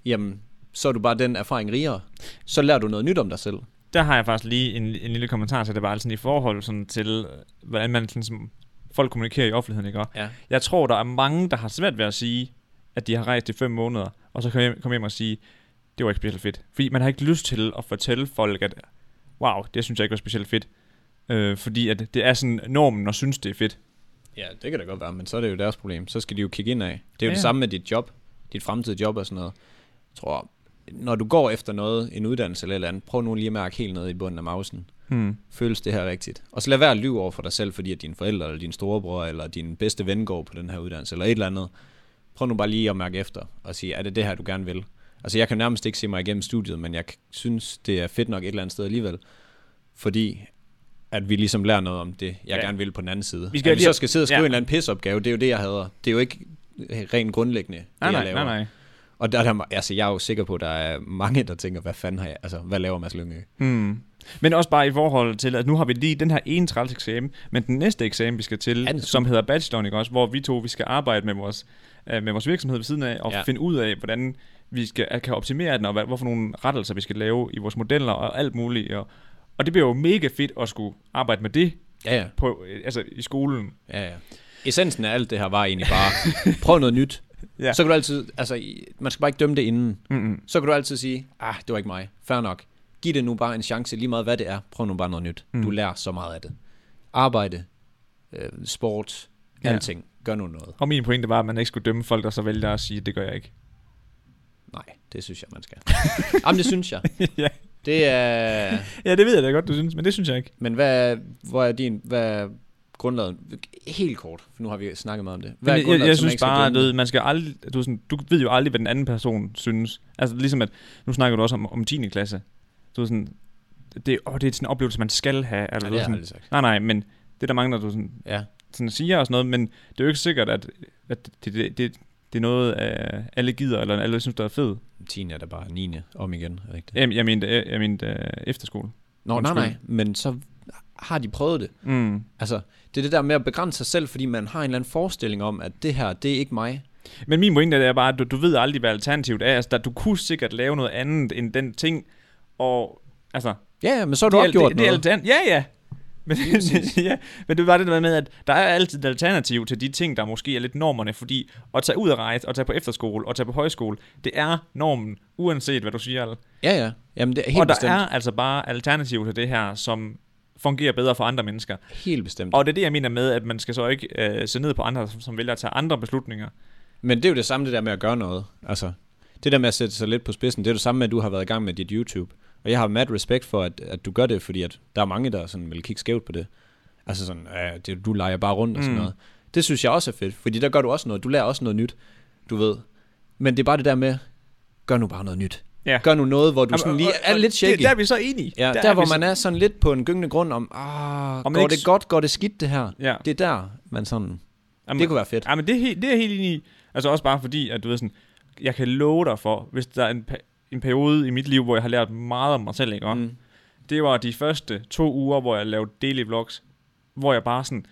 Speaker 2: jamen, så er du bare den erfaring rigere. Så lærer du noget nyt om dig selv.
Speaker 1: Der har jeg faktisk lige en, en lille kommentar til det bare sådan i forhold sådan til, øh, hvordan man sådan, som folk kommunikerer i offentligheden, ikke? også?
Speaker 2: Ja.
Speaker 1: Jeg tror, der er mange, der har svært ved at sige, at de har rejst i fem måneder, og så kommer hjem, kom hjem og sige, det var ikke specielt fedt. Fordi man har ikke lyst til at fortælle folk, at wow, det synes jeg ikke var specielt fedt. Øh, fordi at det er sådan normen og synes, det er fedt.
Speaker 2: Ja, det kan da godt være, men så er det jo deres problem. Så skal de jo kigge ind af. Det er jo ja.
Speaker 1: Ja.
Speaker 2: det samme med dit job, dit fremtidige job og sådan noget. Jeg tror, når du går efter noget, en uddannelse eller et eller andet, prøv nu lige at mærke helt ned i bunden af mausen.
Speaker 1: Hmm.
Speaker 2: Føles det her rigtigt? Og så lad være at lyve over for dig selv, fordi at dine forældre, eller din storebror, eller din bedste ven går på den her uddannelse, eller et eller andet. Prøv nu bare lige at mærke efter, og sige, er det det her, du gerne vil? Altså, jeg kan nærmest ikke se mig igennem studiet, men jeg k- synes, det er fedt nok et eller andet sted alligevel. Fordi at vi ligesom lærer noget om det, jeg
Speaker 1: Ja.
Speaker 2: ja. gerne vil på den anden side.
Speaker 1: Vi
Speaker 2: Vi
Speaker 1: skal
Speaker 2: skal at vi
Speaker 1: lige-
Speaker 2: så skal sidde og skrive
Speaker 1: Ja.
Speaker 2: ja. en eller anden pisseopgave, det er jo det, jeg hader. Det er jo ikke øh, rent grundlæggende, det
Speaker 1: Nej,
Speaker 2: jeg
Speaker 1: nej,
Speaker 2: laver.
Speaker 1: nej, nej.
Speaker 2: Og der, er der, altså, jeg er jo sikker på, at der er mange, der tænker, hvad fanden har jeg, altså, hvad laver Mads Lyngø?
Speaker 1: Hmm. Men også bare i forhold til, at nu har vi lige den her ene træls eksamen, men den næste eksamen, vi skal til,
Speaker 2: Er den
Speaker 1: som hedder bacheloren, ikke også, hvor vi to vi skal arbejde med vores, øh, med vores virksomhed ved siden af, og ja.
Speaker 2: Ja.
Speaker 1: finde ud af, hvordan vi skal, at kan optimere den, og hvad, hvorfor nogle rettelser vi skal lave i vores modeller og alt muligt. Og, og det bliver jo mega fedt at skulle arbejde med det
Speaker 2: Ja, ja.
Speaker 1: på, øh, altså i skolen.
Speaker 2: Ja, ja. Essensen af alt det her var egentlig bare, prøv noget nyt.
Speaker 1: Ja.
Speaker 2: Ja. Så kan du altid, altså, i- man skal bare ikke dømme det inden.
Speaker 1: Mm-mm.
Speaker 2: Så kan du altid sige, ah, det var ikke mig. Fair nok. Giv det nu bare en chance, lige meget hvad det er. Prøv nu bare noget nyt. Mm. Du lærer så meget af det. Arbejde, øh, sport,
Speaker 1: Ja.
Speaker 2: alting. Gør nu noget.
Speaker 1: Og min pointe var, at man ikke skulle dømme folk, der så vælger at sige, det gør jeg ikke.
Speaker 2: Nej, det synes jeg, man skal. Jamen, det synes jeg.
Speaker 1: Ja.
Speaker 2: Det er...
Speaker 1: Ja, det ved jeg da godt, du synes, men det synes jeg ikke.
Speaker 2: Men hvad, hvor er din... Hvad er grundlaget? Helt kort, for nu har vi snakket meget om det. Hvad er
Speaker 1: Men jeg, jeg,
Speaker 2: grundlaget,
Speaker 1: jeg
Speaker 2: som man
Speaker 1: synes
Speaker 2: ikke skal
Speaker 1: bare, at
Speaker 2: dømme?
Speaker 1: du, ved, man skal aldrig, du, er sådan, du ved jo aldrig, hvad den anden person synes. Altså ligesom at, nu snakker du også om, om 10. klasse. Du er sådan, det, åh, det er sådan en oplevelse, man skal have. Eller,
Speaker 2: Ja,
Speaker 1: du ved
Speaker 2: det har jeg
Speaker 1: sådan,
Speaker 2: aldrig sagt.
Speaker 1: nej, nej, men det er der mange, der du sådan,
Speaker 2: Ja.
Speaker 1: sådan siger og sådan noget, men det er jo ikke sikkert, at, at det, det, det, det er noget, øh, alle gider, eller alle synes, der er fedt.
Speaker 2: 10. er da bare 9. om igen, er det ikke det?
Speaker 1: Jeg, jeg mente, jeg, jeg mente øh, efterskole.
Speaker 2: Nå, nej,
Speaker 1: Undskyld.
Speaker 2: nej, men så har de prøvet det.
Speaker 1: Mm.
Speaker 2: Altså, det er det der med at begrænse sig selv, fordi man har en eller anden forestilling om, at det her, det er ikke mig.
Speaker 1: Men min pointe er bare, at du, du ved aldrig, hvad alternativet er. Altså, der, du kunne sikkert lave noget andet end den ting, og altså,
Speaker 2: Ja, ja, men så har du
Speaker 1: Det er
Speaker 2: også gjort
Speaker 1: alt- det,
Speaker 2: noget.
Speaker 1: Det er altern- ja, ja. Men, ja, men det var det der med, at der er altid et alternativ til de ting, der måske er lidt normerne, fordi at tage ud at rejse, og tage på efterskole, og tage på højskole, det er normen, uanset hvad du siger. Al.
Speaker 2: Ja, ja, jamen det er helt
Speaker 1: og der
Speaker 2: bestemt.
Speaker 1: er altså bare alternativer til det her, som fungerer bedre for andre mennesker.
Speaker 2: Helt bestemt.
Speaker 1: Og det er det, jeg mener med, at man skal så ikke øh, se ned på andre, som, som vælger at tage andre beslutninger.
Speaker 2: Men det er jo det samme, det der med at gøre noget. Altså, det der med at sætte sig lidt på spidsen, det er det samme med, at du har været i gang med dit YouTube. Og jeg har mad respekt for, at, at du gør det, fordi at der er mange, der sådan vil kigge skævt på det. Altså sådan, øh, det, du leger bare rundt og sådan
Speaker 1: Mm.
Speaker 2: mm. noget. Det synes jeg også er fedt, fordi der gør du også noget. Du lærer også noget nyt, du ved. Men det er bare det der med, gør nu bare noget nyt.
Speaker 1: Ja.
Speaker 2: Gør nu noget, hvor du sådan lige er lidt shaky.
Speaker 1: Det, der er vi så enige.
Speaker 2: Ja, der,
Speaker 1: er
Speaker 2: der hvor
Speaker 1: vi så-
Speaker 2: man er sådan lidt på en gyngende grund om, ah,
Speaker 1: man
Speaker 2: går
Speaker 1: ikke
Speaker 2: det
Speaker 1: s-
Speaker 2: godt, går det skidt det her?
Speaker 1: Ja.
Speaker 2: Det er der, man sådan,
Speaker 1: Jamen,
Speaker 2: det kunne være fedt.
Speaker 1: Ja, men det er, helt, det er jeg helt enig i. Altså også bare fordi, at du ved sådan, jeg kan love dig for, hvis der er en, pe- en periode i mit liv, hvor jeg har lært meget om mig selv, ikke? Mm.
Speaker 2: Mm.
Speaker 1: Det var de første to uger, hvor jeg lavede daily vlogs, hvor jeg bare sådan,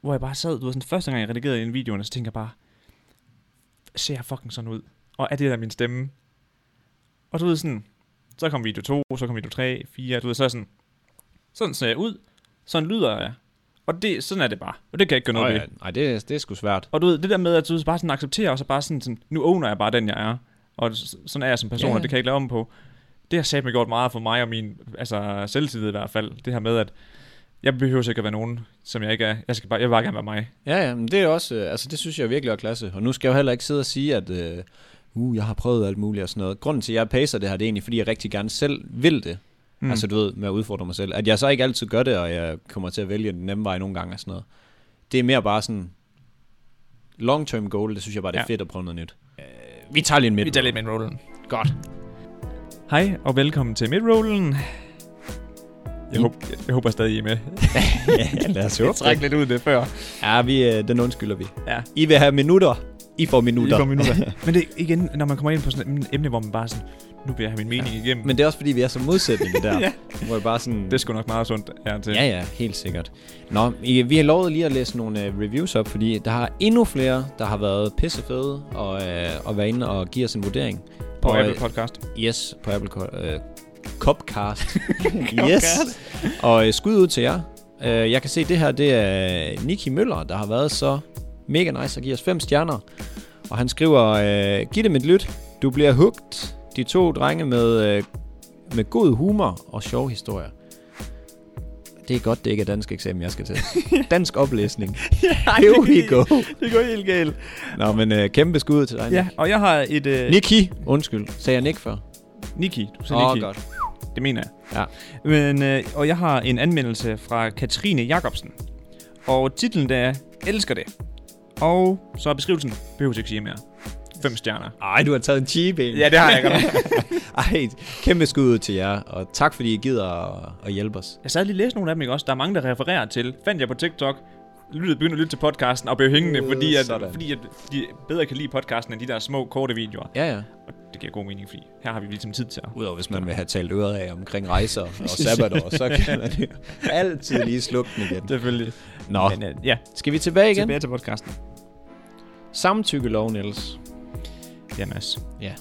Speaker 1: hvor jeg bare sad, du ved sådan, første gang jeg redigerede en video, så tænkte jeg bare, ser jeg fucking sådan ud? Og er det der min stemme? Og du ved sådan, så kom video 2, så kom video 3, 4, du ved, så er jeg sådan, sådan ser jeg ud, sådan lyder jeg. Og det, sådan er det bare. Og det kan jeg ikke gøre noget
Speaker 2: Nå
Speaker 1: ved.
Speaker 2: ja, Nej, det, det er sgu svært.
Speaker 1: Og du ved, det der med, at du bare sådan accepterer, og så bare sådan, sådan nu owner jeg bare den, jeg er. Og s- sådan er jeg som person,
Speaker 2: Ja,
Speaker 1: yeah.
Speaker 2: ja.
Speaker 1: og det kan jeg ikke lave om på. Det har sat mig gjort meget for mig og min altså, selvtillid i hvert fald. Det her med, at jeg behøver sikkert at være nogen, som jeg ikke er. Jeg, skal bare, jeg vil bare gerne være mig.
Speaker 2: Ja, ja, men det er også, øh, altså det synes jeg virkelig er klasse. Og nu skal jeg jo heller ikke sidde og sige, at øh, uh, jeg har prøvet alt muligt og sådan noget. Grunden til, at jeg pacer det her, det er egentlig, fordi jeg rigtig gerne selv vil det.
Speaker 1: Mm.
Speaker 2: Mm. Altså du ved, med at udfordre mig selv. At jeg så ikke altid gør det, og jeg kommer til at vælge den nemme vej nogle gange og sådan noget. Det er mere bare sådan, long-term goal, det synes jeg bare, det er
Speaker 1: Ja.
Speaker 2: ja. fedt at prøve noget nyt. Øh, vi tager lige en midt.
Speaker 1: med rollen.
Speaker 2: Godt.
Speaker 1: Hej, og velkommen til midrollen. Jeg,
Speaker 2: I-
Speaker 1: håber, jeg, jeg håber stadig, I er med.
Speaker 2: ja, lad os håbe.
Speaker 1: lidt ud det før.
Speaker 2: Ja, vi, øh, den undskylder vi.
Speaker 1: Ja.
Speaker 2: I vil have minutter. I får minutter.
Speaker 1: I får minutter. Men det er igen, når man kommer ind på sådan et emne, hvor man bare sådan, nu bliver jeg have min mening ja. igennem. Men
Speaker 2: Men det er også fordi, vi er så modsætninger der.
Speaker 1: Ja.
Speaker 2: Hvor jeg bare sådan...
Speaker 1: det er sgu nok meget sundt her til.
Speaker 2: Ja, ja, helt sikkert. Nå, I- vi har lovet lige at læse nogle øh, reviews op, fordi der har endnu flere, der har været pissefede og, øh, og været inde og give os en vurdering.
Speaker 1: På
Speaker 2: og, øh,
Speaker 1: Apple Podcast.
Speaker 2: Yes, på Apple Co- øh, Copcast. yes. Og øh, skud ud til jer. Øh, jeg kan se, det her det er Nicky Møller, der har været så mega nice og giver os fem stjerner. Og han skriver, øh, giv dem et lyt. Du bliver hugt. De to drenge med, øh, med god humor og sjove historier. Det er godt, det ikke er dansk eksamen, jeg skal til. Dansk oplæsning. Here we go.
Speaker 1: Det går helt galt.
Speaker 2: Nå, men øh, kæmpe skud ud til dig,
Speaker 1: Ja, og jeg har et... Øh,
Speaker 2: Nicky. Undskyld, sagde jeg Nick før?
Speaker 1: Niki. Du sagde
Speaker 2: Åh,
Speaker 1: Niki.
Speaker 2: godt.
Speaker 1: Det mener jeg.
Speaker 2: Ja.
Speaker 1: Men, øh, og jeg har en anmeldelse fra Katrine Jacobsen. Og titlen der er, elsker det. Og så er beskrivelsen, behøver jeg ikke sige mere. Fem stjerner.
Speaker 2: Ej, du har taget en cheap en.
Speaker 1: Ja, det har jeg godt.
Speaker 2: Ej, kæmpe skud ud til jer, og tak fordi I gider at, at hjælpe os.
Speaker 1: jeg sad lige og læste nogle af dem, ikke også? Der er mange, der refererer til. Fandt jeg på TikTok, lyttede, begyndte at lytte til podcasten og blev hængende,
Speaker 2: Øh,
Speaker 1: fordi, at,
Speaker 2: sådan.
Speaker 1: fordi at de bedre kan lide podcasten end de der små, korte videoer.
Speaker 2: Ja, ja.
Speaker 1: Og det giver god mening, fordi her har vi ligesom tid til at...
Speaker 2: Udover hvis man vil have talt øret af omkring rejser og sabbatår, så kan man jo altid lige slukke den igen.
Speaker 1: Selvfølgelig.
Speaker 2: Nå,
Speaker 1: Men, øh, ja,
Speaker 2: skal vi tilbage igen?
Speaker 1: tilbage til podcasten.
Speaker 2: Samtykkelov, Niels.
Speaker 1: Ja, Mads.
Speaker 2: Ja.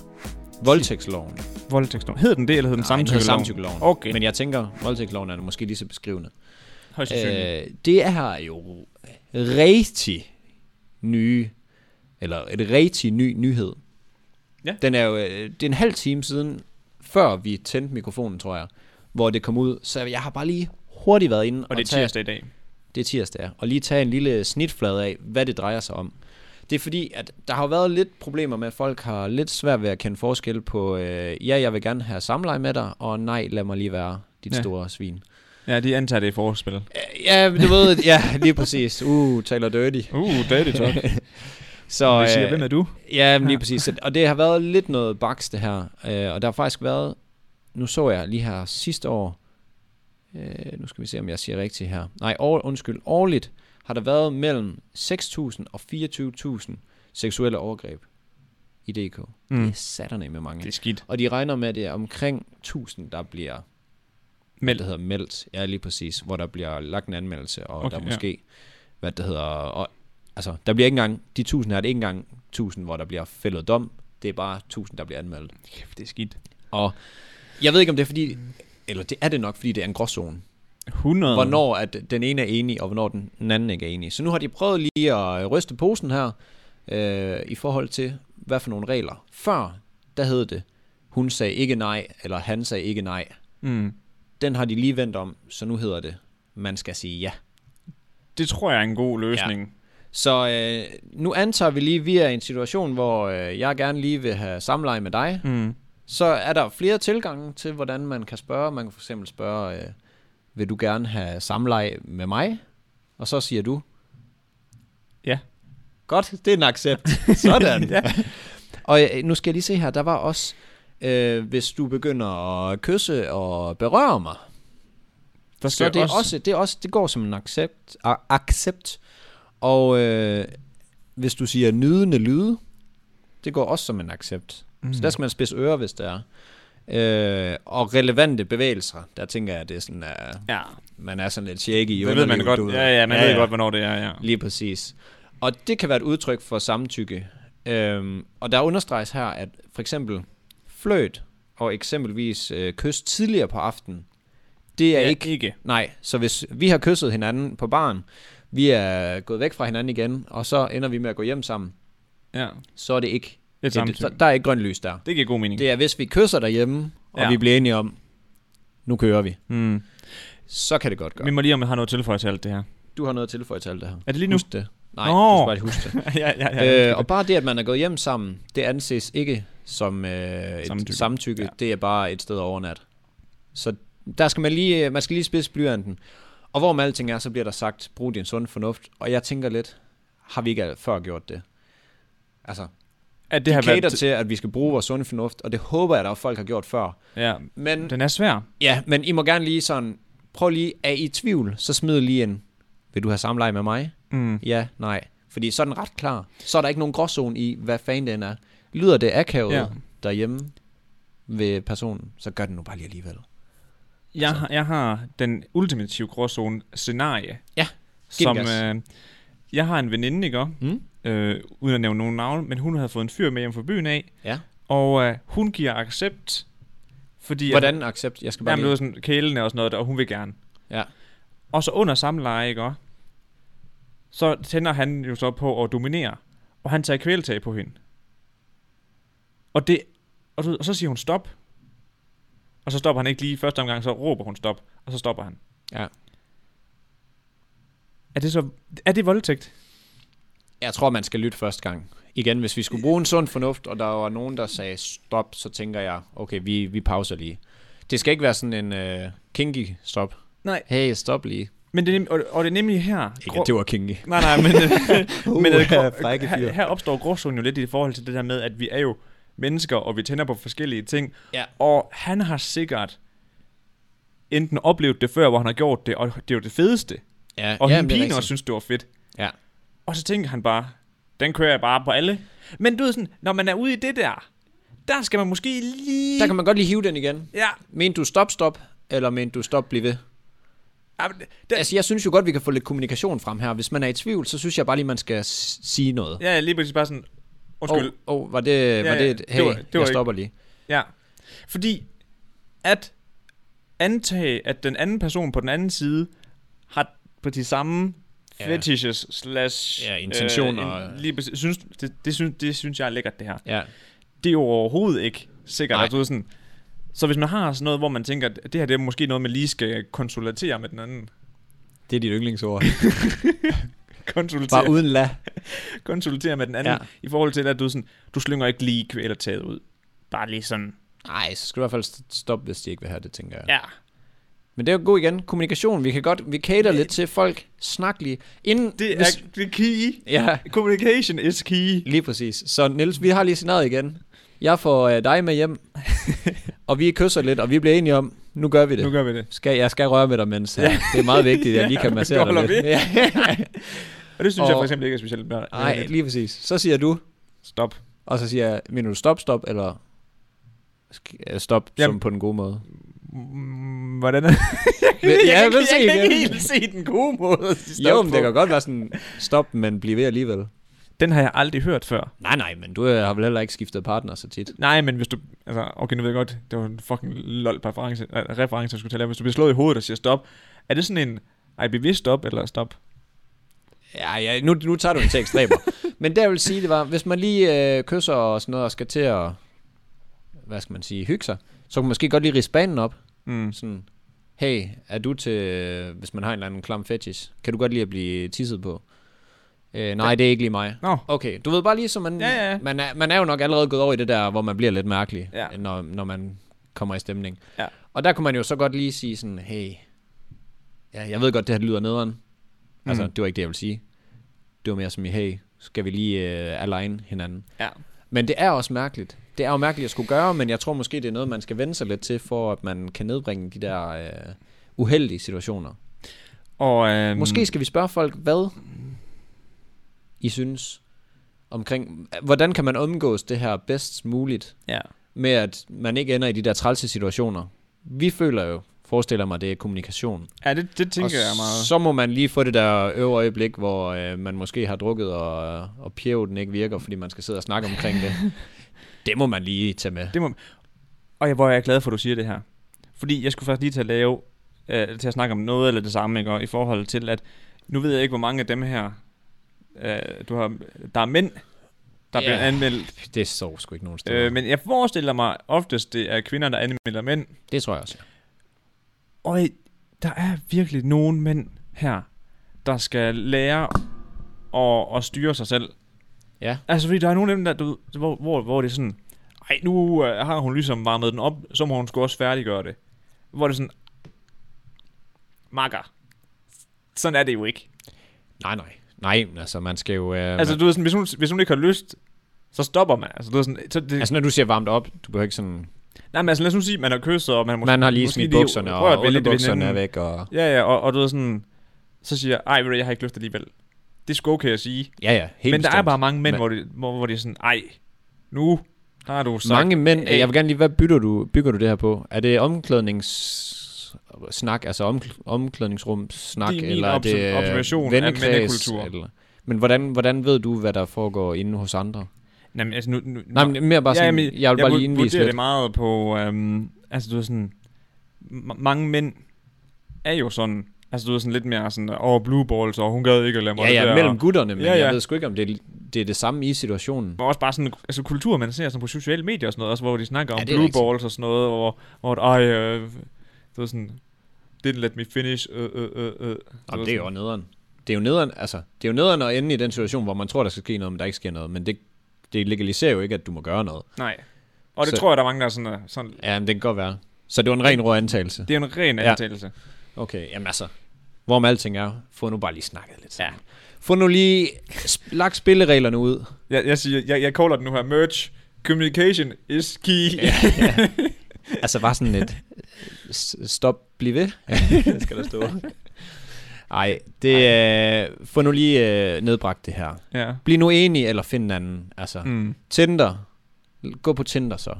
Speaker 2: Voldtægtsloven.
Speaker 1: Voldtægtsloven. Hed den det, eller hed den
Speaker 2: Nej,
Speaker 1: samtykkeloven?
Speaker 2: samtykkeloven.
Speaker 1: Okay.
Speaker 2: Men jeg tænker, voldtægtsloven er måske lige så beskrivende.
Speaker 1: Højst sandsynligt.
Speaker 2: Øh, det er jo rigtig nye, eller et rigtig ny nyhed.
Speaker 1: Ja.
Speaker 2: Den er jo, øh, det er en halv time siden, før vi tændte mikrofonen, tror jeg, hvor det kom ud. Så jeg har bare lige hurtigt været inde.
Speaker 1: Og det er
Speaker 2: tage-
Speaker 1: tirsdag i dag.
Speaker 2: det er tirsdag, ja. og lige tage en lille snitflade af, hvad det drejer sig om. Det er fordi, at der har jo været lidt problemer med, at folk har lidt svært ved at kende forskel på, øh, ja, jeg vil gerne have samleje med dig, og nej, lad mig lige være dit
Speaker 1: Ja.
Speaker 2: ja. store svin.
Speaker 1: Ja, de antager det i forspil.
Speaker 2: Øh, Ja, du ved, ja, lige præcis. Uh, Taylor Dirty.
Speaker 1: Uh, daddy talk.
Speaker 2: Så,
Speaker 1: Vi siger,
Speaker 2: øh,
Speaker 1: hvem er du?
Speaker 2: Ja, men lige præcis. Så- Og det har været lidt noget baks, det her. Øh, og der har faktisk været, nu så jeg lige her sidste år, øh, nu skal vi se, om jeg siger rigtigt her. Nej, år, undskyld, årligt har der været mellem 6.000 og 24.000 seksuelle overgreb i DK. Mm. Det er satterne med mange.
Speaker 1: Det er skidt.
Speaker 2: Og de regner med, at det er omkring 1.000, der bliver
Speaker 1: Meld.
Speaker 2: det hedder meldt, ja lige præcis, hvor der bliver lagt en anmeldelse, og
Speaker 1: Okay,
Speaker 2: okay, der
Speaker 1: ja.
Speaker 2: måske, ja. hvad det hedder, og, altså der bliver ikke engang, de tusind her, det er ikke engang tusind, hvor der bliver fældet dom, det er bare tusind, der bliver anmeldt.
Speaker 1: Kæft, det er skidt.
Speaker 2: Og jeg ved ikke, om det er fordi, eller det er det nok, fordi det er en gråzone.
Speaker 1: Mm. 100.
Speaker 2: Hvornår at den ene er enig, og hvornår den den anden ikke er enig. Så nu har de prøvet lige at ryste posen her, øh, i forhold til, hvad for nogle regler. Før, der hed det, hun sagde ikke nej, eller han sagde ikke nej
Speaker 1: Mm.
Speaker 2: den har de lige vendt om, så nu hedder det, man skal sige ja.
Speaker 1: Det tror jeg er en god løsning.
Speaker 2: Så øh, nu antager vi lige, at vi er i en situation, hvor øh, jeg gerne lige vil have samleje med dig.
Speaker 1: Ja. Mm.
Speaker 2: Så er der flere tilgange til, hvordan man kan spørge. Man kan for eksempel spørge, øh, vil du gerne have samleje med mig? Og så siger du,
Speaker 1: Ja.
Speaker 2: godt, det er en accept. Sådan. ja. Og øh, nu skal jeg lige se her, der var også, øh, hvis du begynder at kysse og berøre mig,
Speaker 1: Der
Speaker 2: Så det, er også, det, er også, det går som en accept. A- accept. Og øh, hvis du siger nydende lyde, det går også som en accept. Mm. Så der skal man spidse ører, hvis det er. Øh, og relevante bevægelser, der tænker jeg, at det er sådan, at
Speaker 1: Ja,
Speaker 2: man er sådan lidt shaky i
Speaker 1: det ved man
Speaker 2: underlivet, du
Speaker 1: godt.
Speaker 2: ved.
Speaker 1: Ja, ja, man ved godt, hvornår det er, ja.
Speaker 2: Lige præcis. Og det kan være et udtryk for samtykke. Øhm, og der understreges her, at for eksempel fløjt og eksempelvis øh, kys tidligere på aftenen, det er
Speaker 1: Ja,
Speaker 2: ja, ikke...
Speaker 1: ikke.
Speaker 2: Nej, så hvis vi har kysset hinanden på baren, vi er gået væk fra hinanden igen, og så ender vi med at gå hjem sammen,
Speaker 1: Ja.
Speaker 2: så er det ikke...
Speaker 1: Et samtykke.
Speaker 2: så, der er ikke grønt lys der.
Speaker 1: Det giver god mening.
Speaker 2: Det er, hvis vi kysser derhjemme, og
Speaker 1: Ja.
Speaker 2: ja. vi bliver enige om, nu kører vi,
Speaker 1: Mm.
Speaker 2: så kan det godt
Speaker 1: Vi
Speaker 2: gøre.
Speaker 1: må lige om, jeg har noget at tilføje til alt det her.
Speaker 2: Du har noget at tilføje til alt det her.
Speaker 1: Er det lige nu?
Speaker 2: Husk det. Nej,
Speaker 1: Nå.
Speaker 2: du skal bare lige huske det.
Speaker 1: ja, ja,
Speaker 2: Øh, og bare det, at man er gået hjem sammen, det anses ikke som øh, et
Speaker 1: Samtykke.
Speaker 2: samtykke. samtykke.
Speaker 1: Ja.
Speaker 2: Ja. Det er bare et sted at overnatte. Så der skal man lige, øh, man skal lige spidse blyanten. Og hvor med alting er, så bliver der sagt, brug din sunde fornuft. Og jeg tænker lidt, har vi ikke før gjort det? Altså,
Speaker 1: at det har
Speaker 2: det cater
Speaker 1: været...
Speaker 2: til, at vi skal bruge vores sunde fornuft, og det håber jeg, at folk har gjort før.
Speaker 1: Ja,
Speaker 2: Men,
Speaker 1: den er svær.
Speaker 2: ja, men I må gerne lige sådan, prøv lige, er I i tvivl, så smid lige en, vil du have samleje med mig?
Speaker 1: Mm.
Speaker 2: Ja, nej. Fordi så er den ret klar. Så er der ikke nogen gråzone i, hvad fanden den er. Lyder det akavet
Speaker 1: Ja.
Speaker 2: ja. derhjemme ved personen, så gør den nu bare lige alligevel.
Speaker 1: Jeg,
Speaker 2: Altså.
Speaker 1: har- jeg har den ultimative gråzone scenarie.
Speaker 2: Ja, giv
Speaker 1: Som,
Speaker 2: den gas.
Speaker 1: øh, jeg har en veninde, ikke? også?
Speaker 2: Mm?
Speaker 1: Øh, uden at nævne nogen navn, men hun havde fået en fyr med hjem fra byen af,
Speaker 2: Ja.
Speaker 1: og øh, hun giver accept, fordi...
Speaker 2: Hvordan accept? Jeg skal
Speaker 1: At,
Speaker 2: bare
Speaker 1: jamen, det
Speaker 2: lige...
Speaker 1: var sådan kælene og sådan noget, der, og hun vil gerne.
Speaker 2: Ja.
Speaker 1: Og så under samleje, ikke? også? Så tænder han jo så på at dominere, og han tager kvæltag på hende. Og det... Og, du, ved, og så siger hun stop. Og så stopper han ikke lige første omgang, så råber hun stop, og så stopper han.
Speaker 2: Ja.
Speaker 1: Er det så... Er det voldtægt?
Speaker 2: Jeg tror, man skal lytte første gang. Igen, hvis vi skulle bruge en sund fornuft, og der var nogen, der sagde stop, så tænker jeg, okay, vi, vi pauser lige. Det skal ikke være sådan en øh, kinky stop.
Speaker 1: Nej.
Speaker 2: Hey, stop lige.
Speaker 1: Men det er nem, og, og det er nemlig her...
Speaker 2: Ikke, at det var kinky.
Speaker 1: Nej, nej, men, øh, men øh,
Speaker 2: Uha,
Speaker 1: grå-
Speaker 2: frække fyr.
Speaker 1: her, her opstår gråzonen jo lidt i forhold til det der med, at vi er jo mennesker, og vi tænder på forskellige ting.
Speaker 2: Ja.
Speaker 1: Og han har sikkert enten oplevet det før, hvor han har gjort det, og det er jo det fedeste.
Speaker 2: Ja,
Speaker 1: Og ja,
Speaker 2: jamen,
Speaker 1: hende
Speaker 2: det er
Speaker 1: pigen også
Speaker 2: rigtigt.
Speaker 1: synes, det var fedt.
Speaker 2: Ja.
Speaker 1: Og så tænker han bare, den kører jeg bare på alle. Men du ved sådan, når man er ude i det der, der skal man måske lige...
Speaker 2: Der kan man godt lige hive den igen.
Speaker 1: Ja,
Speaker 2: Mente du stop, stop, eller mente du stop, bliv ved?
Speaker 1: ja, men det,
Speaker 2: Altså, jeg synes jo godt, vi kan få lidt kommunikation frem her. Hvis man er i tvivl, så synes jeg bare lige, man skal s- sige noget.
Speaker 1: ja, lige præcis bare sådan, undskyld,
Speaker 2: Åh, oh, oh, var det, var
Speaker 1: ja,
Speaker 2: det et,
Speaker 1: det
Speaker 2: hey, det
Speaker 1: var-
Speaker 2: var,
Speaker 1: det var
Speaker 2: jeg
Speaker 1: ikke-
Speaker 2: stopper lige.
Speaker 1: Ja. Fordi at antage, at den anden person på den anden side har på de samme
Speaker 2: Ja.
Speaker 1: ja. fetishes slash...
Speaker 2: Ja, intentioner.
Speaker 1: Øh, en- lige, præcis- synes, det, det, synes, det synes jeg er lækkert, det her.
Speaker 2: Ja,
Speaker 1: Det er jo overhovedet ikke sikkert.
Speaker 2: Nej.
Speaker 1: Altså, du ved sådan, så hvis man har sådan noget, hvor man tænker, at det her det er måske noget, man lige skal konsultere med den anden.
Speaker 2: det er dit yndlingsord.
Speaker 1: Konsultere,
Speaker 2: Bare uden la.
Speaker 1: konsultere med den anden.
Speaker 2: Ja.
Speaker 1: Ja. I forhold til, at du, sådan, du slynger ikke lige kvælertaget ud. Bare lige sådan.
Speaker 2: Nej, så skal du i hvert fald st- stoppe, hvis de ikke vil have det, tænker jeg.
Speaker 1: Ja.
Speaker 2: Men det er jo god igen. Kommunikation. Vi kan godt, vi cater lidt til folk. Snak lige. Inden,
Speaker 1: Det er,
Speaker 2: hvis-
Speaker 1: det er key.
Speaker 2: Ja,
Speaker 1: Communication is key.
Speaker 2: lige præcis. Så Niels, vi har lige scenariet igen. Jeg får øh, dig med hjem, og vi kysser lidt, og vi bliver enige om, nu gør vi det.
Speaker 1: Nu gør vi det.
Speaker 2: Skal, jeg skal røre ved dig, mens ja. det er meget vigtigt, at jeg lige kan
Speaker 1: Ja,
Speaker 2: massere
Speaker 1: du
Speaker 2: dig
Speaker 1: holder
Speaker 2: lidt. Ja.
Speaker 1: Og det synes og... jeg
Speaker 2: Og-
Speaker 1: for eksempel ikke er specielt mere.
Speaker 2: Nej, lige præcis. Så siger du,
Speaker 1: Stop.
Speaker 2: og så siger jeg, mener du stop, stop, eller sk- øh, stop
Speaker 1: Jamen.
Speaker 2: som på den gode måde?
Speaker 1: Mm, Hvordan er det? jeg kan,
Speaker 2: vil
Speaker 1: ikke-
Speaker 2: se
Speaker 1: jeg kan ikke
Speaker 2: igen.
Speaker 1: helt se den gode måde at sige
Speaker 2: Jo,
Speaker 1: stop
Speaker 2: men
Speaker 1: på.
Speaker 2: det kan godt være sådan, stop, men bliv ved alligevel.
Speaker 1: Den har jeg aldrig hørt før.
Speaker 2: Nej, nej, men du øh, har vel heller ikke skiftet partner så tit.
Speaker 1: Nej, men hvis du... Altså, okay, nu ved jeg godt, det var en fucking lol reference, øh, reference jeg skulle tage af. Hvis du bliver slået i hovedet og siger stop, er det sådan en... Ej, bevidst stop eller stop?
Speaker 2: Ja, ja nu, nu tager du den til ekstremer. men det jeg vil sige, det var, hvis man lige øh, kysser og sådan noget, og skal til at, hvad skal man sige, hygge sig, så kan man måske godt lige rige banen op.
Speaker 1: Mm.
Speaker 2: Sådan, hey, er du til, øh, hvis man har en eller anden klam fetish, kan du godt lide at blive tisset på? Øh, nej, det er ikke lige mig.
Speaker 1: Nå,
Speaker 2: Okay, du ved bare lige, så man,
Speaker 1: Ja, ja, ja.
Speaker 2: Man, er, man er jo nok allerede gået over i det der, hvor man bliver lidt mærkelig,
Speaker 1: Ja.
Speaker 2: når, når man kommer i stemning.
Speaker 1: Ja.
Speaker 2: Og der kunne man jo så godt lige sige sådan, hey, ja, jeg ved godt, det her det lyder nederen. Altså,
Speaker 1: Mhm.
Speaker 2: det var ikke det, jeg ville sige. Det var mere som i, hey, skal vi lige øh, align hinanden?
Speaker 1: Ja.
Speaker 2: Men det er også mærkeligt. Det er jo mærkeligt at skulle gøre, men jeg tror måske, det er noget, man skal vende sig lidt til, for at man kan nedbringe de der øh, uheldige situationer.
Speaker 1: og... Øhm,
Speaker 2: Måske skal vi spørge folk, hvad I synes omkring, hvordan kan man omgås det her bedst muligt,
Speaker 1: Ja.
Speaker 2: med at man ikke ender i de der trælse situationer. Vi føler jo, forestiller mig, det er kommunikation.
Speaker 1: Ja, det, det tænker
Speaker 2: og
Speaker 1: jeg meget.
Speaker 2: så må man lige få det der øvre øjeblik, hvor øh, man måske har drukket, og, og pjeven ikke virker, fordi man skal sidde og snakke omkring det. Det må man lige tage med.
Speaker 1: Det må... Og jeg, hvor jeg er glad for, at du siger det her. Fordi jeg skulle faktisk lige til at lave, øh, til at snakke om noget eller det samme, ikke? Og i forhold til, at nu ved jeg ikke, hvor mange af dem her, øh, du har, der er mænd, der yeah. bliver
Speaker 2: Ja.
Speaker 1: anmeldt.
Speaker 2: Det så sgu ikke nogen steder.
Speaker 1: Øh, men jeg forestiller mig oftest, det er kvinder, der anmelder mænd.
Speaker 2: det tror jeg også.
Speaker 1: Og i- der er virkelig nogen mænd her, der skal lære at, at styre sig selv.
Speaker 2: Ja.
Speaker 1: Altså, fordi der er nogle af dem, der, du, ved, hvor, hvor, hvor det er sådan, ej, nu øh, har hun ligesom varmet den op, så må hun sgu også færdiggøre det. Hvor det er sådan, makker, sådan er det jo ikke.
Speaker 2: Nej, nej. Nej, altså man skal jo... Øh,
Speaker 1: Altså, du ved sådan, hvis hun, hvis hun ikke har lyst, så stopper man. Altså, du ved sådan, så det, altså,
Speaker 2: Altså når du siger varmt op, du behøver ikke sådan...
Speaker 1: nej, men altså, lad os nu sige, at man har kysset, og man, måske,
Speaker 2: Man har lige
Speaker 1: måske
Speaker 2: smidt bukserne,
Speaker 1: rørt
Speaker 2: og
Speaker 1: ved lidt ved
Speaker 2: underbukserne er
Speaker 1: hinanden.
Speaker 2: væk, og...
Speaker 1: Ja, ja, og, og du ved sådan, så siger jeg, ej, ved du, jeg har ikke lyst alligevel. Det er sgu okay at sige.
Speaker 2: Ja, ja, helt
Speaker 1: Men der er
Speaker 2: bestemt.
Speaker 1: bare mange mænd,
Speaker 2: Men-
Speaker 1: hvor, det, hvor, hvor det er sådan, ej, nu har du sagt...
Speaker 2: Mange mænd,
Speaker 1: Æh,
Speaker 2: jeg vil gerne lige, hvad bygger du, bygger du det her på? Er det omklædningssnak, altså omkl- omklædningsrumsnak,
Speaker 1: Det er min
Speaker 2: eller er det
Speaker 1: obs-
Speaker 2: øh,
Speaker 1: observation af
Speaker 2: vennekreds,
Speaker 1: mændekultur.
Speaker 2: Eller? Men hvordan, hvordan ved du, hvad der foregår inde hos andre?
Speaker 1: Nej, men altså nu... nu
Speaker 2: Nej, men mere bare sådan,
Speaker 1: men
Speaker 2: jeg vil bare lige
Speaker 1: vur-
Speaker 2: indvise
Speaker 1: vurderer
Speaker 2: lidt.
Speaker 1: det meget på, øhm, altså du ved sådan, ma- mange mænd er jo sådan, altså du ved sådan lidt mere sådan, over blue balls, og hun gad ikke at lade mig
Speaker 2: Ja,
Speaker 1: det
Speaker 2: ja,
Speaker 1: der.
Speaker 2: mellem gutterne, men
Speaker 1: Ja,
Speaker 2: ja, ja.
Speaker 1: ja.
Speaker 2: jeg ved sgu ikke, om det er, det er det samme i situationen.
Speaker 1: Men også bare sådan, altså kultur, man ser sådan på sociale medier og sådan noget, også hvor de snakker om
Speaker 2: Ja, det er
Speaker 1: blue
Speaker 2: rigtigt.
Speaker 1: balls og sådan noget, hvor, hvor ej, øh, du ved sådan, didn't let me finish, øh, øh, øh, øh. Du ved
Speaker 2: Jamen, det er jo
Speaker 1: sådan,
Speaker 2: nederen. Det er jo nederen, altså, det er jo nederen at ende i den situation, hvor man tror, der skal ske noget, men der ikke sker noget. Men det, det legaliserer jo ikke, at du må gøre noget.
Speaker 1: Nej. Og det
Speaker 2: Så-
Speaker 1: tror jeg, der er mange, der er sådan, øh, sådan
Speaker 2: Ja, men det kan godt være. Så det var en ren rå antagelse.
Speaker 1: det er en ren
Speaker 2: Ja.
Speaker 1: antagelse.
Speaker 2: Okay, jamen altså, hvorom alting er, få nu bare lige snakket lidt. Ja. Få nu lige sp- lagt spillereglerne ud.
Speaker 1: Jeg, jeg siger, jeg, jeg caller den nu her, merch, communication is key.
Speaker 2: Altså bare sådan et, s- stop, bliv ved. det skal der stå. Ej, det er, øh, få nu lige øh, nedbragt det her.
Speaker 1: ja.
Speaker 2: Bliv nu enig, eller find en anden. Altså, mm.
Speaker 1: Mm.
Speaker 2: Tinder. L- Gå på Tinder så.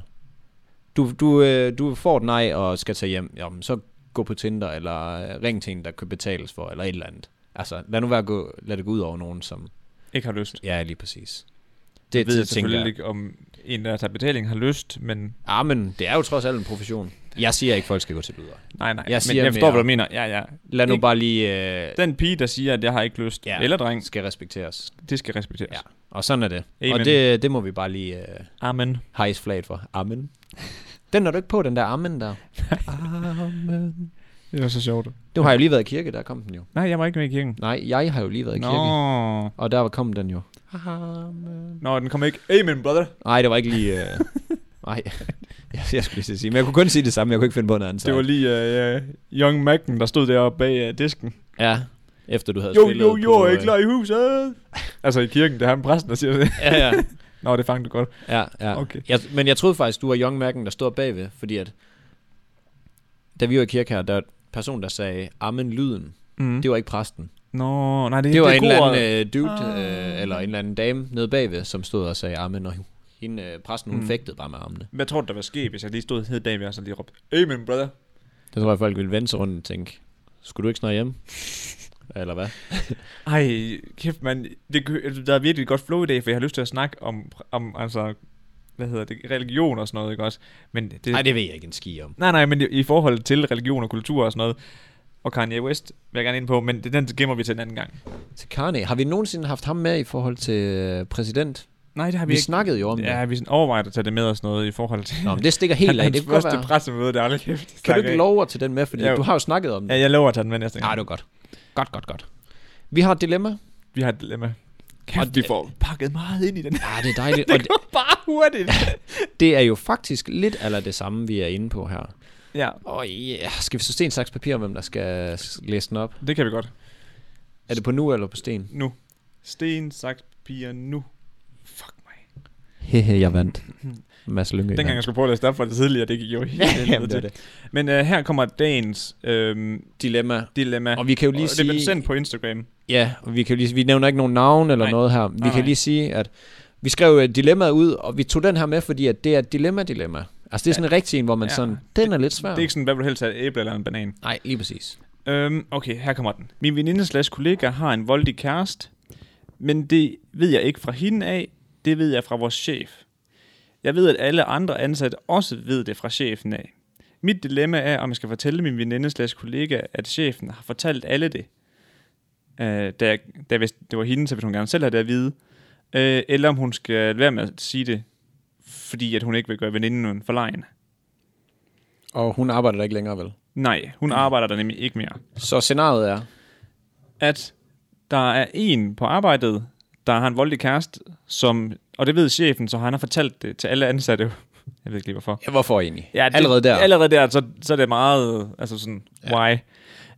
Speaker 2: Du, du, øh, du får et nej og skal tage hjem. Jamen, så gå på Tinder, eller øh, ring til en, der kan betales for, eller et eller andet. Altså, lad nu være at gå, lad det gå ud over nogen, som
Speaker 1: Ikke har lyst.
Speaker 2: Ja, lige præcis. Det,
Speaker 1: ved
Speaker 2: det,
Speaker 1: jeg
Speaker 2: det tænker
Speaker 1: selvfølgelig
Speaker 2: jeg.
Speaker 1: ikke, om en, der tager betaling, har lyst, men...
Speaker 2: Ah, men det er jo trods alt en profession. Jeg siger ikke, folk skal gå til bydere.
Speaker 1: Nej, nej,
Speaker 2: Jeg
Speaker 1: men
Speaker 2: siger
Speaker 1: jeg forstår,
Speaker 2: mere-
Speaker 1: hvad du mener. Ja, ja.
Speaker 2: Lad nu
Speaker 1: Ikke-
Speaker 2: bare lige... Øh,
Speaker 1: Den pige, der siger, at jeg har ikke lyst, ja.
Speaker 2: Ja.
Speaker 1: eller dreng,
Speaker 2: skal respekteres.
Speaker 1: det skal respekteres. Ja.
Speaker 2: Ja. Og sådan er det.
Speaker 1: Amen.
Speaker 2: Og det, det må vi bare lige øh,
Speaker 1: Amen.
Speaker 2: hejse flaget for. Amen. Den er du ikke på, den der amen der. amen.
Speaker 1: Det var så sjovt.
Speaker 2: Du har jo lige været i kirke, der kom den jo.
Speaker 1: Nej, jeg var ikke med i kirken.
Speaker 2: Nej, jeg har jo lige været i
Speaker 1: Nå.
Speaker 2: kirke. Og der kom den jo. Amen.
Speaker 1: Nå, den kom ikke. Amen, brother.
Speaker 2: Nej, det var ikke lige... Øh, nej, jeg, jeg skulle lige til at sige. Men jeg kunne kun sige det samme. Jeg kunne ikke finde på noget andet.
Speaker 1: Det var
Speaker 2: sang.
Speaker 1: lige uh, uh, Young Mac'en, der stod deroppe bag uh, disken.
Speaker 2: Ja, efter du havde
Speaker 1: Jo,
Speaker 2: spillet
Speaker 1: jo, jo,
Speaker 2: på,
Speaker 1: er ikke
Speaker 2: øh,
Speaker 1: klar i huset. altså i kirken, det er ham præsten, der siger det.
Speaker 2: Ja, ja.
Speaker 1: Nå, det fangede du godt.
Speaker 2: Ja, ja.
Speaker 1: Okay.
Speaker 2: Jeg, men jeg troede faktisk, du var Young Mac'en, der stod bagved, fordi at, da vi var i kirke her, der var en person, der sagde, amen lyden,
Speaker 1: Mm.
Speaker 2: det var ikke præsten.
Speaker 1: Nå, nej, det,
Speaker 2: Det var
Speaker 1: det
Speaker 2: en
Speaker 1: er
Speaker 2: eller
Speaker 1: koret.
Speaker 2: anden øh, dude,
Speaker 1: Ah.
Speaker 2: øh, eller en eller anden dame nede bagved, som stod og sagde amen, og hende, øh, præsten, hun
Speaker 1: Mm.
Speaker 2: fægtede bare med armene.
Speaker 1: Hvad tror du, der var sket, hvis jeg lige stod hed David og så lige råbte, Amen, brother.
Speaker 2: Der tror jeg, folk ville vende sig rundt og tænke, skulle du ikke snart hjem? eller hvad?
Speaker 1: Ej, kæft mand, det, kø- altså, der er virkelig et godt flow i dag, for jeg har lyst til at snakke om, om altså, hvad hedder det, religion og sådan noget, ikke også? Men det,
Speaker 2: Nej,
Speaker 1: Ej, det...
Speaker 2: det ved jeg ikke en ski om.
Speaker 1: Nej, nej, men i forhold til religion og kultur og sådan noget, og Kanye West vil jeg gerne ind på, men det- den gemmer vi til en anden gang.
Speaker 2: Til Kanye, har vi nogensinde haft ham med i forhold til øh, præsident?
Speaker 1: Nej, det har
Speaker 2: Vi,
Speaker 1: vi,
Speaker 2: vi
Speaker 1: ikke.
Speaker 2: snakkede jo om det.
Speaker 1: Ja, vi sådan overvejer at tage det med og sådan noget i forhold til
Speaker 2: Nå, men det stikker helt
Speaker 1: han,
Speaker 2: af.
Speaker 1: hans
Speaker 2: Det kunne godt
Speaker 1: første
Speaker 2: være.
Speaker 1: pressemøde, der aldrig kæft.
Speaker 2: Kan
Speaker 1: stak
Speaker 2: du ikke
Speaker 1: af.
Speaker 2: love at tage den med, fordi
Speaker 1: Jo.
Speaker 2: du har jo snakket om det.
Speaker 1: Ja, jeg lover at tage den med næste gang.
Speaker 2: Nej, det var godt. Godt, godt, godt. Vi har et dilemma.
Speaker 1: Vi har et dilemma. Kæft,
Speaker 2: Og
Speaker 1: vi
Speaker 2: det-
Speaker 1: får pakket meget ind i den.
Speaker 2: Ja, det er dejligt. Og det,
Speaker 1: Bare hurtigt.
Speaker 2: det er jo faktisk lidt aller det samme, vi er inde på her.
Speaker 1: ja,
Speaker 2: Og ja, skal vi så sten, saks, papir, om, hvem der skal s- læse den op?
Speaker 1: det kan vi godt.
Speaker 2: Er det på nu eller på sten?
Speaker 1: Nu. Sten, saks, papir, nu. Fuck mig.
Speaker 2: Hehe, jeg vandt. Mads Lyngø.
Speaker 1: Dengang jeg skulle prøve at læse det op for det tidligere, det gik jo helt helvede
Speaker 2: Jamen, det er
Speaker 1: til.
Speaker 2: det.
Speaker 1: Men øh, her kommer dagens øh,
Speaker 2: Dilemma.
Speaker 1: dilemma.
Speaker 2: Og vi kan jo
Speaker 1: Og
Speaker 2: lige
Speaker 1: det blev
Speaker 2: sige...
Speaker 1: sendt på Instagram.
Speaker 2: Ja, og vi, kan jo lige, vi nævner ikke nogen navn eller
Speaker 1: Nej.
Speaker 2: nej. noget her. Vi
Speaker 1: Nej,
Speaker 2: nej, kan
Speaker 1: nej.
Speaker 2: lige sige, at vi skrev øh, dilemmaet ud, og vi tog den her med, fordi at det er et dilemma-dilemma. Altså det er sådan en rigtig en, hvor man
Speaker 1: Ja.
Speaker 2: ja, sådan, den er lidt svær.
Speaker 1: Det er ikke sådan, hvad vil du helst have, et æble eller en banan?
Speaker 2: Nej, lige præcis.
Speaker 1: Øhm, okay, her kommer den. Min veninde slash kollega har en voldig kæreste, men det ved jeg ikke fra hende af, det ved jeg fra vores chef. Jeg ved, at alle andre ansatte også ved det fra chefen af. Mit dilemma er, om jeg skal fortælle min veninde slash kollega, at chefen har fortalt alle det. Øh, da, jeg- da hvis det var hende, så ville hun gerne selv have det at vide. Øh, eller om hun skal lade være med at sige det, fordi at hun ikke vil gøre veninden for lejen.
Speaker 2: Og hun arbejder der ikke længere, vel?
Speaker 1: Nej, hun arbejder der nemlig ikke mere.
Speaker 2: Så scenariet er,
Speaker 1: at der er en på arbejdet, der har en voldelig kæreste, som, og det ved chefen, så han har fortalt det til alle ansatte. Jeg ved ikke lige hvorfor.
Speaker 2: ja, hvorfor egentlig? Ja, det, Allerede der.
Speaker 1: Allerede der, så, så er det meget, altså sådan, ja. why?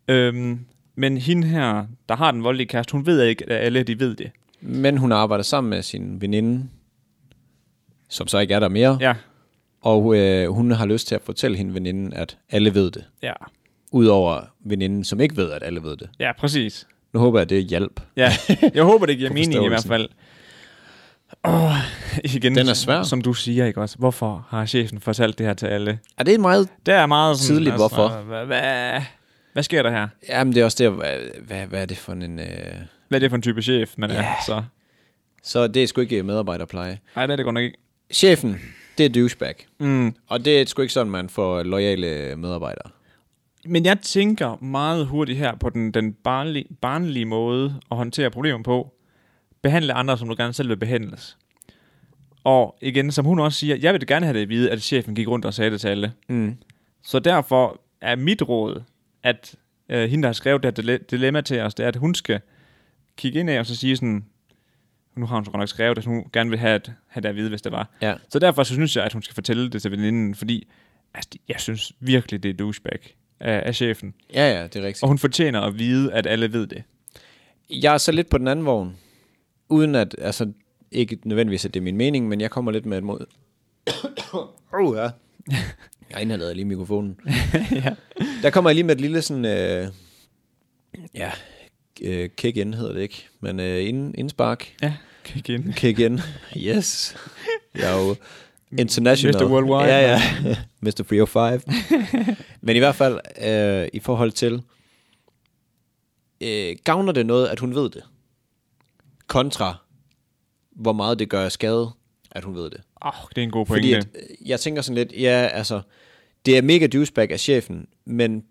Speaker 1: Øhm, men hende her, der har den voldelige kæreste, hun ved ikke, at alle de ved det.
Speaker 2: Men hun arbejder sammen med sin veninde, som så ikke er der mere. Ja.
Speaker 1: Ja,
Speaker 2: Og øh, hun har lyst til at fortælle hende veninden, at alle ved det.
Speaker 1: ja,
Speaker 2: Udover veninden, som ikke ved, at alle ved det.
Speaker 1: ja, præcis.
Speaker 2: Nu håber jeg, at det hjalp.
Speaker 1: Ja, jeg håber, det giver mening i hvert
Speaker 2: forståelsen.
Speaker 1: fald. Åh, igen,
Speaker 2: Den
Speaker 1: som-
Speaker 2: er svær.
Speaker 1: Som du siger, ikke også? Hvorfor har chefen fortalt det her til alle?
Speaker 2: Er det er meget...
Speaker 1: Der er meget sådan...
Speaker 2: Tidligt, hvorfor?
Speaker 1: Hvad, hvad, hvad sker der her?
Speaker 2: Jamen, det er også det, hvad, hvad, hvad er det for en... Øh...
Speaker 1: Hvad er det for en type chef, man er?
Speaker 2: Ja.
Speaker 1: Så,
Speaker 2: Så det er sgu ikke medarbejderpleje.
Speaker 1: nej, det er det godt nok ikke.
Speaker 2: Chefen, det er douchebag.
Speaker 1: Mm.
Speaker 2: Og det er sgu ikke sådan, man får lojale medarbejdere.
Speaker 1: Men jeg tænker meget hurtigt her på den, den barnlige, barnlige måde at håndtere problemer på. Behandle andre, som du gerne selv vil behandles. Og igen, som hun også siger, jeg vil gerne have det at vide, at chefen gik rundt og sagde det til alle.
Speaker 2: Mm.
Speaker 1: Så derfor er mit råd, at øh, hende, der har skrevet det her dile- dilemma til os, det er, at hun skal kigge ind af og så sige sådan, nu har hun så godt nok skrevet, at hun gerne vil have, at, have det at vide, hvis det var.
Speaker 2: Ja.
Speaker 1: Så derfor så synes jeg, at hun skal fortælle det til veninden, fordi altså, det- jeg synes virkelig, det er douchebag af, af chefen.
Speaker 2: Ja, ja, det er rigtigt.
Speaker 1: Og hun fortjener at vide, at alle ved det.
Speaker 2: Jeg er så lidt på den anden vogn. Uden at, altså, ikke nødvendigvis, at det er min mening, men jeg kommer lidt med et mod. oh, ja. Jeg inhalerede lige mikrofonen. ja. Der kommer jeg lige med et lille sådan, øh, ja, øh, kick in hedder det ikke, men øh, ind, indspark,
Speaker 1: Ja, kig ind.
Speaker 2: kick in, yes. Jeg er jo international.
Speaker 1: Mr. Worldwide.
Speaker 2: Ja, ja. Mr. 305. Men i hvert fald, øh, i forhold til, øh, gavner det noget, at hun ved det? Kontra, hvor meget det gør skade, at hun ved det.
Speaker 1: Oh, det er en god
Speaker 2: Fordi
Speaker 1: pointe.
Speaker 2: at, øh, jeg tænker sådan lidt, ja, altså, det er mega douchebag af chefen, men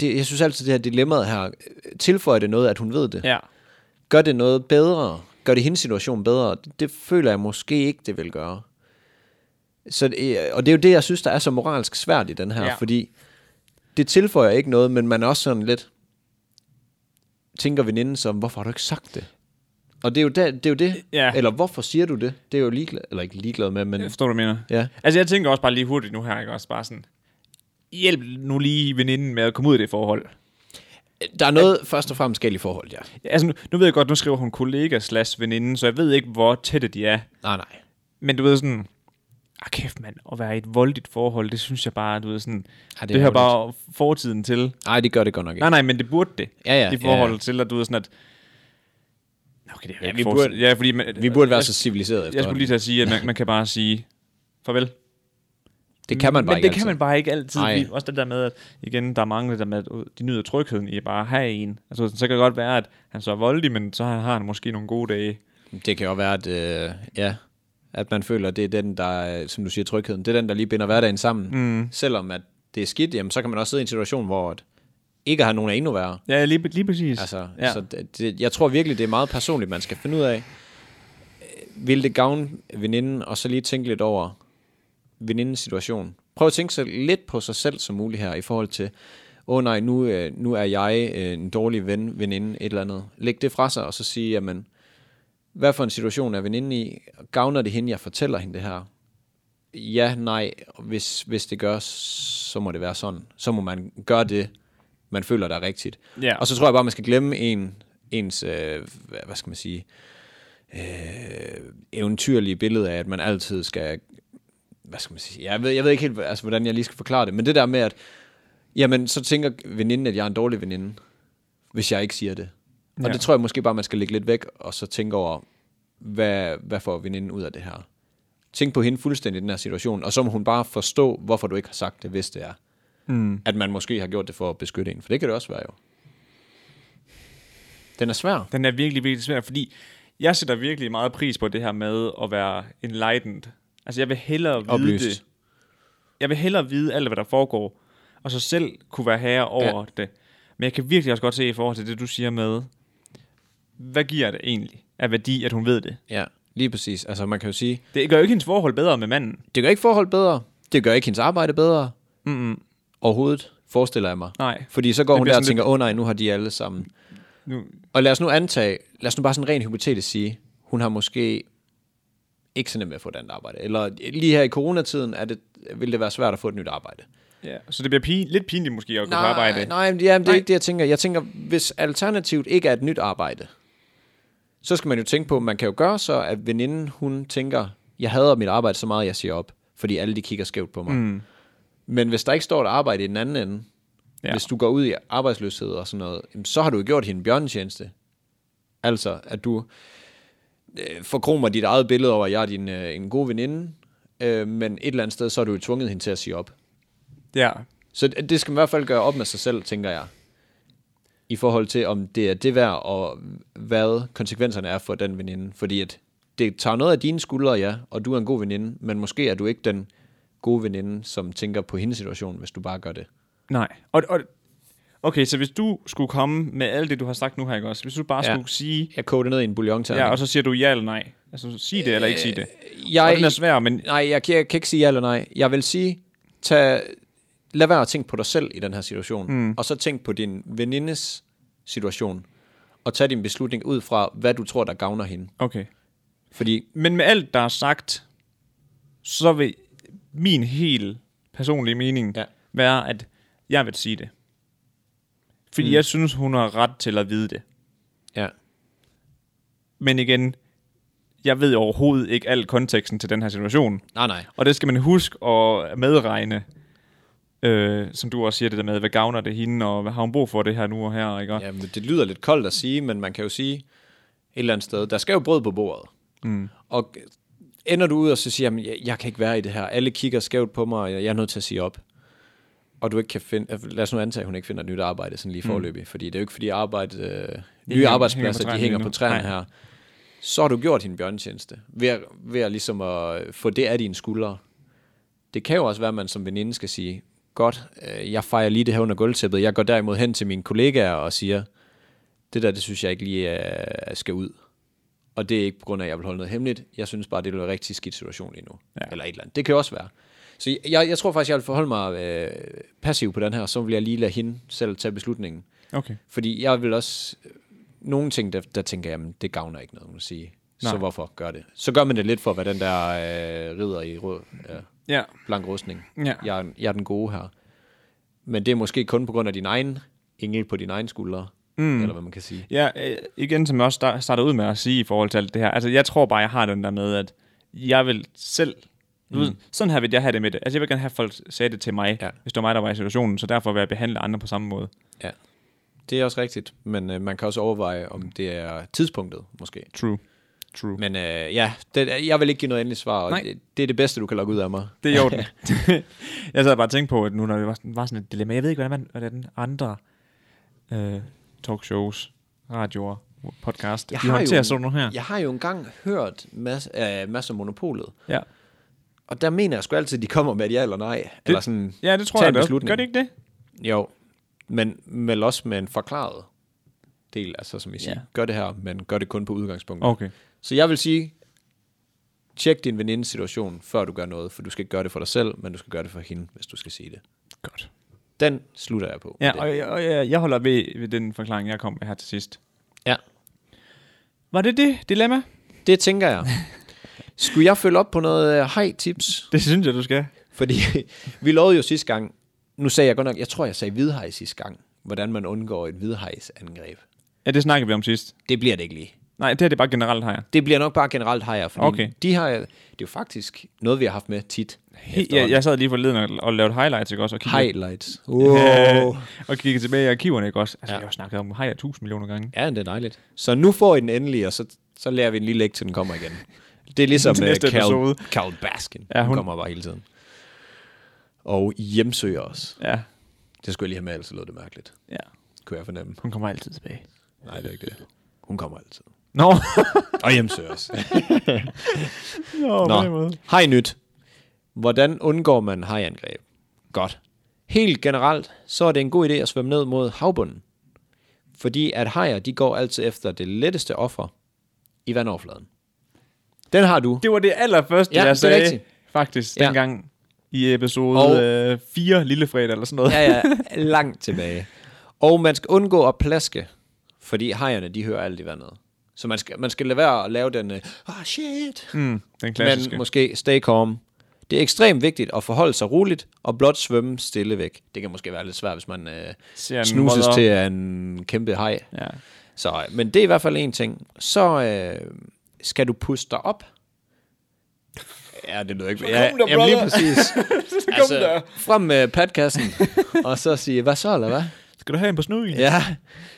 Speaker 2: det, jeg synes altid, det her dilemmaet her, øh, tilføjer det noget, at hun ved det?
Speaker 1: Ja.
Speaker 2: gør det noget bedre, gør det hendes situation bedre, det føler jeg måske ikke, det vil gøre. Så, det- og det er jo det, jeg synes, der er så moralsk svært i den her,
Speaker 1: Ja.
Speaker 2: ja. fordi det tilføjer ikke noget, men man er også sådan lidt, tænker veninden som, hvorfor har du ikke sagt det? Og det er jo det, det, er jo det.
Speaker 1: Ja.
Speaker 2: eller hvorfor siger du det? Det er jo ligeglad, eller ikke ligeglad med, men
Speaker 1: Jeg forstår, hvad du mener.
Speaker 2: ja.
Speaker 1: Altså, jeg tænker også bare lige hurtigt nu her, ikke også bare sådan, hjælp nu lige veninden med at komme ud af det forhold.
Speaker 2: Der er noget først og fremmest galt i forhold, ja.
Speaker 1: Altså, nu, nu ved jeg godt, nu skriver hun kollega slash veninde, så jeg ved ikke, hvor tætte de er.
Speaker 2: Nej, nej.
Speaker 1: Men du ved sådan, ah kæft mand, at være i et voldeligt forhold, det synes jeg bare, du ved sådan,
Speaker 2: Ej,
Speaker 1: det,
Speaker 2: Ah, det
Speaker 1: det
Speaker 2: er
Speaker 1: hører bare fortiden til.
Speaker 2: Nej, det gør det godt nok ikke.
Speaker 1: Nej, nej, men det burde det.
Speaker 2: Ja, ja,
Speaker 1: I forhold
Speaker 2: ja, ja.
Speaker 1: til, at du ved sådan, at... Nå, Okay, det er jo
Speaker 2: Ja,
Speaker 1: ikke
Speaker 2: vi
Speaker 1: fortid.
Speaker 2: burde-
Speaker 1: ja, fordi man,
Speaker 2: Vi burde være
Speaker 1: jeg,
Speaker 2: så civiliserede
Speaker 1: Jeg skulle lige til at sige, at man, man kan bare sige, farvel.
Speaker 2: Det kan man bare
Speaker 1: Men
Speaker 2: ikke
Speaker 1: det kan
Speaker 2: altid.
Speaker 1: man bare ikke altid.
Speaker 2: Nej.
Speaker 1: Fordi også det der med, at igen, der er mange der med, at de nyder trygheden i at bare have en. Altså, så kan det godt være, at han så er voldelig, men så har han måske nogle gode dage.
Speaker 2: Det kan jo være, at, øh, ja, at man føler, at det er den, der, øh, som du siger, trygheden, det er den, der lige binder hverdagen sammen. Mm. Selvom at det er skidt, jamen, så kan man også sidde i en situation, hvor at ikke har nogen er endnu værre.
Speaker 1: Ja, lige, lige præcis.
Speaker 2: Altså,
Speaker 1: ja.
Speaker 2: ja. så det, det, jeg tror virkelig, det er meget personligt, man skal finde ud af, øh, vil det gavne veninden, og så lige tænke lidt over venindens situation. Prøv at tænke så lidt på sig selv som muligt her, i forhold til, åh oh, nej, nu, øh, nu er jeg øh, en dårlig ven, veninde, et eller andet. Læg det fra sig, og så sige, jamen, hvad for en situation er veninden i? Gavner det hende, jeg fortæller hende det her? Ja, nej, og hvis, hvis det gør, så må det være sådan. Så må man gøre det, man føler, der er rigtigt.
Speaker 1: Ja.
Speaker 2: Og så tror jeg bare, man skal glemme en, ens, øh, hvad- hvad skal man sige, øh, eventyrlige billede af, at man altid skal, hvad skal man sige, jeg ved, jeg ved ikke helt, altså, hvordan jeg lige skal forklare det, men det der med, at jamen, så tænker veninden, at jeg er en dårlig veninde, hvis jeg ikke siger det. Og
Speaker 1: Ja.
Speaker 2: ja. det tror jeg måske bare, man skal lægge lidt væk, og så tænke over, hvad, hvad får veninden ud af det her? Tænk på hende fuldstændig i den her situation, og så må hun bare forstå, hvorfor du ikke har sagt det, hvis det er. Mm. At man måske har gjort det for at beskytte en, for det kan det også være jo. Den er svær.
Speaker 1: Den er virkelig, virkelig svær, fordi jeg sætter virkelig meget pris på det her med at være enlightened. Altså, jeg vil hellere vide
Speaker 2: Oplyst.
Speaker 1: det. Jeg vil hellere vide alt, hvad der foregår, og så selv kunne være herre over ja. det. Men jeg kan virkelig også godt se i forhold til det, du siger med, hvad giver det egentlig af værdi, at hun ved det?
Speaker 2: Ja, lige præcis. Altså man kan jo sige,
Speaker 1: Det gør jo ikke hendes forhold bedre med manden.
Speaker 2: det gør ikke forhold bedre, det gør ikke hendes arbejde bedre. Mm-mm. Overhovedet, forestiller jeg mig.
Speaker 1: Nej.
Speaker 2: Fordi så går
Speaker 1: Det
Speaker 2: hun
Speaker 1: bliver
Speaker 2: der og
Speaker 1: sådan
Speaker 2: tænker, åh oh, nej, nu har de alle sammen.
Speaker 1: Nu,
Speaker 2: Og lad os nu antage, lad os nu bare sådan rent hypotetisk sige, hun har måske ikke så nemt ved at få et andet arbejde. Eller lige her i coronatiden, er det, vil det være svært at få et nyt arbejde.
Speaker 1: ja. Så det bliver pin, lidt pinligt måske at gå på arbejde.
Speaker 2: Nej, men, jamen, det er
Speaker 1: Nej.
Speaker 2: ikke det, jeg tænker. Jeg tænker, hvis alternativet ikke er et nyt arbejde, så skal man jo tænke på, man kan jo gøre så, at veninden, hun tænker, jeg hader mit arbejde så meget, jeg siger op, fordi alle de kigger skævt på mig. Mm. Men hvis der ikke står et arbejde i den anden ende,
Speaker 1: Ja.
Speaker 2: Ja. Hvis du går ud i arbejdsløshed og sådan noget, jamen, så har du jo gjort hende en bjørnetjeneste. Altså, at du øh, forkromer dit eget billede over, at jeg er din, øh, en god veninde, øh, men et eller andet sted, så har du jo tvunget hende til at sige op.
Speaker 1: Ja.
Speaker 2: Så det det skal man i hvert fald gøre op med sig selv, tænker jeg. I forhold til, om det er det værd, og hvad konsekvenserne er for den veninde. Fordi at det tager noget af dine skuldre, ja, og du er en god veninde, men måske er du ikke den gode veninde, som tænker på hendes situation, hvis du bare gør det.
Speaker 1: Nej. Og, og, okay, så hvis du skulle komme med alt det, du har sagt nu her, ikke også? Hvis du bare ja.
Speaker 2: Ja.
Speaker 1: skulle sige...
Speaker 2: Jeg koger det ned i en bouillon
Speaker 1: Ja, og så siger du ja eller nej. Altså, sig det eller ikke sig det.
Speaker 2: jeg,
Speaker 1: og den er svær, men
Speaker 2: Nej, jeg, kan- jeg kan ikke sige ja eller nej. Jeg vil sige, tag, lad være at tænke på dig selv i den her situation, mm. og så tænk på din venindes situation, og tag din beslutning ud fra, hvad du tror, der gavner hende.
Speaker 1: okay.
Speaker 2: Fordi,
Speaker 1: Men med alt, der er sagt, så vil min helt personlige mening ja.
Speaker 2: Ja.
Speaker 1: være, at jeg vil sige det. Fordi mm. jeg synes, hun har ret til at vide det.
Speaker 2: ja,
Speaker 1: Men igen, jeg ved overhovedet ikke alt konteksten til den her situation.
Speaker 2: nej, nej.
Speaker 1: Og det skal man huske at medregne. Øh, som du også siger det der med, hvad gavner det hende, og hvad har hun brug for det her nu og her, ikke? Ja.
Speaker 2: Jamen, det lyder lidt koldt at sige, men man kan jo sige et eller andet sted, der skal jo brød på bordet. Mm. Og ender du ud og så siger, jamen, jeg, jeg kan ikke være i det her, alle kigger skævt på mig, og jeg, jeg er nødt til at sige op. Og du ikke kan finde, altså, lad os nu antage, at hun ikke finder et nyt arbejde sådan lige forløbig, mm. fordi det er jo ikke fordi arbejde, øh, nye
Speaker 1: hænger på
Speaker 2: arbejdspladser,
Speaker 1: træerne
Speaker 2: de hænger
Speaker 1: lige nu.
Speaker 2: på træerne
Speaker 1: Nej.
Speaker 2: her. Så har du gjort hende bjørntjeneste, ved, at- ved at ligesom at få det af dine skuldre. Det kan jo også være, at man som veninde skal sige, godt, øh, jeg fejrer lige det her under gulvtæppet, jeg går derimod hen til mine kollegaer og siger, det der, det synes jeg ikke lige øh, skal ud. Og det er ikke på grund af, at jeg vil holde noget hemmeligt. Jeg synes bare, det er en rigtig skidt situation lige nu.
Speaker 1: Ja.
Speaker 2: Ja. Eller et eller andet. Det kan jo også være. Så jeg, jeg tror faktisk, jeg vil forholde mig øh, passiv på den her, så vil jeg lige lade hende selv tage beslutningen.
Speaker 1: Okay.
Speaker 2: Fordi jeg vil også... øh, Nogle ting, der, der tænker jeg, jamen, det gavner ikke noget, man sige. Nej.
Speaker 1: Nej.
Speaker 2: Så hvorfor gør det? Så gør man det lidt for, hvad den der øh, rider i rød, øh,
Speaker 1: Ja.
Speaker 2: blank rustning.
Speaker 1: Ja.
Speaker 2: Jeg, er- jeg er den gode her. Men det er måske kun på grund af din egen engel på dine egne skuldre, mm. eller hvad man kan sige.
Speaker 1: Ja, øh, igen som jeg også star- startede ud med at sige i forhold til alt det her. Altså, jeg tror bare, jeg har den der med, at jeg vil selv... Du ved, sådan her vil jeg have det med det. Altså, jeg vil gerne have, at folk sagde det til mig, Mm. ja.
Speaker 2: Ja.
Speaker 1: hvis det var mig, der var i situationen. Så derfor vil jeg behandle andre på samme måde.
Speaker 2: Ja, det er også rigtigt, men øh, man kan også overveje,
Speaker 1: Mm.
Speaker 2: om det er tidspunktet måske.
Speaker 1: True. True.
Speaker 2: Men øh, ja, det, jeg vil ikke give noget endeligt svar, og
Speaker 1: Nej.
Speaker 2: det, det er det bedste, du kan lokke ud af mig.
Speaker 1: Det er i orden. jeg sad bare og tænkte på, at nu når det var sådan, var sådan et dilemma, jeg ved ikke, hvordan, man, hvordan andre øh, talkshows, radioer, podcast, jeg de håndterer sådan nogle her.
Speaker 2: jeg har jo engang hørt mas, øh, masser af monopolet,
Speaker 1: Ja.
Speaker 2: og der mener jeg sgu altid, at de kommer med et ja eller nej. Det, eller sådan,
Speaker 1: ja, det tror
Speaker 2: tag
Speaker 1: jeg
Speaker 2: en
Speaker 1: da også.
Speaker 2: beslutning.
Speaker 1: Gør det ikke det?
Speaker 2: Jo, men vel også med en forklaret del, altså som I siger,
Speaker 1: Ja.
Speaker 2: ja. gør det her, men gør det kun på udgangspunktet.
Speaker 1: Okay.
Speaker 2: Så jeg vil sige, tjek din venindes situation, før du gør noget, for du skal ikke gøre det for dig selv, men du skal gøre det for hende, hvis du skal sige det.
Speaker 1: Godt.
Speaker 2: Den slutter jeg på.
Speaker 1: Ja,
Speaker 2: Det-
Speaker 1: og, jeg- og jeg, jeg holder ved, ved den forklaring, jeg kom med her til sidst.
Speaker 2: ja.
Speaker 1: Var det det dilemma?
Speaker 2: Det tænker jeg. Skulle jeg følge op på noget øh, hej-tips?
Speaker 1: Det synes jeg, du skal.
Speaker 2: Fordi vi lovede jo sidste gang, nu sagde jeg godt nok, jeg tror, jeg sagde hvidhej sidste gang, hvordan man undgår et hvidhejsangreb.
Speaker 1: Ja, det snakkede vi om sidst.
Speaker 2: Det bliver det ikke lige.
Speaker 1: Nej, det her det er bare generelt her.
Speaker 2: Det bliver nok bare generelt hejer, fordi
Speaker 1: Okay.
Speaker 2: okay. de har, det er jo faktisk noget, vi har haft med tit.
Speaker 1: He, jeg, jeg sad lige forleden og, og lavede highlights, ikke også? Og kiggede,
Speaker 2: Highlights. Wow.
Speaker 1: og kiggede tilbage i arkiverne, ikke også? Altså, ja. jeg har jo snakket om hejer tusind millioner gange.
Speaker 2: Ja, det er dejligt. Så nu får I den endelig, og så, så lærer vi en lille læg, til den kommer igen. Det er ligesom
Speaker 1: Til
Speaker 2: øh,
Speaker 1: næste episode.
Speaker 2: Carol, Carol Baskin.
Speaker 1: Ja,
Speaker 2: Ja, hun...
Speaker 1: hun-
Speaker 2: hun kommer bare hele tiden. Og hjemsøger os.
Speaker 1: Ja,
Speaker 2: Det skulle jeg lige have med, ellers lød det mærkeligt.
Speaker 1: ja.
Speaker 2: Kunne jeg fornemme.
Speaker 1: Hun kommer altid tilbage.
Speaker 2: Nej, det er ikke det. Hun kommer altid.
Speaker 1: Nå,
Speaker 2: Og hjemsøger os.
Speaker 1: Nå, På den
Speaker 2: Nå,
Speaker 1: måde.
Speaker 2: hej nyt. Hvordan undgår man hajangreb? Godt. Helt generelt, så er det en god idé at svømme ned mod havbunden. Fordi at hajer, de går altid efter det letteste offer i vandoverfladen. Den har du.
Speaker 1: Det var det allerførste, ja,
Speaker 2: Ja, det er
Speaker 1: jeg sagde,
Speaker 2: rigtigt.
Speaker 1: faktisk,
Speaker 2: Ja.
Speaker 1: dengang i episode
Speaker 2: Og-
Speaker 1: øh, 4, Lillefredag eller sådan noget.
Speaker 2: Ja, ja, langt tilbage. Og man skal undgå at plaske, fordi hajerne, de hører alt i vandet. Så man skal, man skal lade være at lave den, ah oh, shit,
Speaker 1: Mm, den klassiske.
Speaker 2: men måske stay calm. Det er ekstremt vigtigt at forholde sig roligt og blot svømme stille væk. Det kan måske være lidt svært, hvis man øh,
Speaker 1: Ser en
Speaker 2: snuses
Speaker 1: mother.
Speaker 2: til af en kæmpe haj.
Speaker 1: Ja.
Speaker 2: Så, øh, men det er i hvert fald en ting. Så øh, skal du puste dig op. Ja, det lyder ikke.
Speaker 1: kom der,
Speaker 2: ja, jamen, lige
Speaker 1: brother.
Speaker 2: præcis.
Speaker 1: så kom
Speaker 2: altså,
Speaker 1: der.
Speaker 2: frem med padkassen, og så sige, hvad så, eller hvad?
Speaker 1: Skal du have en på snuden?
Speaker 2: Ja,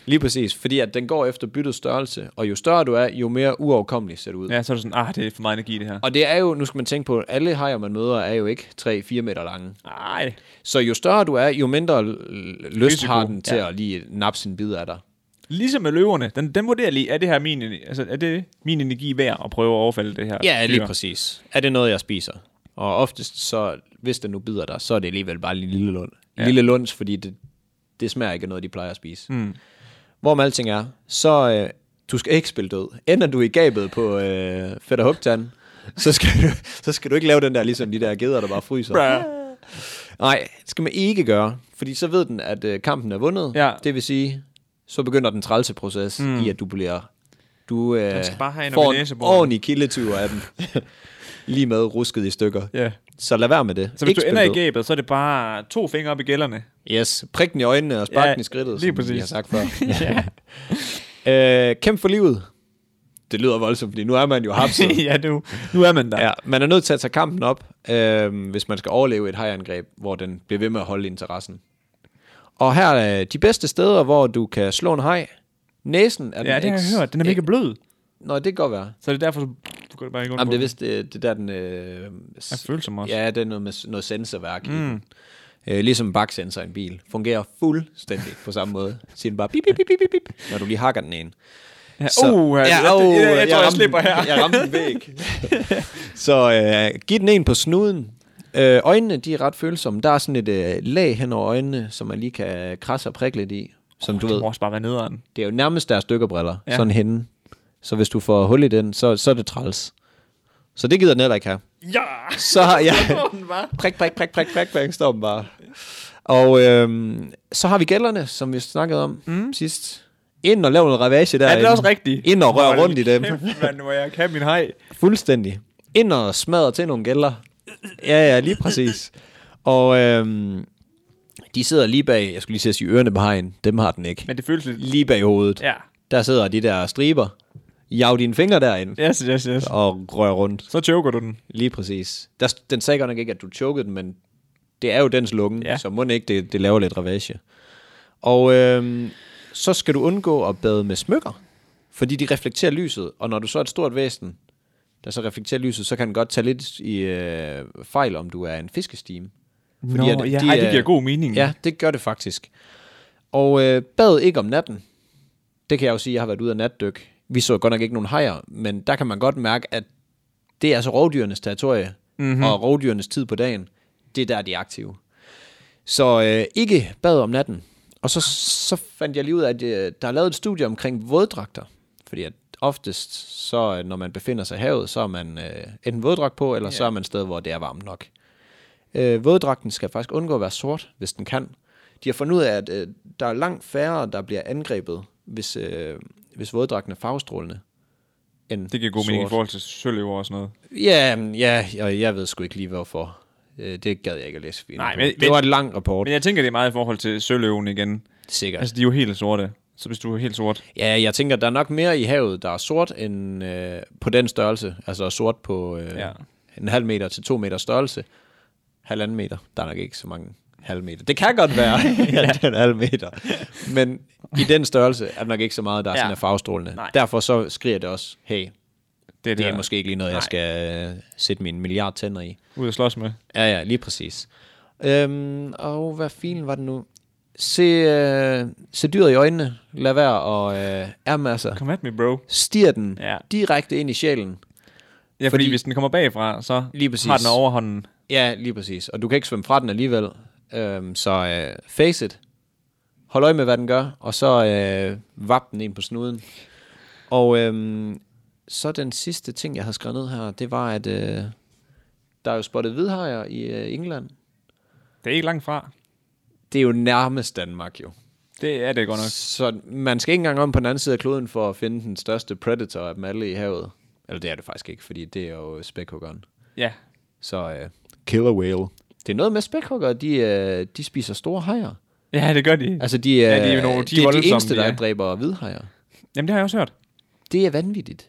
Speaker 2: lige præcis. Fordi at den går efter byttets størrelse, og jo større du er, jo mere uoverkommelig ser du ud.
Speaker 1: Ja, så er du sådan, ah, det er for meget energi, det her.
Speaker 2: Og det er jo, nu skal man tænke på, at alle hajer, man møder, er jo ikke 3-4 meter lange.
Speaker 1: Nej.
Speaker 2: Så jo større du er, jo mindre l- lyst
Speaker 1: Risiko,
Speaker 2: har den til
Speaker 1: ja.
Speaker 2: at lige nappe sin bid af dig.
Speaker 1: Ligesom med løverne, den, den vurderer lige, er det her min, ener- altså, er det min energi værd at prøve at overfalde det her
Speaker 2: Ja, lige
Speaker 1: dyr?
Speaker 2: præcis. Er det noget, jeg spiser? Og oftest så, hvis den nu bider dig, så er det alligevel bare en lille lund. Ja.
Speaker 1: Ja.
Speaker 2: Lille lunds, fordi det, det smager ikke af noget, de plejer at spise.
Speaker 1: Mm.
Speaker 2: Hvorom alting er, så øh, du skal ikke spille død. Ender du i gabet på øh, fedt og hugtan, så skal, du, så skal du ikke lave den der, ligesom de der geder, der bare fryser.
Speaker 1: Bruh.
Speaker 2: Nej, det skal man ikke gøre, fordi så ved den, at øh, kampen er vundet.
Speaker 1: Ja.
Speaker 2: Det vil sige, så begynder den trælse proces mm. i, at du bliver... Du øh,
Speaker 1: skal bare have en op
Speaker 2: får
Speaker 1: i
Speaker 2: en
Speaker 1: næseboret.
Speaker 2: ordentlig kildetyver af den. lige med rusket i stykker.
Speaker 1: Ja.
Speaker 2: Så lad være med det.
Speaker 1: Så hvis
Speaker 2: Ikke
Speaker 1: du ender
Speaker 2: spil
Speaker 1: i gæbet, så er det bare to fingre op i gælderne.
Speaker 2: død. Yes, prik den i øjnene og spark
Speaker 1: Ja,
Speaker 2: den i
Speaker 1: lige
Speaker 2: skridtet, som vi
Speaker 1: præcis.
Speaker 2: har sagt før. øh, kæmp for livet. Det lyder voldsomt, fordi nu er man jo hapset.
Speaker 1: ja, nu, nu er man der.
Speaker 2: Ja, man er nødt til at tage kampen op, øh, hvis man skal overleve et hajangreb, hvor den bliver ved med at holde interessen. Og her er øh, de bedste steder, hvor du kan slå en haj. Næsen er den
Speaker 1: ja det har
Speaker 2: eks-
Speaker 1: jeg hørt. Den er mega blød.
Speaker 2: Nå, det kan godt være.
Speaker 1: Så det er derfor, du, du kan bare ikke undgå
Speaker 2: Jamen, det er vist øh, det der, den... Øh, s-
Speaker 1: Jeg føler som også.
Speaker 2: ja, det er noget med s- noget sensorværk mm. i den. Øh, ligesom baksensor i en bil. Fungerer fuldstændig på samme måde. Siger den bare bip, bip, bip, bip, bip, når du lige hakker den ene.
Speaker 1: Ja, uh, ja, jeg, jeg,
Speaker 2: åh,
Speaker 1: jeg, jeg, jeg tror, jeg
Speaker 2: ramte
Speaker 1: slipper
Speaker 2: den-
Speaker 1: her.
Speaker 2: Jeg ramte en væg. så øh, giv den en på snuden. Øh, øjnene, de er ret følsomme. Der er sådan et øh, lag hen over øjnene, som man lige kan krasse og prikke lidt i. Som du ved,
Speaker 1: Det må også bare være nederen.
Speaker 2: det er jo nærmest deres dykkerbriller, ja.
Speaker 1: Ja.
Speaker 2: sådan henne. Så hvis du får hul i den, så, så er det træls. Så det gider den heller ikke have.
Speaker 1: Ja!
Speaker 2: Så har jeg...
Speaker 1: den var.
Speaker 2: Prik, prik, prik, prik, prik, prik, står den bare. Og øhm, så har vi gælderne, som vi snakkede om mm. sidst. Ind og lave noget ravage der.
Speaker 1: Er det også rigtigt?
Speaker 2: Ind og røre rundt i dem.
Speaker 1: Kæft, mand, hvor jeg kan min hej.
Speaker 2: Fuldstændig. Ind og smadre til nogle gælder. Ja, ja, lige præcis. Og øhm, de sidder lige bag, jeg skulle lige til at sige ørerne på hegn, dem har den ikke.
Speaker 1: Men det føles lidt...
Speaker 2: Lige bag hovedet,
Speaker 1: Ja.
Speaker 2: der sidder de der striber. Jag dine fingre derind
Speaker 1: Yes, yes, yes.
Speaker 2: og rør rundt.
Speaker 1: Så choker du den.
Speaker 2: Lige præcis. Der, den sagde godt nok ikke, at du chokede den, men det er jo dens lunge, ja.
Speaker 1: Ja.
Speaker 2: så må den ikke, det, det laver lidt ravage. Og øhm, så skal du undgå at bade med smykker, fordi de reflekterer lyset, og når du så er et stort væsen, der så reflekterer lyset, så kan den godt tage lidt i øh, fejl, om du er en fiskestime.
Speaker 1: Nå, ja, ej, det
Speaker 2: er-
Speaker 1: giver god mening.
Speaker 2: Ja, det gør det faktisk. Og øh, bad ikke om natten. Det kan jeg jo sige, jeg har været ude af natdyk. Vi så godt nok ikke nogen hajer, men der kan man godt mærke, at det er altså rovdyrenes territorie,
Speaker 1: Mhm.
Speaker 2: mm-hmm. og rovdyrenes tid på dagen, det er der, de er aktive. Så øh, ikke bad om natten. Og så, så fandt jeg lige ud af, at øh, der er lavet et studie omkring våddragter. Fordi at oftest, så øh, når man befinder sig i havet, så er man øh, enten våddragt på, eller yeah. så er man et sted, hvor det er varmt nok. Øh, våddragten skal faktisk undgå at være sort, hvis den kan. De har fundet ud af, at øh, der er langt færre, der bliver angrebet, hvis, øh, hvis våddragten er farvestrålende. End
Speaker 1: Det giver god mening i
Speaker 2: sort.
Speaker 1: forhold til sølvøver og sådan noget.
Speaker 2: Ja, men ja, og jeg ved sgu ikke lige hvorfor. Øh, Det gad jeg ikke at læse.
Speaker 1: Nej,
Speaker 2: på.
Speaker 1: men-
Speaker 2: det
Speaker 1: men-
Speaker 2: var en lang rapport,
Speaker 1: Men jeg tænker, det er meget i forhold til sølvøven igen.
Speaker 2: sikkert.
Speaker 1: Altså, de er jo helt sorte. Så hvis du er helt sort,
Speaker 2: Ja, jeg tænker, der er nok mere i havet, der er sort end øh, på den størrelse. Altså sort på øh, ja.
Speaker 1: Ja.
Speaker 2: en halv meter til to meter størrelse. Halvanden meter. Der er nok ikke så mange halv meter. Det kan godt være, at det er en halv meter. Men i den størrelse er der nok ikke så meget, der er
Speaker 1: Ja.
Speaker 2: ja. sådan er farvestrålende.
Speaker 1: Nej.
Speaker 2: Derfor så skriger det også, hey,
Speaker 1: det er det,
Speaker 2: det er
Speaker 1: her.
Speaker 2: måske ikke lige noget, Nej. jeg
Speaker 1: Nej.
Speaker 2: skal øh, sætte mine milliard tænder i.
Speaker 1: ud at slås med.
Speaker 2: Ja, ja, lige præcis. Øhm, og hvad filen var det nu? Se, øh, se dyret i øjnene. Lad være og øh, er masser.
Speaker 1: Kom at me, bro.
Speaker 2: Stiger den ja.
Speaker 1: Ja.
Speaker 2: direkte ind i sjælen.
Speaker 1: Ja, fordi,
Speaker 2: Fordi-
Speaker 1: fordi hvis den kommer bagfra, så
Speaker 2: Lige præcis.
Speaker 1: har den overhånden.
Speaker 2: Ja, lige præcis. Og du kan ikke svømme fra den alligevel. Øhm, så øh, face it. Hold øje med, hvad den gør. Og så øh, vap den ind på snuden. Og øhm, så den sidste ting, jeg havde skrevet ned her, det var, at øh, der er jo spottet hvidhajer i øh, England.
Speaker 1: Det er ikke langt fra.
Speaker 2: Det er jo nærmest Danmark jo.
Speaker 1: Det er det godt nok.
Speaker 2: Så man skal ikke engang om på den anden side af kloden for at finde den største predator af dem alle i havet. Eller det er det faktisk ikke, fordi det er jo spækhuggeren.
Speaker 1: Ja.
Speaker 2: Så øh, killer whale. Det er noget med spækhugger, de, øh, de spiser store hajer.
Speaker 1: Ja, det gør de.
Speaker 2: Altså de, øh,
Speaker 1: Ja, de er jo nogle- de er
Speaker 2: de, de
Speaker 1: voldsomme,
Speaker 2: eneste,
Speaker 1: de
Speaker 2: der
Speaker 1: er.
Speaker 2: dræber hvidhajer.
Speaker 1: Jamen, det har jeg også hørt.
Speaker 2: Det er vanvittigt.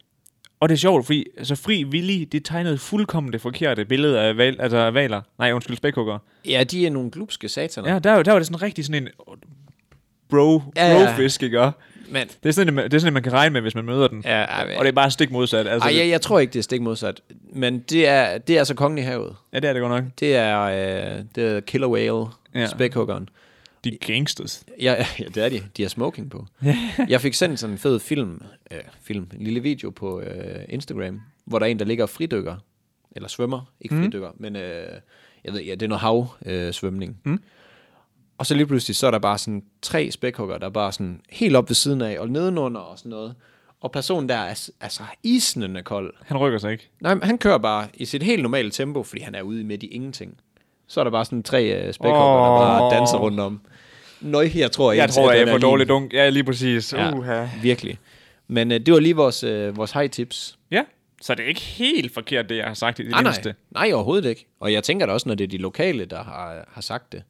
Speaker 1: Og det er sjovt, fordi altså, Fri Willy, det tegnede fuldkommen det forkerte billede af val, altså, valer. Nej, undskyld, spækhugger.
Speaker 2: Ja, de er nogle glupske sataner.
Speaker 1: Ja, der, var- der var det sådan rigtig sådan en bro,
Speaker 2: Ja, ja.
Speaker 1: bro fisk, ikke? Og
Speaker 2: Men,
Speaker 1: Det er, sådan, en, man- det er sådan, en, man kan regne med, hvis man møder den.
Speaker 2: ja, ej,
Speaker 1: Og det er bare stik modsat. Altså,
Speaker 2: ej, jeg, jeg tror ikke, det er stik modsat. Men det er, det er altså kongen i havet.
Speaker 1: ja, det er det godt nok.
Speaker 2: Det er, øh, det er killer whale,
Speaker 1: Ja.
Speaker 2: ja. spækhuggeren.
Speaker 1: De er gangsters.
Speaker 2: Ja, ja, det er de. De har smoking på. jeg fik sendt sådan en fed film, øh, film, en lille video på øh, Instagram, hvor der er en, der ligger og fridykker, eller svømmer, ikke mm. fridykker, men øh, jeg ved, ja, det er noget havsvømning. Øh, svømning. Og så lige pludselig, så er der bare sådan tre spækhugger, der er bare sådan helt op ved siden af, og nedenunder og sådan noget. Og personen der er s- altså isnende kold.
Speaker 1: Han rykker sig ikke.
Speaker 2: Nej, men han kører bare i sit helt normale tempo, fordi han er ude midt i ingenting. Så er der bare sådan tre øh, spækhugger, oh. der
Speaker 1: Åh.
Speaker 2: bare danser rundt om. Nøj, jeg tror,
Speaker 1: Jeg
Speaker 2: ens
Speaker 1: tror, jeg er for
Speaker 2: adrenalin-
Speaker 1: dårlig dunk. Ja, lige præcis. Ja.
Speaker 2: Ja,
Speaker 1: Uha.
Speaker 2: virkelig. Men øh, det var lige vores, øh, vores high tips.
Speaker 1: ja. Så det er ikke helt forkert, det jeg har sagt i det
Speaker 2: Ah, nej,
Speaker 1: mindste.
Speaker 2: nej, overhovedet ikke. Og jeg tænker da også, når det er de lokale, der har, har sagt det,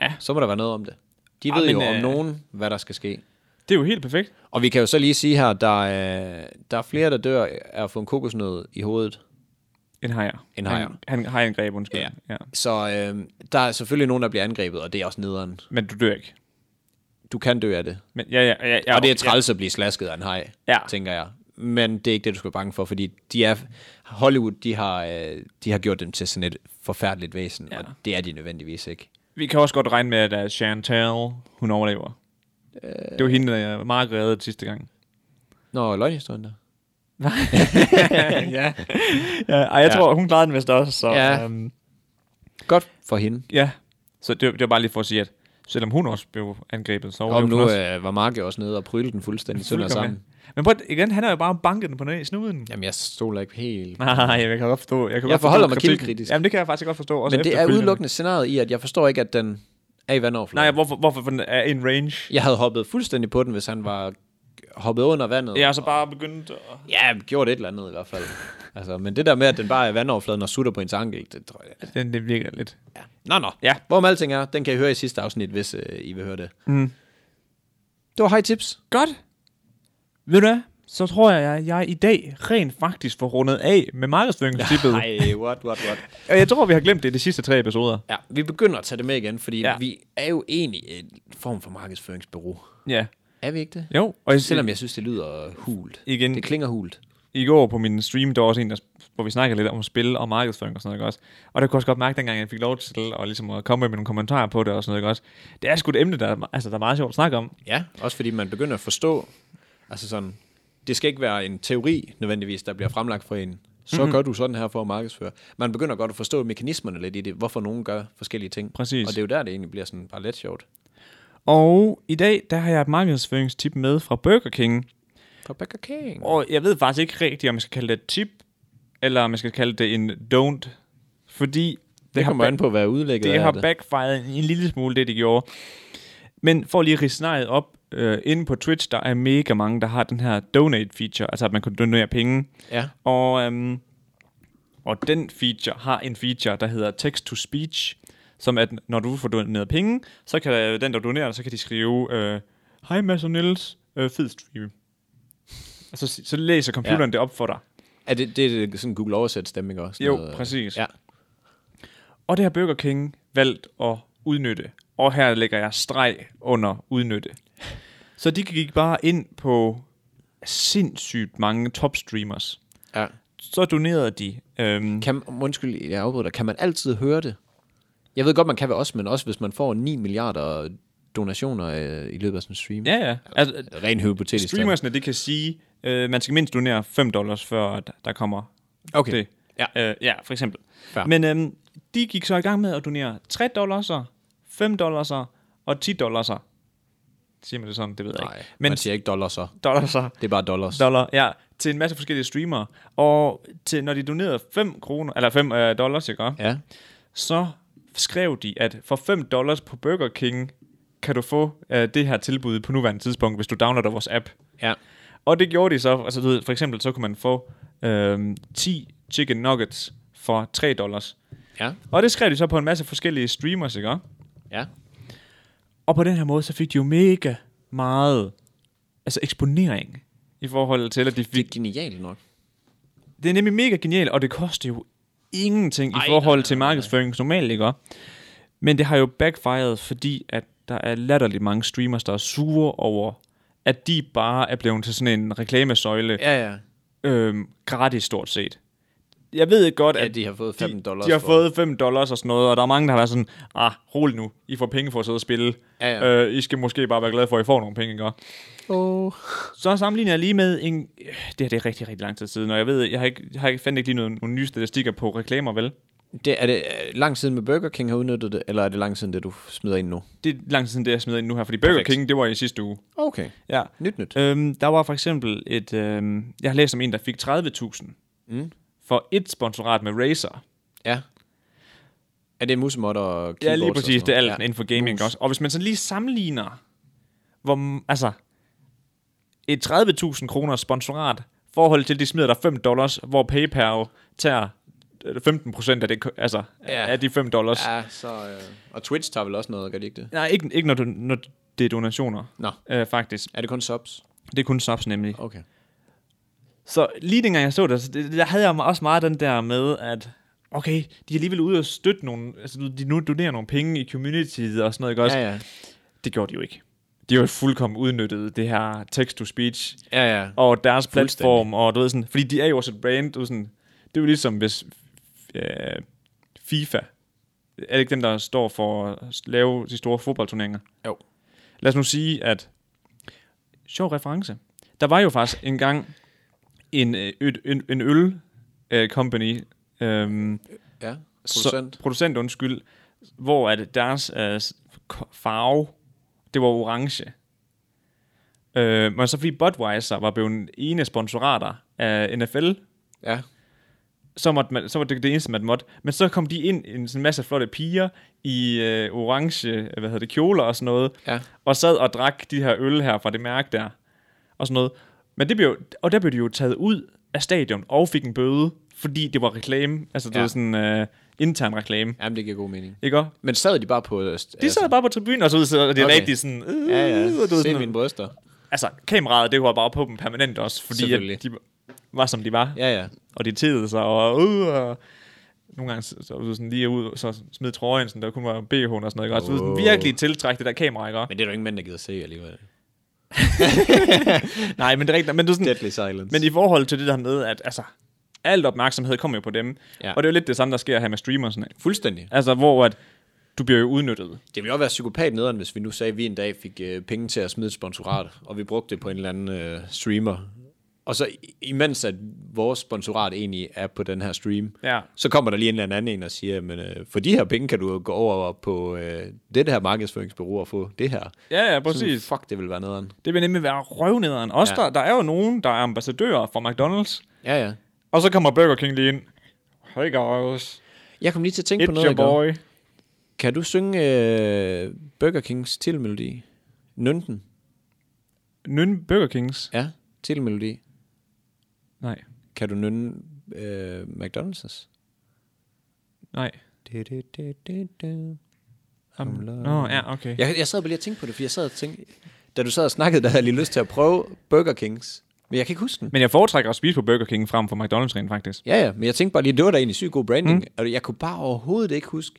Speaker 1: Ja.
Speaker 2: så må der være noget om det. De
Speaker 1: Ah,
Speaker 2: ved
Speaker 1: men,
Speaker 2: jo om
Speaker 1: øh,
Speaker 2: nogen, hvad der skal ske.
Speaker 1: Det er jo helt perfekt.
Speaker 2: Og vi kan jo så lige sige her, der, øh, der er flere, der dør af at få en kokosnød i hovedet.
Speaker 1: En hajer.
Speaker 2: En hajer.
Speaker 1: Han, han angreb, undskyld. Ja.
Speaker 2: Ja.
Speaker 1: ja.
Speaker 2: Så øh, der er selvfølgelig nogen, der bliver angrebet, og det er også nederen.
Speaker 1: Men du dør ikke.
Speaker 2: Du kan dø af det.
Speaker 1: Men, ja, ja, ja, ja,
Speaker 2: Og det er træls at blive slasket af en haj,
Speaker 1: Ja.
Speaker 2: ja. tænker jeg. Men det er ikke det, du skal være bange for, fordi de er, Hollywood de har, øh, de har gjort dem til sådan et forfærdeligt væsen,
Speaker 1: Ja.
Speaker 2: ja. og det er de nødvendigvis ikke.
Speaker 1: Vi kan også godt regne med, at øh, Chantal, hun overlever. Øh... Det var hende, der jeg meget reddet sidste gang.
Speaker 2: Nå, løgnhistorien der.
Speaker 1: ja. ja. Ej, jeg ja.
Speaker 2: Ja.
Speaker 1: tror, hun klarede den vist også. Så,
Speaker 2: Ja.
Speaker 1: øhm,
Speaker 2: Godt for hende.
Speaker 1: ja. Så det, det var bare lige for at sige, at selvom hun også blev angrebet, så
Speaker 2: Om
Speaker 1: overlevede hun
Speaker 2: nu
Speaker 1: også.
Speaker 2: øh, var Mark jo også nede og prylede den fuldstændig sønder
Speaker 1: Fuldkommen.
Speaker 2: sammen.
Speaker 1: Men prøv at, igen, han har jo bare banket den på næ- snuden.
Speaker 2: Jamen, jeg stoler ikke helt.
Speaker 1: Nej, jeg kan godt forstå. Jeg, kan
Speaker 2: Jeg
Speaker 1: godt
Speaker 2: forholder mig
Speaker 1: forstå kritikken.
Speaker 2: kildekritisk.
Speaker 1: Jamen, det kan jeg faktisk godt forstå. Også
Speaker 2: Men det er
Speaker 1: efterfølgende.
Speaker 2: udelukkende scenariet i, at jeg forstår ikke, at den er i vandoverfladen.
Speaker 1: Nej, hvorfor, hvorfor for den er in range?
Speaker 2: Jeg havde hoppet fuldstændig på den, hvis han var hoppet under vandet.
Speaker 1: Jeg er så bare begyndt at...
Speaker 2: Ja, gjort et eller andet i hvert fald. altså, men det der med, at den bare er i vandoverfladen og sutter på ens ankel, det tror jeg...
Speaker 1: Den, det virker lidt.
Speaker 2: Ja. Nå, nå.
Speaker 1: Ja.
Speaker 2: Hvorom alting er, den kan I høre i sidste afsnit, hvis øh, I vil høre det. Mm. Det var high tips.
Speaker 1: Godt. Ved du hvad? Så tror jeg, at jeg i dag rent faktisk får rundet af med markedsføringsprincippet.
Speaker 2: Ej, what, what, what.
Speaker 1: Og jeg tror, vi har glemt det i de sidste tre episoder.
Speaker 2: Ja, vi begynder at tage det med igen, fordi
Speaker 1: Ja.
Speaker 2: ja. vi er jo egentlig en form for markedsføringsbureau.
Speaker 1: Ja.
Speaker 2: Er vi ikke det?
Speaker 1: Jo, og jeg,
Speaker 2: Selvom jeg synes, det lyder hult.
Speaker 1: Igen.
Speaker 2: Det klinger hult.
Speaker 1: i går på min stream, der var også en, der, hvor vi snakkede lidt om spil og markedsføring og sådan noget, ikke også? Og der kunne jeg også godt mærke, dengang jeg fik lov til at, ligesom at komme med nogle kommentarer på det og sådan noget, ikke også? Det er sgu et emne, der, er- altså, der er meget sjovt at snakke om.
Speaker 2: Ja, også fordi man begynder at forstå, altså sådan, det skal ikke være en teori nødvendigvis, der bliver fremlagt for en. Så
Speaker 1: Mhm.
Speaker 2: mm-hmm. gør du sådan her for at markedsføre. Man begynder godt at forstå mekanismerne lidt i det, hvorfor nogen gør forskellige ting.
Speaker 1: Præcis.
Speaker 2: Og det er jo der, det egentlig bliver sådan bare let sjovt.
Speaker 1: Og i dag, der har jeg et markedsføringstip med fra Burger King.
Speaker 2: For Burger King.
Speaker 1: Og jeg ved faktisk ikke rigtigt, om jeg skal kalde det et tip, eller om jeg skal kalde det en don't. Fordi det,
Speaker 2: Det
Speaker 1: har
Speaker 2: kommer an på, hvad udlægget
Speaker 1: det
Speaker 2: er.
Speaker 1: har
Speaker 2: af Det.
Speaker 1: backfired en, en lille smule, det de gjorde. Men for lige at ridse scenariet op, øh, inde på Twitch, der er mega mange, der har den her donate-feature, altså at man kan donere penge.
Speaker 2: Ja.
Speaker 1: Og, øhm, og den feature har en feature, der hedder text-to-speech, som at når du får doneret penge, så kan øh, den, der donerer, så kan de skrive, øh, hej Mads og Niels, øh, fed stream. Og så, så læser computeren ja. det op for dig.
Speaker 2: Er det, det er sådan Google oversæt stemning også? Sådan
Speaker 1: Jo,
Speaker 2: noget, øh,
Speaker 1: præcis.
Speaker 2: Ja.
Speaker 1: Og det har Burger King valgt at udnytte. Og her lægger jeg streg under udnytte. Så de gik bare ind på sindssygt mange topstreamers.
Speaker 2: ja.
Speaker 1: Så donerede de. Øhm,
Speaker 2: Kan, undskyld, jeg afbryder. Kan man altid høre det? Jeg ved godt, man kan ved os, men også hvis man får 9 milliarder donationer øh, i løbet af sådan en stream.
Speaker 1: ja, ja. Altså,
Speaker 2: Ren hypotetisk.
Speaker 1: streamersne, de kan sige, øh, man skal mindst donere 5 dollars, før at der kommer
Speaker 2: Okay.
Speaker 1: det.
Speaker 2: Ja.
Speaker 1: øh, ja for eksempel.
Speaker 2: Fair.
Speaker 1: Men øhm, de gik så i gang med at donere 3 dollars, 5 dollars og 10 dollars. Siger man det sådan? Det ved jeg
Speaker 2: Nej,
Speaker 1: ikke.
Speaker 2: men
Speaker 1: Men
Speaker 2: man siger ikke dollar så.
Speaker 1: dollars
Speaker 2: Det er bare dollars.
Speaker 1: dollar, ja, til en masse forskellige streamere. Og til, når de donerede 5 kroner, eller 5 øh, dollars, ikke? Ja.
Speaker 2: ja.
Speaker 1: så skrev de, at for 5 dollars på Burger King, kan du få øh, det her tilbud på nuværende tidspunkt, hvis du downloader vores app.
Speaker 2: ja.
Speaker 1: Og det gjorde de så, altså du ved, for eksempel så kunne man få øh, 10 chicken nuggets for 3 dollars.
Speaker 2: Ja.
Speaker 1: Og det skrev de så på en masse forskellige streamers, ikke?
Speaker 2: Ja.
Speaker 1: Og på den her måde, så fik de jo mega meget altså eksponering i forhold til, at de
Speaker 2: Det
Speaker 1: fik...
Speaker 2: er genialt nok.
Speaker 1: Det er nemlig mega genialt, og det koster jo ingenting
Speaker 2: Ej,
Speaker 1: i forhold
Speaker 2: nej,
Speaker 1: til
Speaker 2: nej, nej.
Speaker 1: markedsføring normalt, ikke? også? Men det har jo backfired, fordi at der er latterligt mange streamers, der er sure over, at de bare er blevet til sådan en reklamesøjle,
Speaker 2: Ja, ja.
Speaker 1: øhm, gratis stort set. Jeg ved godt,
Speaker 2: Ja,
Speaker 1: at
Speaker 2: de har fået 15
Speaker 1: de,
Speaker 2: dollars
Speaker 1: de har
Speaker 2: for-
Speaker 1: fået 5 dollars og sådan noget, og der er mange, der har været sådan, ah, rolig nu, I får penge for at sidde og spille.
Speaker 2: Ja, ja.
Speaker 1: Øh, I skal måske bare være glade for, at I får nogle penge, ikke? også?
Speaker 2: Oh.
Speaker 1: Så sammenligner jeg lige med en... øh, Det her det er rigtig, rigtig lang tid siden, og jeg ved, jeg har ikke, jeg har ikke fandt ikke lige noget, nogle nye statistikker på reklamer, vel?
Speaker 2: Det, er det øh, lang siden med Burger King har udnyttet det, eller er det lang siden det, du smider ind nu?
Speaker 1: Det er lang tid siden, det jeg smider ind nu her, fordi Burger
Speaker 2: Perfekt.
Speaker 1: King, det var i sidste uge.
Speaker 2: Okay.
Speaker 1: Ja.
Speaker 2: Nyt nyt.
Speaker 1: Øhm, der var for eksempel et... Øhm, jeg har læst om en, der fik 30.000
Speaker 2: Mm.
Speaker 1: for et sponsorat med Razer.
Speaker 2: Ja. Er det musemod og
Speaker 1: Ja,
Speaker 2: keyboards
Speaker 1: lige
Speaker 2: og
Speaker 1: præcis.
Speaker 2: sådan
Speaker 1: Det er alt
Speaker 2: noget?
Speaker 1: ja. inden for gaming
Speaker 2: Mus.
Speaker 1: også. Og hvis man så lige sammenligner, hvor, m- altså, et 30.000 kroner sponsorat, i forhold til, at de smider dig 5 dollars, hvor PayPal tager øh, 15 procent af, det, ko- altså,
Speaker 2: Ja.
Speaker 1: ja. af de 5 dollars. Ja.
Speaker 2: Ja, så... Øh. Og Twitch tager vel også noget, gør de ikke det?
Speaker 1: Nej, ikke, ikke når, du, når det er donationer,
Speaker 2: Nå.
Speaker 1: øh, faktisk.
Speaker 2: Er det kun subs?
Speaker 1: Det er kun subs nemlig.
Speaker 2: Okay.
Speaker 1: Så lige dengang jeg så det, så det, der havde jeg også meget den der med, at okay, de er alligevel ude og støtte nogle, altså du- de nu donerer nogle penge i communityet og sådan noget, ikke også?
Speaker 2: Ja, ja.
Speaker 1: Det gjorde de jo ikke. De har jo fuldkommen udnyttet det her text-to-speech
Speaker 2: Ja, ja.
Speaker 1: og deres
Speaker 2: Fuldstændig.
Speaker 1: platform, og du ved sådan, fordi de er jo også et brand, du ved sådan, det er jo ligesom hvis øh, FIFA, er det ikke dem, der står for at lave de store fodboldturneringer?
Speaker 2: Jo.
Speaker 1: Lad os nu sige, at sjov reference. Der var jo faktisk engang en, øh, ø- en, en øl øh, company, øhm,
Speaker 2: Ja. Producent.
Speaker 1: så, producent, undskyld. Hvor at deres øh, s- ko- farve, det var orange. Øh, men så fordi Budweiser var blevet ene sponsorater af NFL,
Speaker 2: Ja.
Speaker 1: så, måtte man, så var det det eneste, man måtte. Men så kom de ind, en sådan masse flotte piger i øh, orange, øh, hvad hedder det, kjoler og sådan noget,
Speaker 2: Ja.
Speaker 1: og sad og drak de her øl her fra det mærke der, og sådan noget. Men det blev, og der blev de jo taget ud af stadion og fik en bøde, fordi det var reklame, altså det
Speaker 2: Ja.
Speaker 1: var sådan øh, intern reklame.
Speaker 2: Jamen, det giver god mening.
Speaker 1: Ikke også?
Speaker 2: Men sad de bare på... øh, st-
Speaker 1: De sad bare på tribunen, og så sidder de
Speaker 2: Okay.
Speaker 1: okay. rigtig sådan... Øh,
Speaker 2: Ja, ja.
Speaker 1: og du ved
Speaker 2: Se
Speaker 1: sådan
Speaker 2: mine bryster.
Speaker 1: altså, kameraet, det var bare på dem permanent også, fordi
Speaker 2: Selvfølgelig.
Speaker 1: at de var, som de var, ja.
Speaker 2: Ja, ja.
Speaker 1: og de tedede sig, og, øh, og nogle gange så, så, var du sådan lige ud, så smed trøjen, sådan, der kun var BH'en og sådan noget, ikke? Og så var
Speaker 2: Åh.
Speaker 1: sådan, virkelig tiltræk det der kamera, ikke?
Speaker 2: Men det er der ingen mænd, der gider se alligevel.
Speaker 1: Nej, men det er rigtigt, men du er sådan,
Speaker 2: Deadly silence.
Speaker 1: Men i forhold til det der med, at altså, alt opmærksomhed kommer jo på dem,
Speaker 2: Ja.
Speaker 1: ja. og det er jo lidt det samme, der sker her med streamersne.
Speaker 2: Fuldstændig.
Speaker 1: Altså, hvor at, du bliver jo udnyttet.
Speaker 2: Det ville jo være psykopat nederen, hvis vi nu sagde, at vi en dag fik øh, penge til at smide et sponsorat, og vi brugte det på en eller anden øh, streamer. Og så i- imens at vores sponsorat egentlig er på den her stream,
Speaker 1: Ja.
Speaker 2: så kommer der lige en eller anden en og siger, men øh, for de her penge kan du gå over på øh, det her markedsføringsbureau og få det her.
Speaker 1: Ja, ja, præcis.
Speaker 2: Sådan, fuck, det vil være nederen.
Speaker 1: Det vil nemlig være røvnederen. Også
Speaker 2: Ja.
Speaker 1: ja. der, der er jo nogen, der er ambassadører for McDonald's.
Speaker 2: Ja, ja.
Speaker 1: Og så kommer Burger King lige ind. Hey guys,
Speaker 2: Jeg kom lige til at tænke på
Speaker 1: it's
Speaker 2: noget.
Speaker 1: your
Speaker 2: i går.
Speaker 1: boy.
Speaker 2: Kan du synge øh, Burger Kings titelmelodi? Nønden?
Speaker 1: Nyn Burger Kings?
Speaker 2: Ja, titelmelodi.
Speaker 1: Nej,
Speaker 2: Kan du nynne øh, McDonald's?
Speaker 1: nej. Um,
Speaker 2: Kom,
Speaker 1: Nå, ja, okay.
Speaker 2: Jeg, jeg sad bare lige og tænkte på det, fordi jeg sad og tænkte, da du sad og snakkede, der havde jeg lige lyst til at prøve Burger Kings. Men jeg kan ikke huske den.
Speaker 1: Men jeg foretrækker at spise på Burger King frem for McDonald's rent faktisk.
Speaker 2: Ja, ja, men jeg tænkte bare lige, det var da egentlig sygt god branding. Mm. Og jeg kunne bare overhovedet ikke huske.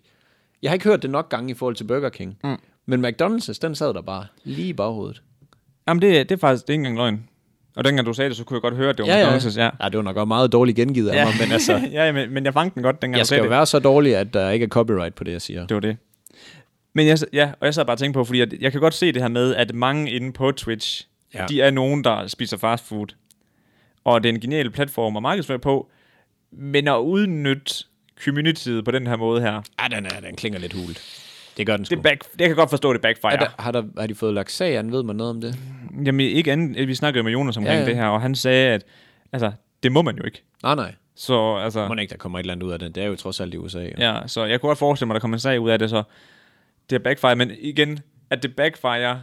Speaker 2: Jeg har ikke hørt det nok gange i forhold til Burger King. Mm. Men McDonald's, den sad der bare lige i baghovedet.
Speaker 1: Jamen, det, det er faktisk det er ikke engang løgn. Og dengang du sagde det, så kunne jeg godt høre, at det var McDonald's. Ja,
Speaker 2: ja. det var nok også meget dårligt gengivet af
Speaker 1: ja.
Speaker 2: mig, men altså,
Speaker 1: ja, ja, men, men jeg fangede den godt, dengang
Speaker 2: jeg
Speaker 1: du sagde
Speaker 2: skal jo
Speaker 1: det.
Speaker 2: være så dårlig, at der ikke er copyright på det, jeg siger.
Speaker 1: Det var det. Men jeg, ja, og jeg sad bare og tænkte på, fordi jeg, jeg kan godt se det her med, at mange inde på Twitch,
Speaker 2: Ja.
Speaker 1: ja. de er nogen, der spiser fast food. Og det er en genial platform at markedsføre på, men at udnytte communityet på den her måde her,
Speaker 2: Ja, den, er, den klinger lidt hult. Det gør den sgu.
Speaker 1: det back, jeg kan godt forstå, det backfire.
Speaker 2: er der, har, der, har de fået lagt sag an? Ved man noget om det?
Speaker 1: Jamen ikke andet, vi snakkede med Jonas omkring
Speaker 2: Ja,
Speaker 1: ja,
Speaker 2: ja.
Speaker 1: ja. det her, og han sagde, at altså, det må man jo ikke.
Speaker 2: Nej, nej.
Speaker 1: Så, altså,
Speaker 2: Må ikke, der kommer et eller andet ud af det. Det er jo trods alt i USA. Ja.
Speaker 1: Ja, så jeg kunne godt forestille mig, at der kommer en sag ud af det, så det er backfire, men igen, at det backfire,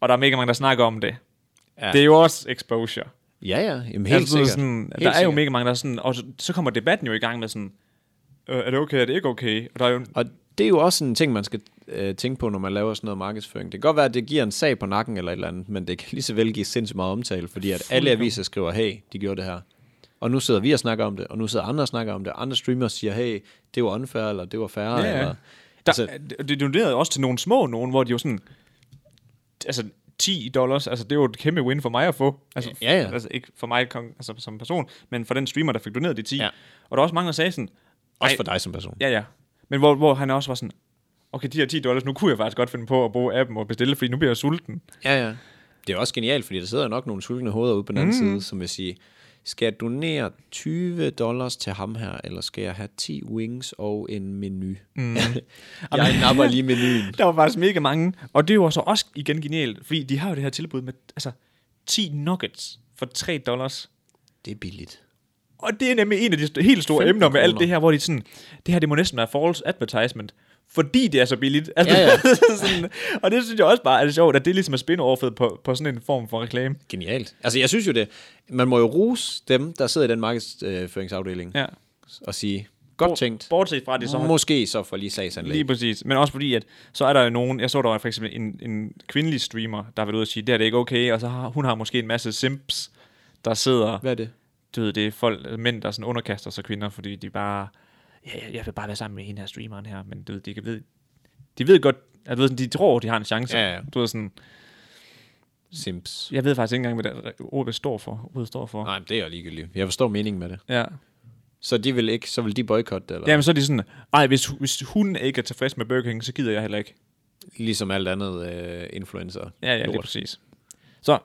Speaker 1: og der er mega mange, der snakker om det,
Speaker 2: Ja.
Speaker 1: ja. det er jo også exposure.
Speaker 2: Ja, ja. Jamen, helt
Speaker 1: altså, det er
Speaker 2: sikkert.
Speaker 1: Sådan,
Speaker 2: helt
Speaker 1: der er jo
Speaker 2: sikkert.
Speaker 1: mega mange, der er sådan, og så, så kommer debatten jo i gang med sådan, øh, er det okay, er det ikke okay? Og der er jo,
Speaker 2: Og det er jo også en ting, man skal øh, tænke på, når man laver sådan noget markedsføring. Det kan godt være, at det giver en sag på nakken eller et eller andet, men det kan lige så vel give sindssygt meget omtale, fordi at alle aviser skriver, hey, de gjorde det her. Og nu sidder vi og snakker om det, og nu sidder andre og snakker om det. Andre streamere siger, hey, det var unfair, eller det var fair,
Speaker 1: Ja, ja.
Speaker 2: eller...
Speaker 1: Der,
Speaker 2: Altså-
Speaker 1: det- det donerede også til nogle små nogen, hvor de jo sådan... Altså, 10 dollars, altså det er jo et kæmpe win for mig at få. Altså,
Speaker 2: Ja, ja.
Speaker 1: Altså, ikke for mig kon- altså, som person, men for den streamer, der fik doneret de 10.
Speaker 2: Ja.
Speaker 1: Ja. Og der var også mange, der sagde sådan...
Speaker 2: Også
Speaker 1: "Ej,
Speaker 2: for dig som person.
Speaker 1: Ja, ja. Men hvor, hvor han også var sådan... Okay, de her 10 dollars, nu kunne jeg faktisk godt finde på at bruge appen og bestille, fordi nu bliver jeg sulten.
Speaker 2: Ja, ja. Det er også genialt, fordi der sidder jo nok nogle sultne hoveder ude på den anden side, som vil sige, skal jeg donere 20 dollars til ham her, eller skal jeg have 10 wings og en menu? Mm. jeg napper lige menuen.
Speaker 1: Der var faktisk mega mange. Og det er jo så også igen genialt, fordi de har jo det her tilbud med altså, 10 nuggets for 3 dollars.
Speaker 2: Det er billigt.
Speaker 1: Og det er nemlig en af de st- helt store emner med alt
Speaker 2: kroner.
Speaker 1: det her, hvor de sådan, det her det må næsten være false advertisement, fordi det er så billigt.
Speaker 2: Ja, ja.
Speaker 1: sådan, og det synes jeg også bare er sjovt, at det ligesom er spin på, på sådan en form for reklame.
Speaker 2: Genialt. Altså, jeg synes jo det. Man må jo rose dem, der sidder i den markedsføringsafdeling, ja.
Speaker 1: Ja.
Speaker 2: og sige, godt tænkt.
Speaker 1: Bortset fra, at det så har
Speaker 2: Måske så for lige sagsanlæg.
Speaker 1: Lige præcis. Men også fordi, at så er der jo nogen, jeg så der var for eksempel en, en kvindelig streamer, der har været ude og sige, det her det er ikke okay, og så har, hun har måske en masse simps, der sidder,
Speaker 2: Hvad er det?
Speaker 1: du ved, det er folk, mænd, der sådan underkaster sig kvinder, fordi de bare, ja, jeg- jeg vil bare være sammen med hende her streameren her, men du ved, de kan ved, de ved godt, at du ved, sådan, de tror, de har en chance.
Speaker 2: Ja, ja.
Speaker 1: Du ved, sådan,
Speaker 2: Sims.
Speaker 1: jeg ved faktisk ikke engang, hvad det ordet står for. Ordet står for.
Speaker 2: Nej, men det er jo ligegyldigt. Jeg forstår meningen med det.
Speaker 1: Ja.
Speaker 2: Så de vil ikke, så vil de boykotte det, eller?
Speaker 1: Jamen, så er de sådan, ej, hvis, hvis hun ikke er tilfreds med Burger King, så gider jeg heller ikke.
Speaker 2: Ligesom alt andet øh, influencer.
Speaker 1: Ja, ja, lige
Speaker 2: lort.
Speaker 1: præcis. Så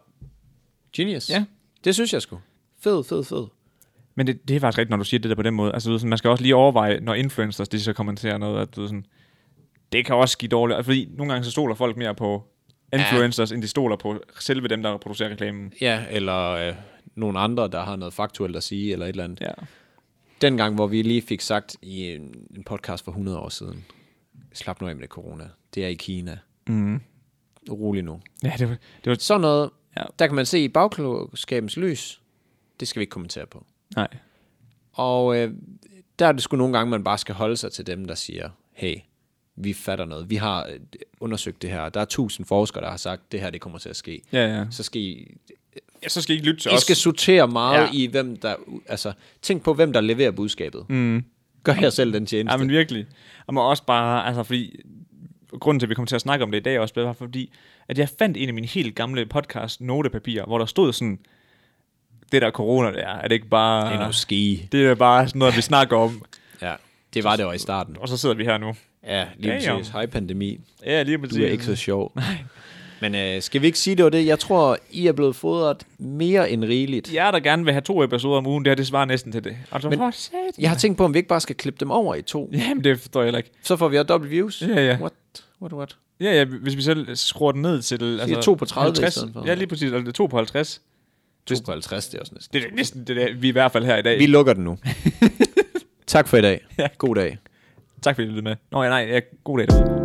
Speaker 2: Genius.
Speaker 1: Ja.
Speaker 2: Det synes jeg sgu. Fed, fed, fed.
Speaker 1: Men det, det er faktisk rigtigt, når du siger det der på den måde. Altså, du ved, sådan, man skal også lige overveje, når influencers de så kommenterer noget, at du ved, sådan, det kan også give dårligt. Altså, Fordi nogle gange så stoler folk mere på influencers, ja. end de stoler på selve dem, der producerer reklamen.
Speaker 2: Ja, eller øh, nogle andre, der har noget faktuelt at sige, eller et eller andet.
Speaker 1: Ja.
Speaker 2: Dengang, hvor vi lige fik sagt i en, en podcast for 100 år siden, slap nu af med det corona. Det er i Kina. Mm-hmm.
Speaker 1: Mm.
Speaker 2: Rolig nu.
Speaker 1: Ja, det var, det var...
Speaker 2: Sådan noget,
Speaker 1: Ja.
Speaker 2: der kan man se i bagklogskabens lys, det skal vi ikke kommentere på.
Speaker 1: Nej.
Speaker 2: Og øh, der er det sgu nogle gange, man bare skal holde sig til dem, der siger, hey, vi fatter noget. Vi har øh, undersøgt det her. Der er tusind forskere, der har sagt, det her det kommer til at ske.
Speaker 1: Ja, ja.
Speaker 2: Så skal I
Speaker 1: ja så skal I ikke lytte til
Speaker 2: I
Speaker 1: os.
Speaker 2: skal sortere meget ja.
Speaker 1: Ja.
Speaker 2: i, hvem der... Altså, tænk på, hvem der leverer budskabet. Mm. Gør jer selv den tjeneste.
Speaker 1: Ja, men virkelig. Og man også bare, altså fordi, grunden til, at vi kom til at snakke om det i dag også, var fordi, at jeg fandt en af mine helt gamle podcast notepapirer, hvor der stod sådan, det der corona der, er det ikke bare...
Speaker 2: Det er noget ski.
Speaker 1: Det er bare sådan noget, vi snakker om.
Speaker 2: Ja, det var det jo i starten.
Speaker 1: Og så sidder vi her nu.
Speaker 2: Ja, lige
Speaker 1: Damn.
Speaker 2: præcis. Hej pandemi.
Speaker 1: Ja, lige
Speaker 2: Du er ikke så sjov. Men øh, skal vi ikke sige, det var det? Jeg tror, I er blevet fodret mere end rigeligt.
Speaker 1: Jer, der gerne vil have to episoder om ugen, det her, det svarer næsten til det. Altså,
Speaker 2: Men-
Speaker 1: for sat.
Speaker 2: Jeg har tænkt på, om vi ikke bare skal klippe dem over i to.
Speaker 1: Jamen, det forstår jeg heller ikke.
Speaker 2: Så får vi også dobbelt views.
Speaker 1: Ja, ja.
Speaker 2: What? What, what?
Speaker 1: Ja, ja, hvis vi selv skruer den ned til... Altså,
Speaker 2: to på 30 i
Speaker 1: 50.
Speaker 2: stedet for.
Speaker 1: Ja, lige præcis. Altså, det er to på 50.
Speaker 2: 52, det er også næsten.
Speaker 1: Det er næsten det, der, vi er i hvert fald her i dag.
Speaker 2: Vi lukker den nu. tak for i dag.
Speaker 1: Ja.
Speaker 2: God dag.
Speaker 1: Tak fordi I lyttede med. Nå ja, nej, ja, god dag derude.